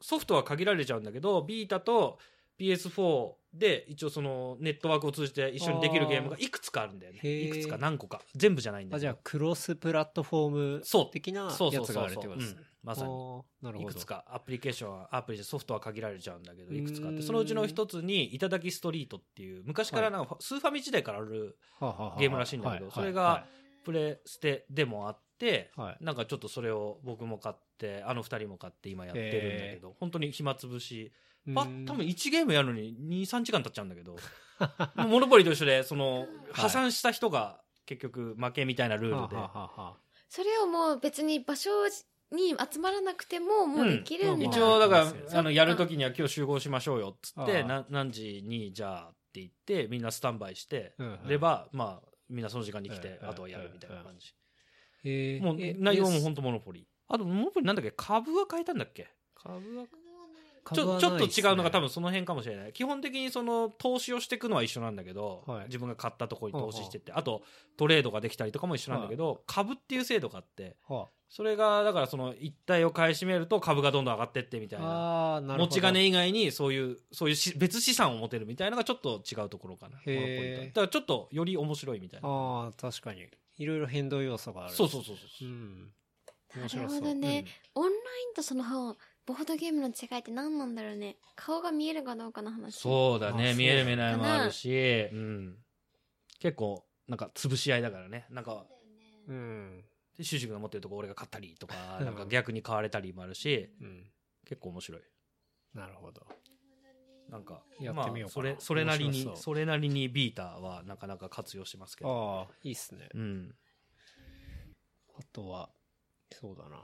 Speaker 3: ソフトは限られちゃうんだけどビータと PS4 で一応そのネットワークを通じて一緒にできるゲームがいくつかあるんだよね
Speaker 1: あー
Speaker 3: いくつか何個か全部じゃないんだ
Speaker 1: あ、
Speaker 3: け
Speaker 1: じ
Speaker 3: ど
Speaker 1: ゃあ、クロスプラットフォーム
Speaker 3: そう
Speaker 1: 的な
Speaker 3: そうそ
Speaker 1: や
Speaker 3: う
Speaker 1: つ
Speaker 3: そ
Speaker 1: があ
Speaker 3: う
Speaker 1: るって
Speaker 3: そう、
Speaker 1: こ
Speaker 3: う
Speaker 1: とですね
Speaker 3: ん。まさに
Speaker 1: あーなるほ
Speaker 3: い
Speaker 1: ど。
Speaker 3: くつかアプリケーションはアプリでソフトは限られちゃうんだけど
Speaker 1: うーん
Speaker 3: いくつかあってそのうちの一つに「いただきストリート」っていう昔からなんかスーファミ時代からある
Speaker 1: はあはあはあ
Speaker 3: ゲームらしいんだけど
Speaker 1: は
Speaker 3: それ
Speaker 1: は
Speaker 3: がプレステでもあって
Speaker 1: いはい
Speaker 3: なんかちょっとそれを僕も買ってあの二人も買って今やってるんだけど本当に暇つぶしパ
Speaker 1: う
Speaker 3: ッ
Speaker 1: ん
Speaker 3: 多分1ゲームやるのに23時間経っちゃうんだけどもうモノポリと一緒でその破産した人が結局負けみたいなルールで
Speaker 1: はあはあはあ
Speaker 2: それをもう別に場所に集まらなくても、もうできるんだ。
Speaker 1: うん
Speaker 3: 一応だか
Speaker 1: できます
Speaker 3: ら
Speaker 1: よ
Speaker 3: あのやるときには今日集合しましょうよっつっ
Speaker 1: あ
Speaker 3: て
Speaker 1: あ
Speaker 3: な何時にじゃあって言ってみんなスタンバイして
Speaker 1: うんうん
Speaker 3: ればまあみんなその時間に来て
Speaker 1: うん
Speaker 3: あとはやるみたいな感じ
Speaker 1: えー
Speaker 3: もう
Speaker 1: え
Speaker 3: 内容も
Speaker 1: で
Speaker 3: 本当モノポリあとモノポリなんだっけ株は変えたんだっけ株はち
Speaker 1: 株
Speaker 3: ょ
Speaker 1: は
Speaker 3: ち
Speaker 1: ない
Speaker 3: ょっ
Speaker 1: で
Speaker 3: と
Speaker 1: すね
Speaker 3: 違うのが多分その辺かもしれない基本的にその投資をしていくのは一緒なんだけど
Speaker 1: はい
Speaker 3: 自分が買ったところに投資してってあとトレードができたりとかも一緒なんだけど株っていう制度があって
Speaker 1: は
Speaker 3: それがだからその一体を買い占めると株がどんどん上がってってみたいな
Speaker 1: ああーなるほど
Speaker 3: 持ち金以外にそういうそういうし別資産を持てるみたいなのがちょっと違うところかな
Speaker 1: へー
Speaker 3: モノポリとはだからちょっとより面白いみたいな
Speaker 1: ああ確かにいろいろ変動要素がある
Speaker 3: そうそうそう
Speaker 1: う
Speaker 3: そうん
Speaker 2: なるほどね。オンラインとそのボードゲームの違いって何なんだろうね。顔が見えるかどうかの話。
Speaker 3: そうだ
Speaker 1: あ
Speaker 3: ね
Speaker 1: そう
Speaker 3: 見える見えないもあるし、うん、結構なんか潰し合いだからねなんか
Speaker 1: うん
Speaker 3: で主人公が持ってるとこ俺が買ったりとか
Speaker 1: うん
Speaker 3: なんか逆に買われたりもあるし
Speaker 1: うん
Speaker 3: 結構面白い
Speaker 1: なるほど
Speaker 3: なんか
Speaker 1: やってみようかな
Speaker 3: まあ、それそれなり
Speaker 1: 面
Speaker 3: に
Speaker 1: 白
Speaker 3: そ
Speaker 1: そう
Speaker 3: れなりにビーターはなかなか活用してますけど
Speaker 1: ああいいっすね
Speaker 3: うん
Speaker 1: あとはそうだな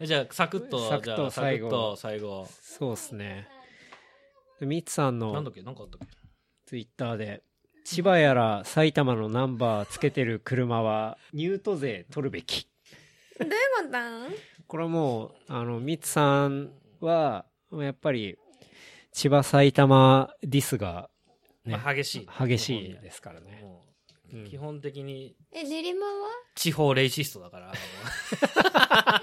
Speaker 3: えじゃあサクッと
Speaker 1: サクッと
Speaker 3: じゃあサク
Speaker 1: 最
Speaker 3: ッ
Speaker 1: 後
Speaker 3: と最後
Speaker 1: そうっすねでミツさん
Speaker 3: なん
Speaker 1: の
Speaker 3: だっけなんかあったっけ
Speaker 1: ツイッターで千葉やら埼玉のナンバーつけてる車はニュート税取るべき
Speaker 2: どういうこと
Speaker 1: これはもう、あの、ミツさんは、やっぱり、千葉埼玉ディスが、ね
Speaker 3: まあ、激しい
Speaker 1: 激しいですからね。
Speaker 3: も
Speaker 1: う
Speaker 3: うん基本的に
Speaker 2: え、練馬は
Speaker 3: 地方レイシストだから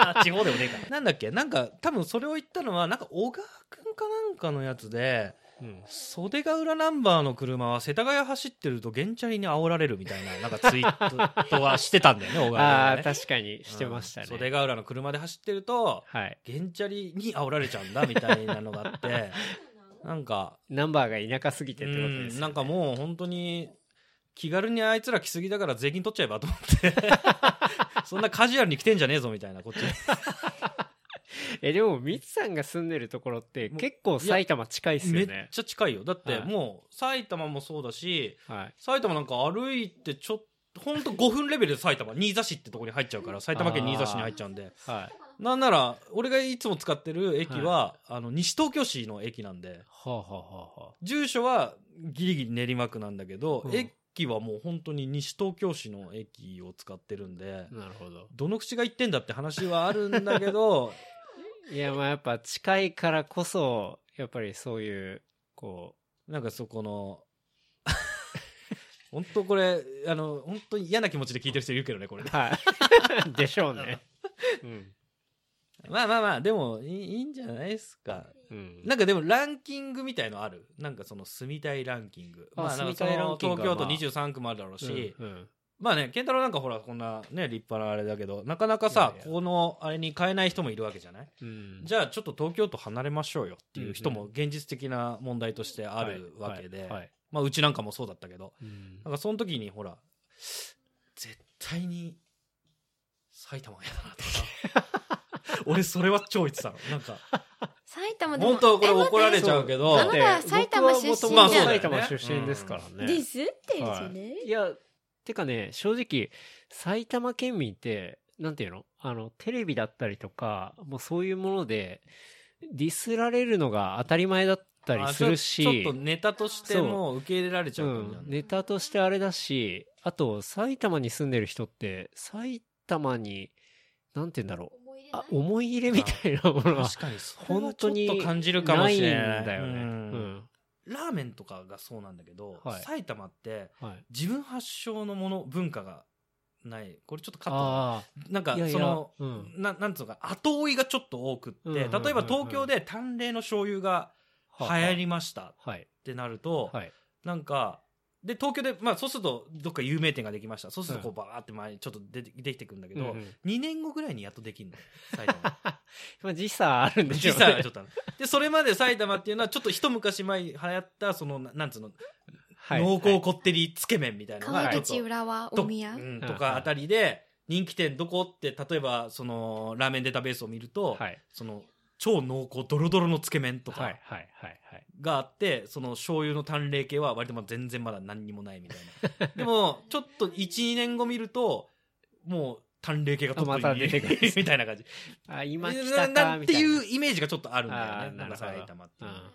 Speaker 3: あ の地方でもねえからなんだっけなんか多分それを言ったのはなんか小川君かなんかのやつで
Speaker 1: うん
Speaker 3: 袖ヶ浦ナンバーの車は世田谷走ってるとゲンチャリに煽られるみたいななんかツイートはしてたんだ よね小川君
Speaker 1: あ
Speaker 3: は
Speaker 1: あ、
Speaker 3: ね
Speaker 1: 確かにしてましたね。
Speaker 3: うん袖ヶ浦の車で走ってると
Speaker 1: はい。
Speaker 3: ゲンチャリに煽られちゃうんだみたいなのがあってなんか
Speaker 1: ナンバーが田舎すぎてってことですよね、
Speaker 3: うんなんかもう本当に気軽にあいつら来すぎだから税金取っちゃえばと思って そんなカジュアルに来てんじゃねえぞみたいなこっち
Speaker 1: え、でも、ミツさんが住んでるところって、
Speaker 3: もう
Speaker 1: 結構埼玉近いっす
Speaker 3: め
Speaker 1: よ
Speaker 3: っ
Speaker 1: ね。
Speaker 3: ちゃ近いよだって
Speaker 1: はい
Speaker 3: もう埼玉もそうだし
Speaker 1: はい。
Speaker 3: 埼玉なんか歩いてちょっとほんと5分レベルで埼玉新座市ってとこに入っちゃうから埼玉県新座市に入っちゃうんで
Speaker 1: はい。
Speaker 3: なんなら俺がいつも使ってる駅は、あの西東京市の駅なんで
Speaker 1: はあ、はあはあはあ、
Speaker 3: 住所はギリギリ練馬区なんだけど、
Speaker 1: うん
Speaker 3: え期はもう本当に西東京市の駅を使ってるんで、
Speaker 1: なるほど。
Speaker 3: どの口が言ってんだって話はあるんだ けど、
Speaker 1: いや、まあやっぱ近いからこそ、やっぱりそういう、こ
Speaker 3: なんかそこの、 本当これ、あの、本当に嫌な気持ちで聞いてる人いるけどね、これ
Speaker 1: う、
Speaker 3: ね。
Speaker 1: はい。でしょうね。うん。
Speaker 3: まあまあまあ、でもいいいいんじゃないですか。
Speaker 1: うん。
Speaker 3: なんかでもランキングみたいのあるなんかその住みたいランキング。
Speaker 1: あ
Speaker 3: まあなんかその
Speaker 1: 住みたいランキングは
Speaker 3: 東京都
Speaker 1: まあ
Speaker 3: 23区もあるだろうし、
Speaker 1: うんうん
Speaker 3: まあね、健太郎なんかほら、こんなね、立派なあれだけど、なかなかさ
Speaker 1: い、やいや
Speaker 3: このあれに変えない人もいるわけじゃない
Speaker 1: うん。
Speaker 3: じゃあちょっと東京都離れましょうよっていう人も
Speaker 1: う
Speaker 3: 現実的な問題としてあるわけ
Speaker 1: は
Speaker 3: で
Speaker 1: い、はい。
Speaker 3: まあうちなんかもそうだったけど、
Speaker 1: うん
Speaker 3: なんかその時にほら、絶対に埼玉やだなと か、俺それは超言ってたの。なんか、
Speaker 2: 埼玉でも
Speaker 3: 本当はこれ
Speaker 2: え待って
Speaker 3: 怒られちゃうけど、
Speaker 2: あなた埼玉出身じゃん
Speaker 1: 僕は元々埼玉出身ですからね。
Speaker 2: ディスってるじゃ
Speaker 1: は
Speaker 2: ね
Speaker 1: い、いや、てかね、正直、埼玉県民って、なんていうのあの、テレビだったりとか、もうそういうもので、ディスられるのが当たり前だったりするし、
Speaker 3: あちょちょっとネタとしてもう受け入れられちゃう
Speaker 1: う
Speaker 3: 感じなん
Speaker 1: ん、
Speaker 3: だ
Speaker 1: ネタとしてあれだし、あと、埼玉に住んでる人って、埼玉に、なんて言うんだろう。あ、思い入れみたいなものが
Speaker 3: 確かにそれは
Speaker 1: 本
Speaker 3: ちょ
Speaker 1: 当
Speaker 3: っ
Speaker 1: に
Speaker 3: と感じるかも
Speaker 1: ない
Speaker 3: し
Speaker 1: ん
Speaker 3: れない
Speaker 1: だよね。
Speaker 3: う
Speaker 1: うんん。
Speaker 3: ラーメンとかがそうなんだけど、
Speaker 1: はい
Speaker 3: 埼玉って
Speaker 1: はい。
Speaker 3: 自分発祥のもの文化がないこれちょっとカットだ
Speaker 1: あ
Speaker 3: ななん
Speaker 1: あ
Speaker 3: か
Speaker 1: ー、いやい
Speaker 3: そ
Speaker 1: や、
Speaker 3: の
Speaker 1: うん、
Speaker 3: ななんつうのか後追いがちょっと多くって、
Speaker 1: うんうんうんうん
Speaker 3: 例えば東京で淡麗の醤油が流行りましたっ
Speaker 1: はい。
Speaker 3: てなると、
Speaker 1: はい。
Speaker 3: なんかで東京で、まあ、そうするとどっか有名店ができましたそうするとこうバーって前にちょっと出てできてくるんだけど、
Speaker 1: うんうん
Speaker 3: 2年後ぐらいにやっとでき るの埼玉
Speaker 1: まあ時差あるんでしょ
Speaker 3: 実
Speaker 1: うね。
Speaker 3: 際はちょっとあるでそれまで埼玉っていうのはちょっと一昔前に流行ったそのななんつうの、
Speaker 1: はい
Speaker 3: 濃厚こってりつけ麺みたいなの
Speaker 1: は
Speaker 2: 川
Speaker 1: い
Speaker 3: ち
Speaker 2: 口
Speaker 3: ょっ
Speaker 2: 浦和
Speaker 3: と
Speaker 2: 大宮
Speaker 3: と,、うん、
Speaker 1: うん
Speaker 3: とかあたりで人気店どこって例えばそのラーメンデータベースを見ると、
Speaker 1: はい。
Speaker 3: その超濃厚ドロドロのつけ麺と
Speaker 1: はい。はい
Speaker 3: か。
Speaker 1: はい。はい。
Speaker 3: があって、その醤油の淡麗系は割とまあ全然まだ何にもないみたい なでもちょっと12年後見るともう淡麗系がトップ
Speaker 1: あまた出てくる
Speaker 3: にみたいな感じ
Speaker 1: あ、今来
Speaker 3: な
Speaker 1: た
Speaker 3: な
Speaker 1: か、
Speaker 3: ん
Speaker 1: み
Speaker 3: て
Speaker 1: たいな。
Speaker 3: いうイメージがちょっとあるんだよ
Speaker 1: あ
Speaker 3: ね
Speaker 1: ー
Speaker 3: な
Speaker 1: なんる
Speaker 3: か
Speaker 1: ほど
Speaker 3: 埼玉っていうのは、
Speaker 1: うん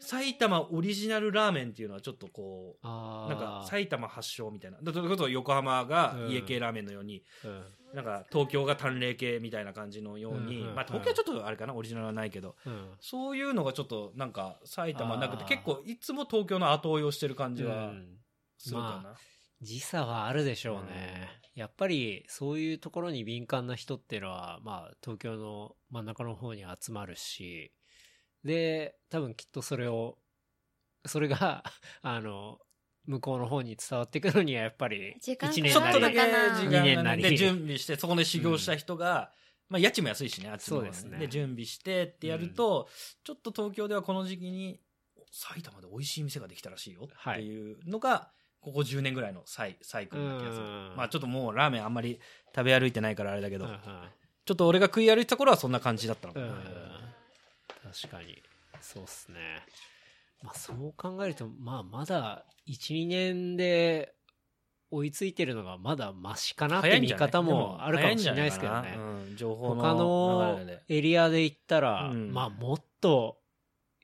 Speaker 3: 埼玉オリジナルラーメンっていうのはちょっとこう
Speaker 1: あ
Speaker 3: なん
Speaker 1: ー
Speaker 3: か埼玉発祥みたいなだからそれこそ横浜が家系ラーメンのように、
Speaker 1: うん
Speaker 3: なんか東京が淡麗系みたいな感じのように、
Speaker 1: うんうん
Speaker 3: まあ、東京はちょっとあれかなオリジナルはないけど
Speaker 1: うん
Speaker 3: そういうのがちょっとなんか埼玉なくて
Speaker 1: あー
Speaker 3: 結構いつも東京の後追いをしてる感じ
Speaker 1: う
Speaker 3: は
Speaker 1: ん
Speaker 3: するかな、
Speaker 1: 時差はあるでしょうね。やっぱり、そういうところに敏感な人っていうのは、まあ、東京の真ん中の方に集まるし、で、多分きっとそれを、それが、 あの、向こうの方に伝わってくるには、やっぱり、
Speaker 2: 時間
Speaker 1: 1
Speaker 2: まあ
Speaker 1: 年
Speaker 3: ちょ
Speaker 1: な
Speaker 3: っ
Speaker 1: り
Speaker 3: とだけ時
Speaker 2: 二
Speaker 1: 年
Speaker 3: 間が
Speaker 1: なり
Speaker 3: ねで準備してそこで修行した人が、まあ、家賃も安いしねあっちの方が
Speaker 1: そうですね
Speaker 3: で準備してってやると、ちょっと東京ではこの時期に埼玉で美味しい店ができたらしいよっていうのが、ここ10年ぐらいのサイサイクルな気がする
Speaker 1: うん
Speaker 3: まあちょっともうラーメンあんまり食べ歩いてないからあれだけど、
Speaker 1: うんうん
Speaker 3: ちょっと俺が食い歩いてた頃はそんな感じだったのか
Speaker 1: う
Speaker 3: な、
Speaker 1: ん確かにそうっすねまあそう考えるとまあまだ12年で追いついてるのがまだマシかなって見方もあるかもしれないですけどね
Speaker 3: 早んじゃないかなうん情報
Speaker 1: 他の
Speaker 3: の流れで
Speaker 1: エリアで行ったら、
Speaker 3: うん
Speaker 1: まあもっと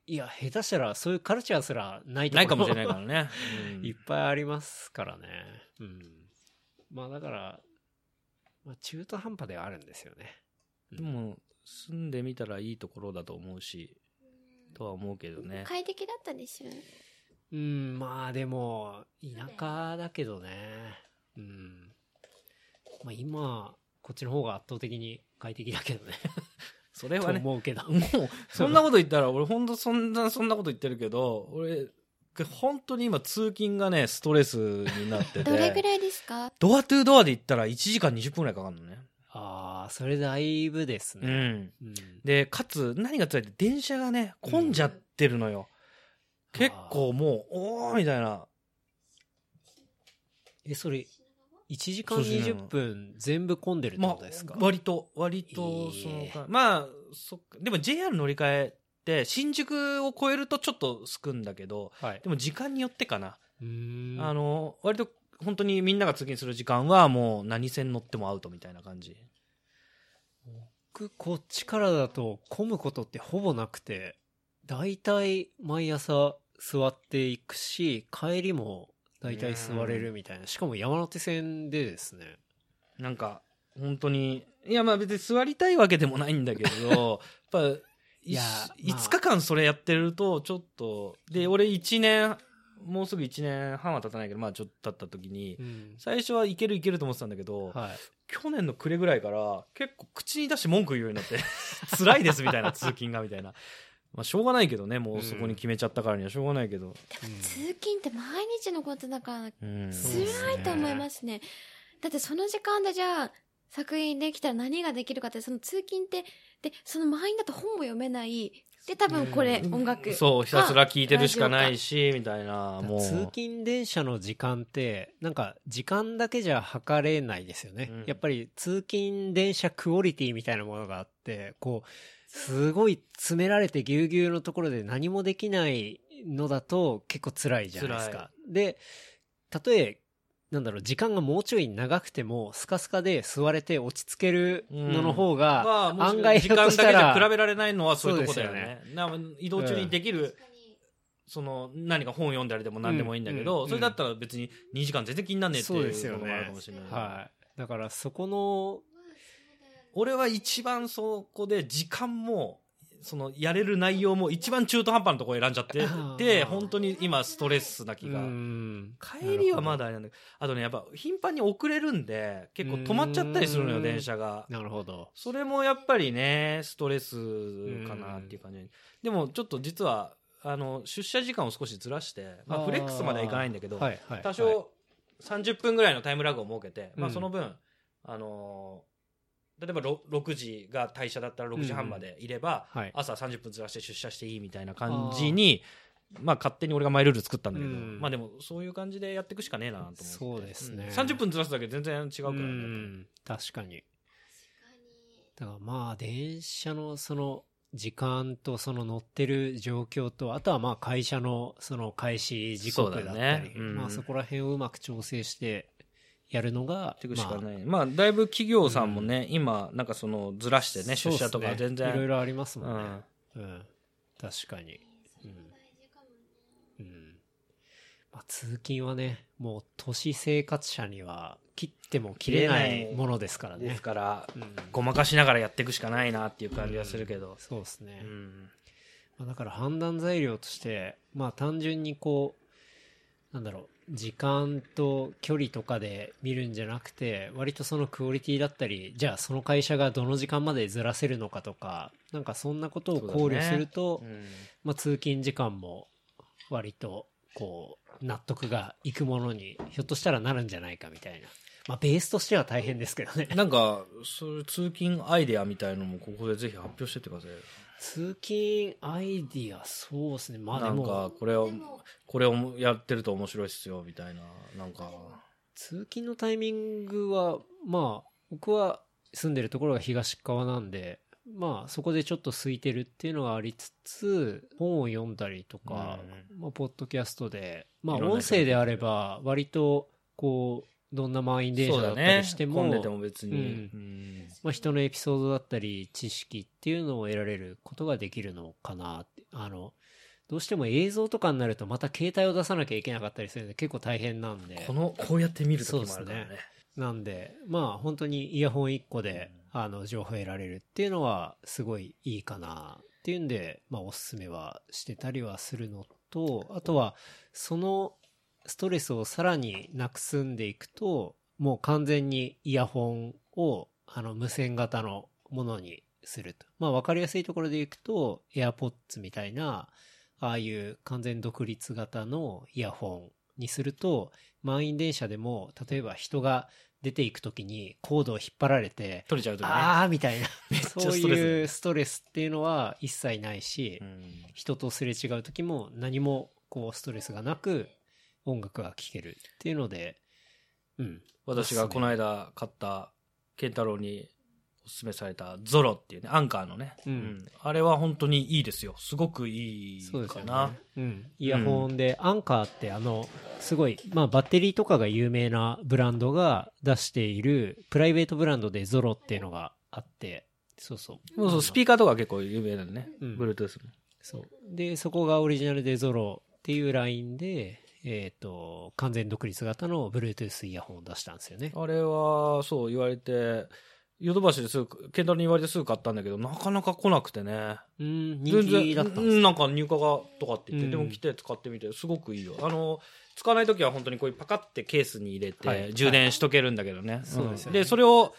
Speaker 1: いや下手したらそういうカルチャーすら ないところ
Speaker 3: ないかもしれない からね、うん
Speaker 1: いっぱいありますからねうんまあだから、まあ、中途半端ではあるんですよね
Speaker 3: でも住んでみたらいいところだと思うしとは思うけどね
Speaker 2: 快適だったでしょ
Speaker 1: うん、まあでも、田舎だけどね。うん。まあ今、こっちの方が圧倒的に快適だけ どね。
Speaker 3: それ
Speaker 1: と
Speaker 3: はね
Speaker 1: 思うけど。
Speaker 3: もうそんなこと言ったら俺ほんとそんなそんなこと言ってるけど俺本当に今通勤がねストレスになってて
Speaker 2: どれぐらいですか
Speaker 3: ドアトゥードアで行ったら1時間20分ぐらいかかるのね
Speaker 1: ああ、それだいぶです
Speaker 3: う
Speaker 1: ね。
Speaker 3: ん
Speaker 1: うん。
Speaker 3: でかつ何が辛いって電車がね混んじゃってるのよ、結構もうおーみたいな
Speaker 1: え、それ、1時間
Speaker 3: そうですね
Speaker 1: 20分全部混んでるって
Speaker 3: ま
Speaker 1: ことですか
Speaker 3: あ、割と、割と、
Speaker 1: いい
Speaker 3: その
Speaker 1: え
Speaker 3: か、まあ、そっかでも JR 乗り換えって、新宿を超えるとちょっとすくんだけど、
Speaker 1: はい
Speaker 3: で。も時間によってかな。
Speaker 1: うーん。
Speaker 3: あの、割と、本当にみんなが通勤する時間はもう何線乗ってもアウトみたいな感じ。
Speaker 1: 僕、こっちからだと混むことってほぼなくて、だいたい毎朝座っていくし、帰りも大体座れるみたいな。しかも山手線でですね。
Speaker 3: なんか、本当に、いや、まあ別に座りたいわけでもないんだけ ど、やっぱ、
Speaker 1: い
Speaker 3: い
Speaker 1: やまあ
Speaker 3: 5日間それやってると、ちょっと、で、俺1年、もうすぐ1年半は経たないけど、まあちょっと経った時に、
Speaker 1: うん。
Speaker 3: 最初はいけるいけると思ってたんだけど、
Speaker 1: はい。
Speaker 3: 去年の暮れぐらいから、結構口に出して文句言うようになって、 辛いですみたいな、通勤がみたいな。まあしょうがないけどね、もうそこに決めちゃったからにはしょうがないけど。
Speaker 1: うん
Speaker 2: 通勤って毎日のことだから
Speaker 3: うん。
Speaker 1: そうですね
Speaker 2: 辛いと思いますね。だってその時間でじゃあ作品できたら何ができるかって、その通勤って、で、その満員だと本も読めない。で、多分これ
Speaker 1: うん
Speaker 2: 音楽。
Speaker 3: そう、ひたすら聞いてるしかないし、みたいな、もう。
Speaker 1: 通勤電車の時間ってなんか時間だけじゃ測れないですよね、
Speaker 3: うん
Speaker 1: やっぱり通勤電車クオリティみたいなものがあってこうすごい詰められてぎゅうぎゅうのところで何もできないのだと結構辛いじゃないですかでたとえなんだろう時間がもうちょい長くてもスカスカで座れて落ち着けるのの方が、
Speaker 3: まあ、もし
Speaker 1: 案外
Speaker 3: 時間だけじ
Speaker 1: ひょっとした
Speaker 3: ゃ
Speaker 1: ら
Speaker 3: 比べられないのはそういうとこだよ
Speaker 1: そうで
Speaker 3: ね。な移動中にできる、その、何か本読んだりでも何でもいいんだけど、
Speaker 1: うん
Speaker 3: それだったら別に2時間全然気になんねえって
Speaker 1: そうです
Speaker 3: いう
Speaker 1: よ
Speaker 3: の
Speaker 1: ね
Speaker 3: があるかもしれない。
Speaker 1: はい、だからそこの
Speaker 3: 俺は一番そこで時間も、その、やれる内容も一番中途半端なとこ選んじゃ って
Speaker 1: あー
Speaker 3: て、本当に今ストレスな気が。
Speaker 1: うん
Speaker 3: 帰りはまだあれなんだけど、あとね、やっぱ頻繁に遅れるんで、結構止まっちゃったりするの
Speaker 1: う
Speaker 3: よ、
Speaker 1: ん
Speaker 3: 電車が。
Speaker 1: なるほど
Speaker 3: それもやっぱりね、ストレスかなっていう感じ。でもちょっと実は、あの、出社時間を少しずらして、まあ
Speaker 1: あー
Speaker 3: フレックスまではいかないんだけど、
Speaker 1: はいはい、
Speaker 3: 多
Speaker 1: はい
Speaker 3: 少30分ぐらいのタイムラグを設けて、まあ
Speaker 1: うん
Speaker 3: その分、あのー例えばろ6時が退社だったら6時半までいれば、
Speaker 1: はい。
Speaker 3: 朝30分ずらして出社していいみたいな感じに、まあ勝手に俺がマイルール作ったんだけど、
Speaker 1: うん
Speaker 3: まあでもそういう感じでやっていくしかねえなと思って。
Speaker 1: そうですね
Speaker 3: ん30分ずらすだけで全然違う
Speaker 1: う
Speaker 3: からね。
Speaker 1: ん、確かに。だからまあ、電車のその時間とその乗ってる状況と、あとはまあ会社のその開始時刻だったり、
Speaker 3: そうだねうん
Speaker 1: まあそこら辺をうまく調整してやるのが、
Speaker 3: っていくしか
Speaker 1: まあ
Speaker 3: ない、まあ、だいぶ企業さんもね、今なんかそのずらしてね
Speaker 1: そう
Speaker 3: 出
Speaker 1: っす
Speaker 3: 社とか全然
Speaker 1: いろいろあります
Speaker 3: う
Speaker 1: もんね。
Speaker 3: ん
Speaker 1: うん。確かに。うん。うん。まあ通勤はね、もう都市生活者には切っても切れな
Speaker 3: 切れない
Speaker 1: いものですから
Speaker 3: で
Speaker 1: ね
Speaker 3: す。から、
Speaker 1: うん
Speaker 3: ごまかしながらやっていくしかないなっていう感じがするけど、
Speaker 1: そうですね。
Speaker 3: うん
Speaker 1: まあ、だから判断材料として、まあ単純にこう、なんだろう、時間と距離とかで見るんじゃなくて、割とそのクオリティだったり、じゃあその会社がどの時間までずらせるのかとか、なんかそんなことを考慮すると、
Speaker 3: うん
Speaker 1: まあ通勤時間も割とこう、納得がいくものに、ひょっとしたらなるんじゃないかみたいな。まあベースとしては大変ですけどね。
Speaker 3: なんかそういう通勤アイデアみたいのもここでぜひ発表してってくださいよ
Speaker 1: 通勤アイディア、そうですね。まあで
Speaker 3: なん
Speaker 1: も。
Speaker 3: かこれをこれをやってると面白いっすよみたいななんか
Speaker 1: 通勤のタイミングはまあ僕は住んでるところが東側なんでまあそこでちょっと空いてるっていうのがありつつ本を読んだりとか、まあ、ポッドキャストでまあ
Speaker 3: いろんな
Speaker 1: 音
Speaker 3: 人が
Speaker 1: 声であれば割とこうどんな満員電
Speaker 3: そ
Speaker 1: 車
Speaker 3: う
Speaker 1: だ
Speaker 3: だ
Speaker 1: った
Speaker 3: ね
Speaker 1: りして
Speaker 3: 混ん
Speaker 1: も,、
Speaker 3: でても別に、
Speaker 1: う
Speaker 3: うん
Speaker 1: まあ、人のエピソードだったり知識っていうのを得られることができるのかなってあのどうしても映像とかになるとまた携帯を出さなきゃいけなかったりするんで結構大変なんで
Speaker 3: このこうやって見る時もあるから
Speaker 1: そう
Speaker 3: ね
Speaker 1: でなんで、まあ本当にイヤホン1個で、あの、情報得られるっていうのは、すごいいいかなっていうんで、まあおすすめはしてたりはするのと、あとは、そのストレスをさらになくすんでいくと、もう完全にイヤホンを、あの、無線型のものにすると。まあわかりやすいところでいくと、AirPods みたいな、ああいう完全独立型のイヤホンにすると、満員電車でも、例えば人が出ていくときにコードを引っ張られて、
Speaker 3: 取れちゃうとね
Speaker 1: あーみ たいな、
Speaker 3: ち
Speaker 1: そ
Speaker 3: ゃ
Speaker 1: う
Speaker 3: ストレス
Speaker 1: いうストレスっていうのは一切ないし、
Speaker 3: うん
Speaker 1: 人とすれ違うときも何もこうストレスがなく音楽が聴けるっていうので、うん。
Speaker 3: 私がこの間買った健太郎におすすめされたゾロっていうねアンカーのね、
Speaker 1: うん
Speaker 3: あれは本当にいいですよすごくいい
Speaker 1: そうです
Speaker 3: か
Speaker 1: よ
Speaker 3: な、
Speaker 1: ね。うん。イヤホンで、アンカーってあの、すごい、まあバッテリーとかが有名なブランドが出している、プライベートブランドでゾロっていうのがあって、そうそう。
Speaker 3: もうそうスピーカーとか結構有名だよね、
Speaker 1: うん
Speaker 3: Bluetooth も
Speaker 1: そう。で、そこがオリジナルでゾロっていうラインで、えっ、と、完全独立型の Bluetooth イヤホンを出したんですよね。
Speaker 3: あれは、そう言われて、ヨドバシですぐ、ケンタロウに言われてすぐ買ったんだけど、なかなか来なくてね。
Speaker 1: うん、人気だったん
Speaker 3: 全
Speaker 1: です
Speaker 3: 然
Speaker 1: ね
Speaker 3: なんか入荷がとかって言って、
Speaker 1: うん
Speaker 3: でも来て使ってみてすごくいいよあの使わない時は本当にこういうパカってケースに入れて、
Speaker 1: はい
Speaker 3: 充電しとけるんだけどね、ん
Speaker 1: そうですよね
Speaker 3: でそれを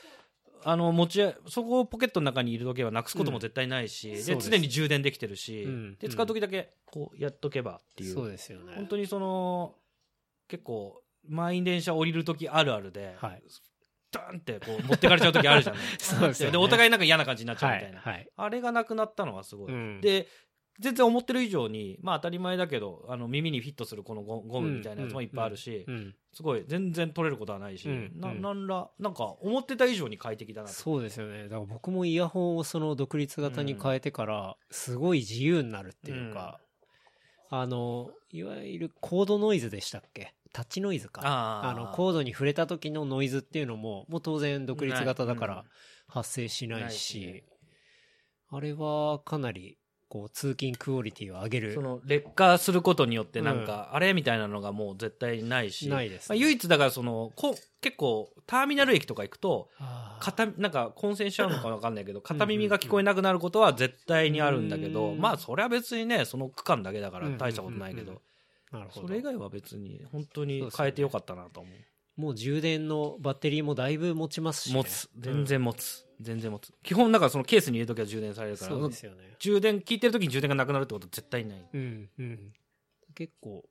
Speaker 3: あの持ちそこをポケットの中に入れとけばなくすことも絶対ないし、
Speaker 1: うんそ
Speaker 3: で
Speaker 1: うです
Speaker 3: 常に充電できてるし、
Speaker 1: うん
Speaker 3: で使う時だけこうやっとけばっていう,、
Speaker 1: そうですよね。
Speaker 3: 本当にその結構満員電車降りる時あるあるで、
Speaker 1: はい。
Speaker 3: ダーンってこう持ってかれちゃう時あるじゃん
Speaker 1: そうですよね
Speaker 3: でお互いなんか嫌な感じになっちゃう
Speaker 1: は
Speaker 3: みたい
Speaker 1: い。
Speaker 3: な、
Speaker 1: はい。
Speaker 3: あれがなくなったのはすご
Speaker 1: う
Speaker 3: い。
Speaker 1: ん
Speaker 3: で、全然思ってる以上に、まあ当たり前だけど、あの耳にフィットするこのゴゴムみたいなやつもいっぱいあるし、
Speaker 1: うん。
Speaker 3: すごい全然取れることはないし、
Speaker 1: うん
Speaker 3: な
Speaker 1: うん
Speaker 3: なんら、なんか思ってた以上に快適だなと。
Speaker 1: そうですよね。だから僕もイヤホンをその独立型に変えてから、すごい自由になるっていうか、あの、いわゆるコードノイズでしたっけタッチノイズか。
Speaker 3: あ
Speaker 1: あのコードに触れた時のノイズっていうのももう当然独立型だか
Speaker 3: ない
Speaker 1: ら発生しない
Speaker 3: ない
Speaker 1: し
Speaker 3: しね
Speaker 1: あれはかなりこう通勤クオリティを上げる
Speaker 3: その劣化することによってなんか、あれみたいなのがもう絶対ないし、
Speaker 1: ないです
Speaker 3: まあ
Speaker 1: ね、
Speaker 3: 唯一だからその、こ結構ターミナル駅とか行くと、
Speaker 1: あー
Speaker 3: 片なんか混戦しちゃうのか分かんないけど片耳が聞こえなくなることは絶対にあるんだけど、
Speaker 1: うん
Speaker 3: まあそれは別にねその区間だけだから
Speaker 1: うん
Speaker 3: 大したことないけど、
Speaker 1: うんなるほど
Speaker 3: それ以外は別に本当に変えてよかったなと思う
Speaker 1: もう充電のバッテリーもだいぶ持ちますしね、
Speaker 3: 持つ全然持つ、全然持つ基本だからそのケースに入れときは充電されるから
Speaker 1: そうですよね
Speaker 3: 充電聞いてる時に充電がなくなるってことは絶対ない
Speaker 1: うんうん結構、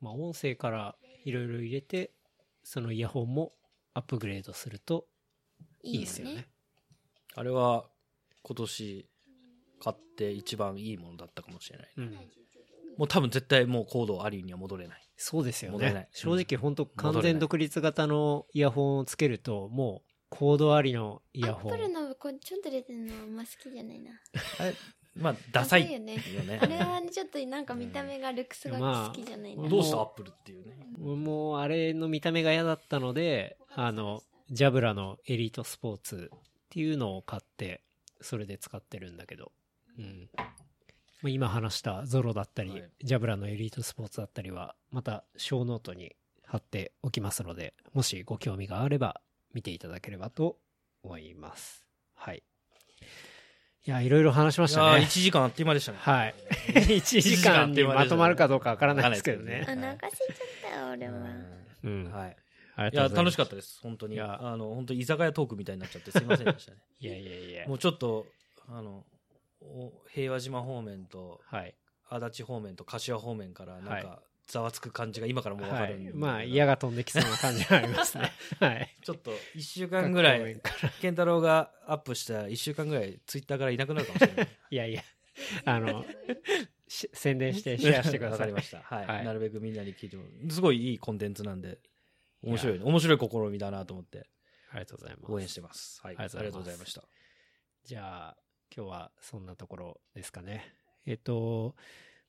Speaker 1: まあ、音声からいろいろ入れてそのイヤホンもアップグレードするといいですよね。
Speaker 3: あれは今年買って一番いいものだったかもしれない
Speaker 1: うん
Speaker 3: もう多分絶対もうコードありには戻れない
Speaker 1: そうですよ
Speaker 3: 戻れない
Speaker 1: ね。正直本当完
Speaker 3: 戻れな
Speaker 1: 全
Speaker 3: い
Speaker 1: 独立型のイヤホンをつけると、もうコードありのイ
Speaker 2: ア
Speaker 1: ヤ
Speaker 2: ッ
Speaker 1: ホ
Speaker 2: プル
Speaker 1: ン。
Speaker 2: のこうちょっと出てるのはあんま好きじゃないな。
Speaker 3: あれまあダサい
Speaker 2: ダサいよね
Speaker 3: ね
Speaker 2: あれはちょっとなんか見た目がルックスが好きじゃないな。
Speaker 1: まあ
Speaker 3: どうしたアップルっていうね
Speaker 1: もうあれの見た目が嫌だったので、あの、ジャブラのエリートスポーツっていうのを買って、それで使ってるんだけど。うん。まあ今話したゾロだったり、
Speaker 3: はい
Speaker 1: ジャブラのエリートスポーツだったりは、また小ノートに貼っておきますので、もしご興味があれば見ていただければと思います。はい。いや、いろいろ話しました
Speaker 3: あ
Speaker 1: ね。
Speaker 3: 1時間あっという間でしたね。
Speaker 1: はい。1時間にまとまるかどうかわからないですけど
Speaker 3: わか
Speaker 1: ね。
Speaker 2: あ、
Speaker 3: んない
Speaker 2: 泣かせちゃったよ、俺は。
Speaker 1: う
Speaker 3: うん
Speaker 1: ん。
Speaker 3: はい。
Speaker 1: あり
Speaker 3: い
Speaker 1: がとうご
Speaker 3: や、
Speaker 1: ざい
Speaker 3: 楽
Speaker 1: ま
Speaker 3: し
Speaker 1: す
Speaker 3: かったです。本当に。
Speaker 1: いや
Speaker 3: あの、本当居酒屋トークみたいになっちゃってすいませんでしたね。
Speaker 1: いやいやいや
Speaker 3: も。うちょっと、あの、お平和島方面と
Speaker 1: はい。
Speaker 3: 足立方面と柏方面から、なん
Speaker 1: はい
Speaker 3: か、ざわつく感じが今からもうわか
Speaker 1: は
Speaker 3: るん
Speaker 1: い
Speaker 3: で。。
Speaker 1: まあ、嫌が飛んできそうな感じがあります ね。はい。
Speaker 3: ちょっと、1週間ぐらい、健太郎がアップした1週間ぐらい、ツイッターからいなくなるかもしれない。
Speaker 1: い やいや。あの、し宣伝 してシェアしてくだ
Speaker 3: わ
Speaker 1: さ
Speaker 3: か
Speaker 1: い
Speaker 3: りま。した。はい。
Speaker 1: はい
Speaker 3: なるべくみんなに聞いてもすごいいいコンテンツなんで、面白いね、面白い試みだなと思って、
Speaker 1: ありがとうございます。
Speaker 3: 応援してます。はい。あ
Speaker 1: あ
Speaker 3: り
Speaker 1: り
Speaker 3: が
Speaker 1: が
Speaker 3: と
Speaker 1: と
Speaker 3: う
Speaker 1: うござ
Speaker 3: ござい
Speaker 1: い
Speaker 3: ま
Speaker 1: ま
Speaker 3: した。
Speaker 1: じゃあ、今日はそんなところですかね。えっと、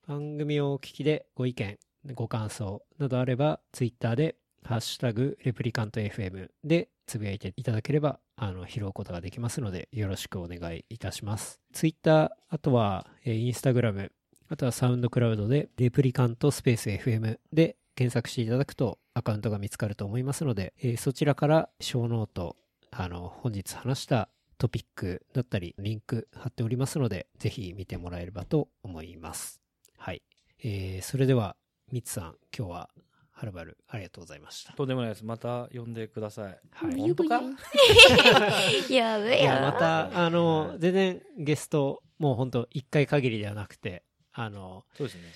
Speaker 1: 番組をお聞きでご意見、ご感想などあれば、ツイッターで、ハッシュタグ、レプリカント FM でつぶやいていただければ、あの、拾うことができますので、よろしくお願いいたします。ツイッター、あとは、えーインスタグラム、あとはサウンドクラウドで、レプリカントスペース FM で検索していただくとアカウントが見つかると思いますので、えーそちらから小ノート、あの、本日話したトピックだったり、リンク貼っておりますので、ぜひ見てもらえればと思います。はい。えー、それでは、ミツさん、今日は、はるばる、ありがとうございました。
Speaker 3: とんでもないです。また呼んでください。
Speaker 1: はい。
Speaker 3: 本当か
Speaker 2: やべ
Speaker 1: い
Speaker 2: えよ。
Speaker 1: や、また、あ
Speaker 3: は
Speaker 1: の
Speaker 3: い、
Speaker 1: 全然ゲスト、もう本当一回限りではなくて、あの、
Speaker 3: そうですね。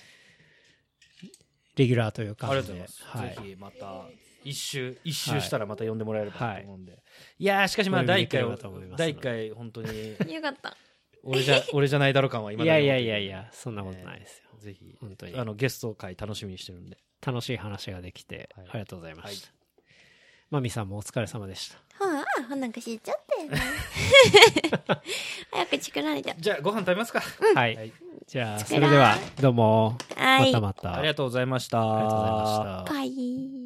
Speaker 1: レギュラーという
Speaker 3: あ
Speaker 1: 感
Speaker 3: りがとうご
Speaker 1: じ
Speaker 3: ざい
Speaker 1: で。
Speaker 3: ます。ぜひまた、一周、一周したらまた呼んでもらえれば
Speaker 1: はい
Speaker 3: と思うんで。い、やー、しかしまあ、
Speaker 1: お呼びで
Speaker 3: 第一
Speaker 1: き
Speaker 3: 回
Speaker 1: れ
Speaker 3: を
Speaker 1: ばと思いま、す
Speaker 3: 第一回、本当に、
Speaker 2: よかった。
Speaker 3: 俺じゃ、俺じゃないだろう感は今
Speaker 1: いやいやいやいや、そんなことないですよ。
Speaker 3: よ。ぜひ、
Speaker 1: 本当に
Speaker 3: あの、ゲスト会楽しみにしてるんで。
Speaker 1: 楽しい話ができて、
Speaker 3: はい
Speaker 1: ありがとうございました。マミさんもお疲れ様でした。
Speaker 2: はあ、なんか知っちゃったよね。 早く作られちゃっ
Speaker 3: じゃあ、ご飯食べますか。
Speaker 1: はい、
Speaker 3: はい
Speaker 1: じゃあ、
Speaker 2: 疲
Speaker 1: そ
Speaker 2: れ
Speaker 1: れでは、どうも、
Speaker 2: た。は
Speaker 1: ま
Speaker 2: い
Speaker 1: た。また。
Speaker 3: ありがとうございました。
Speaker 1: ありがとうございました。
Speaker 2: バイ。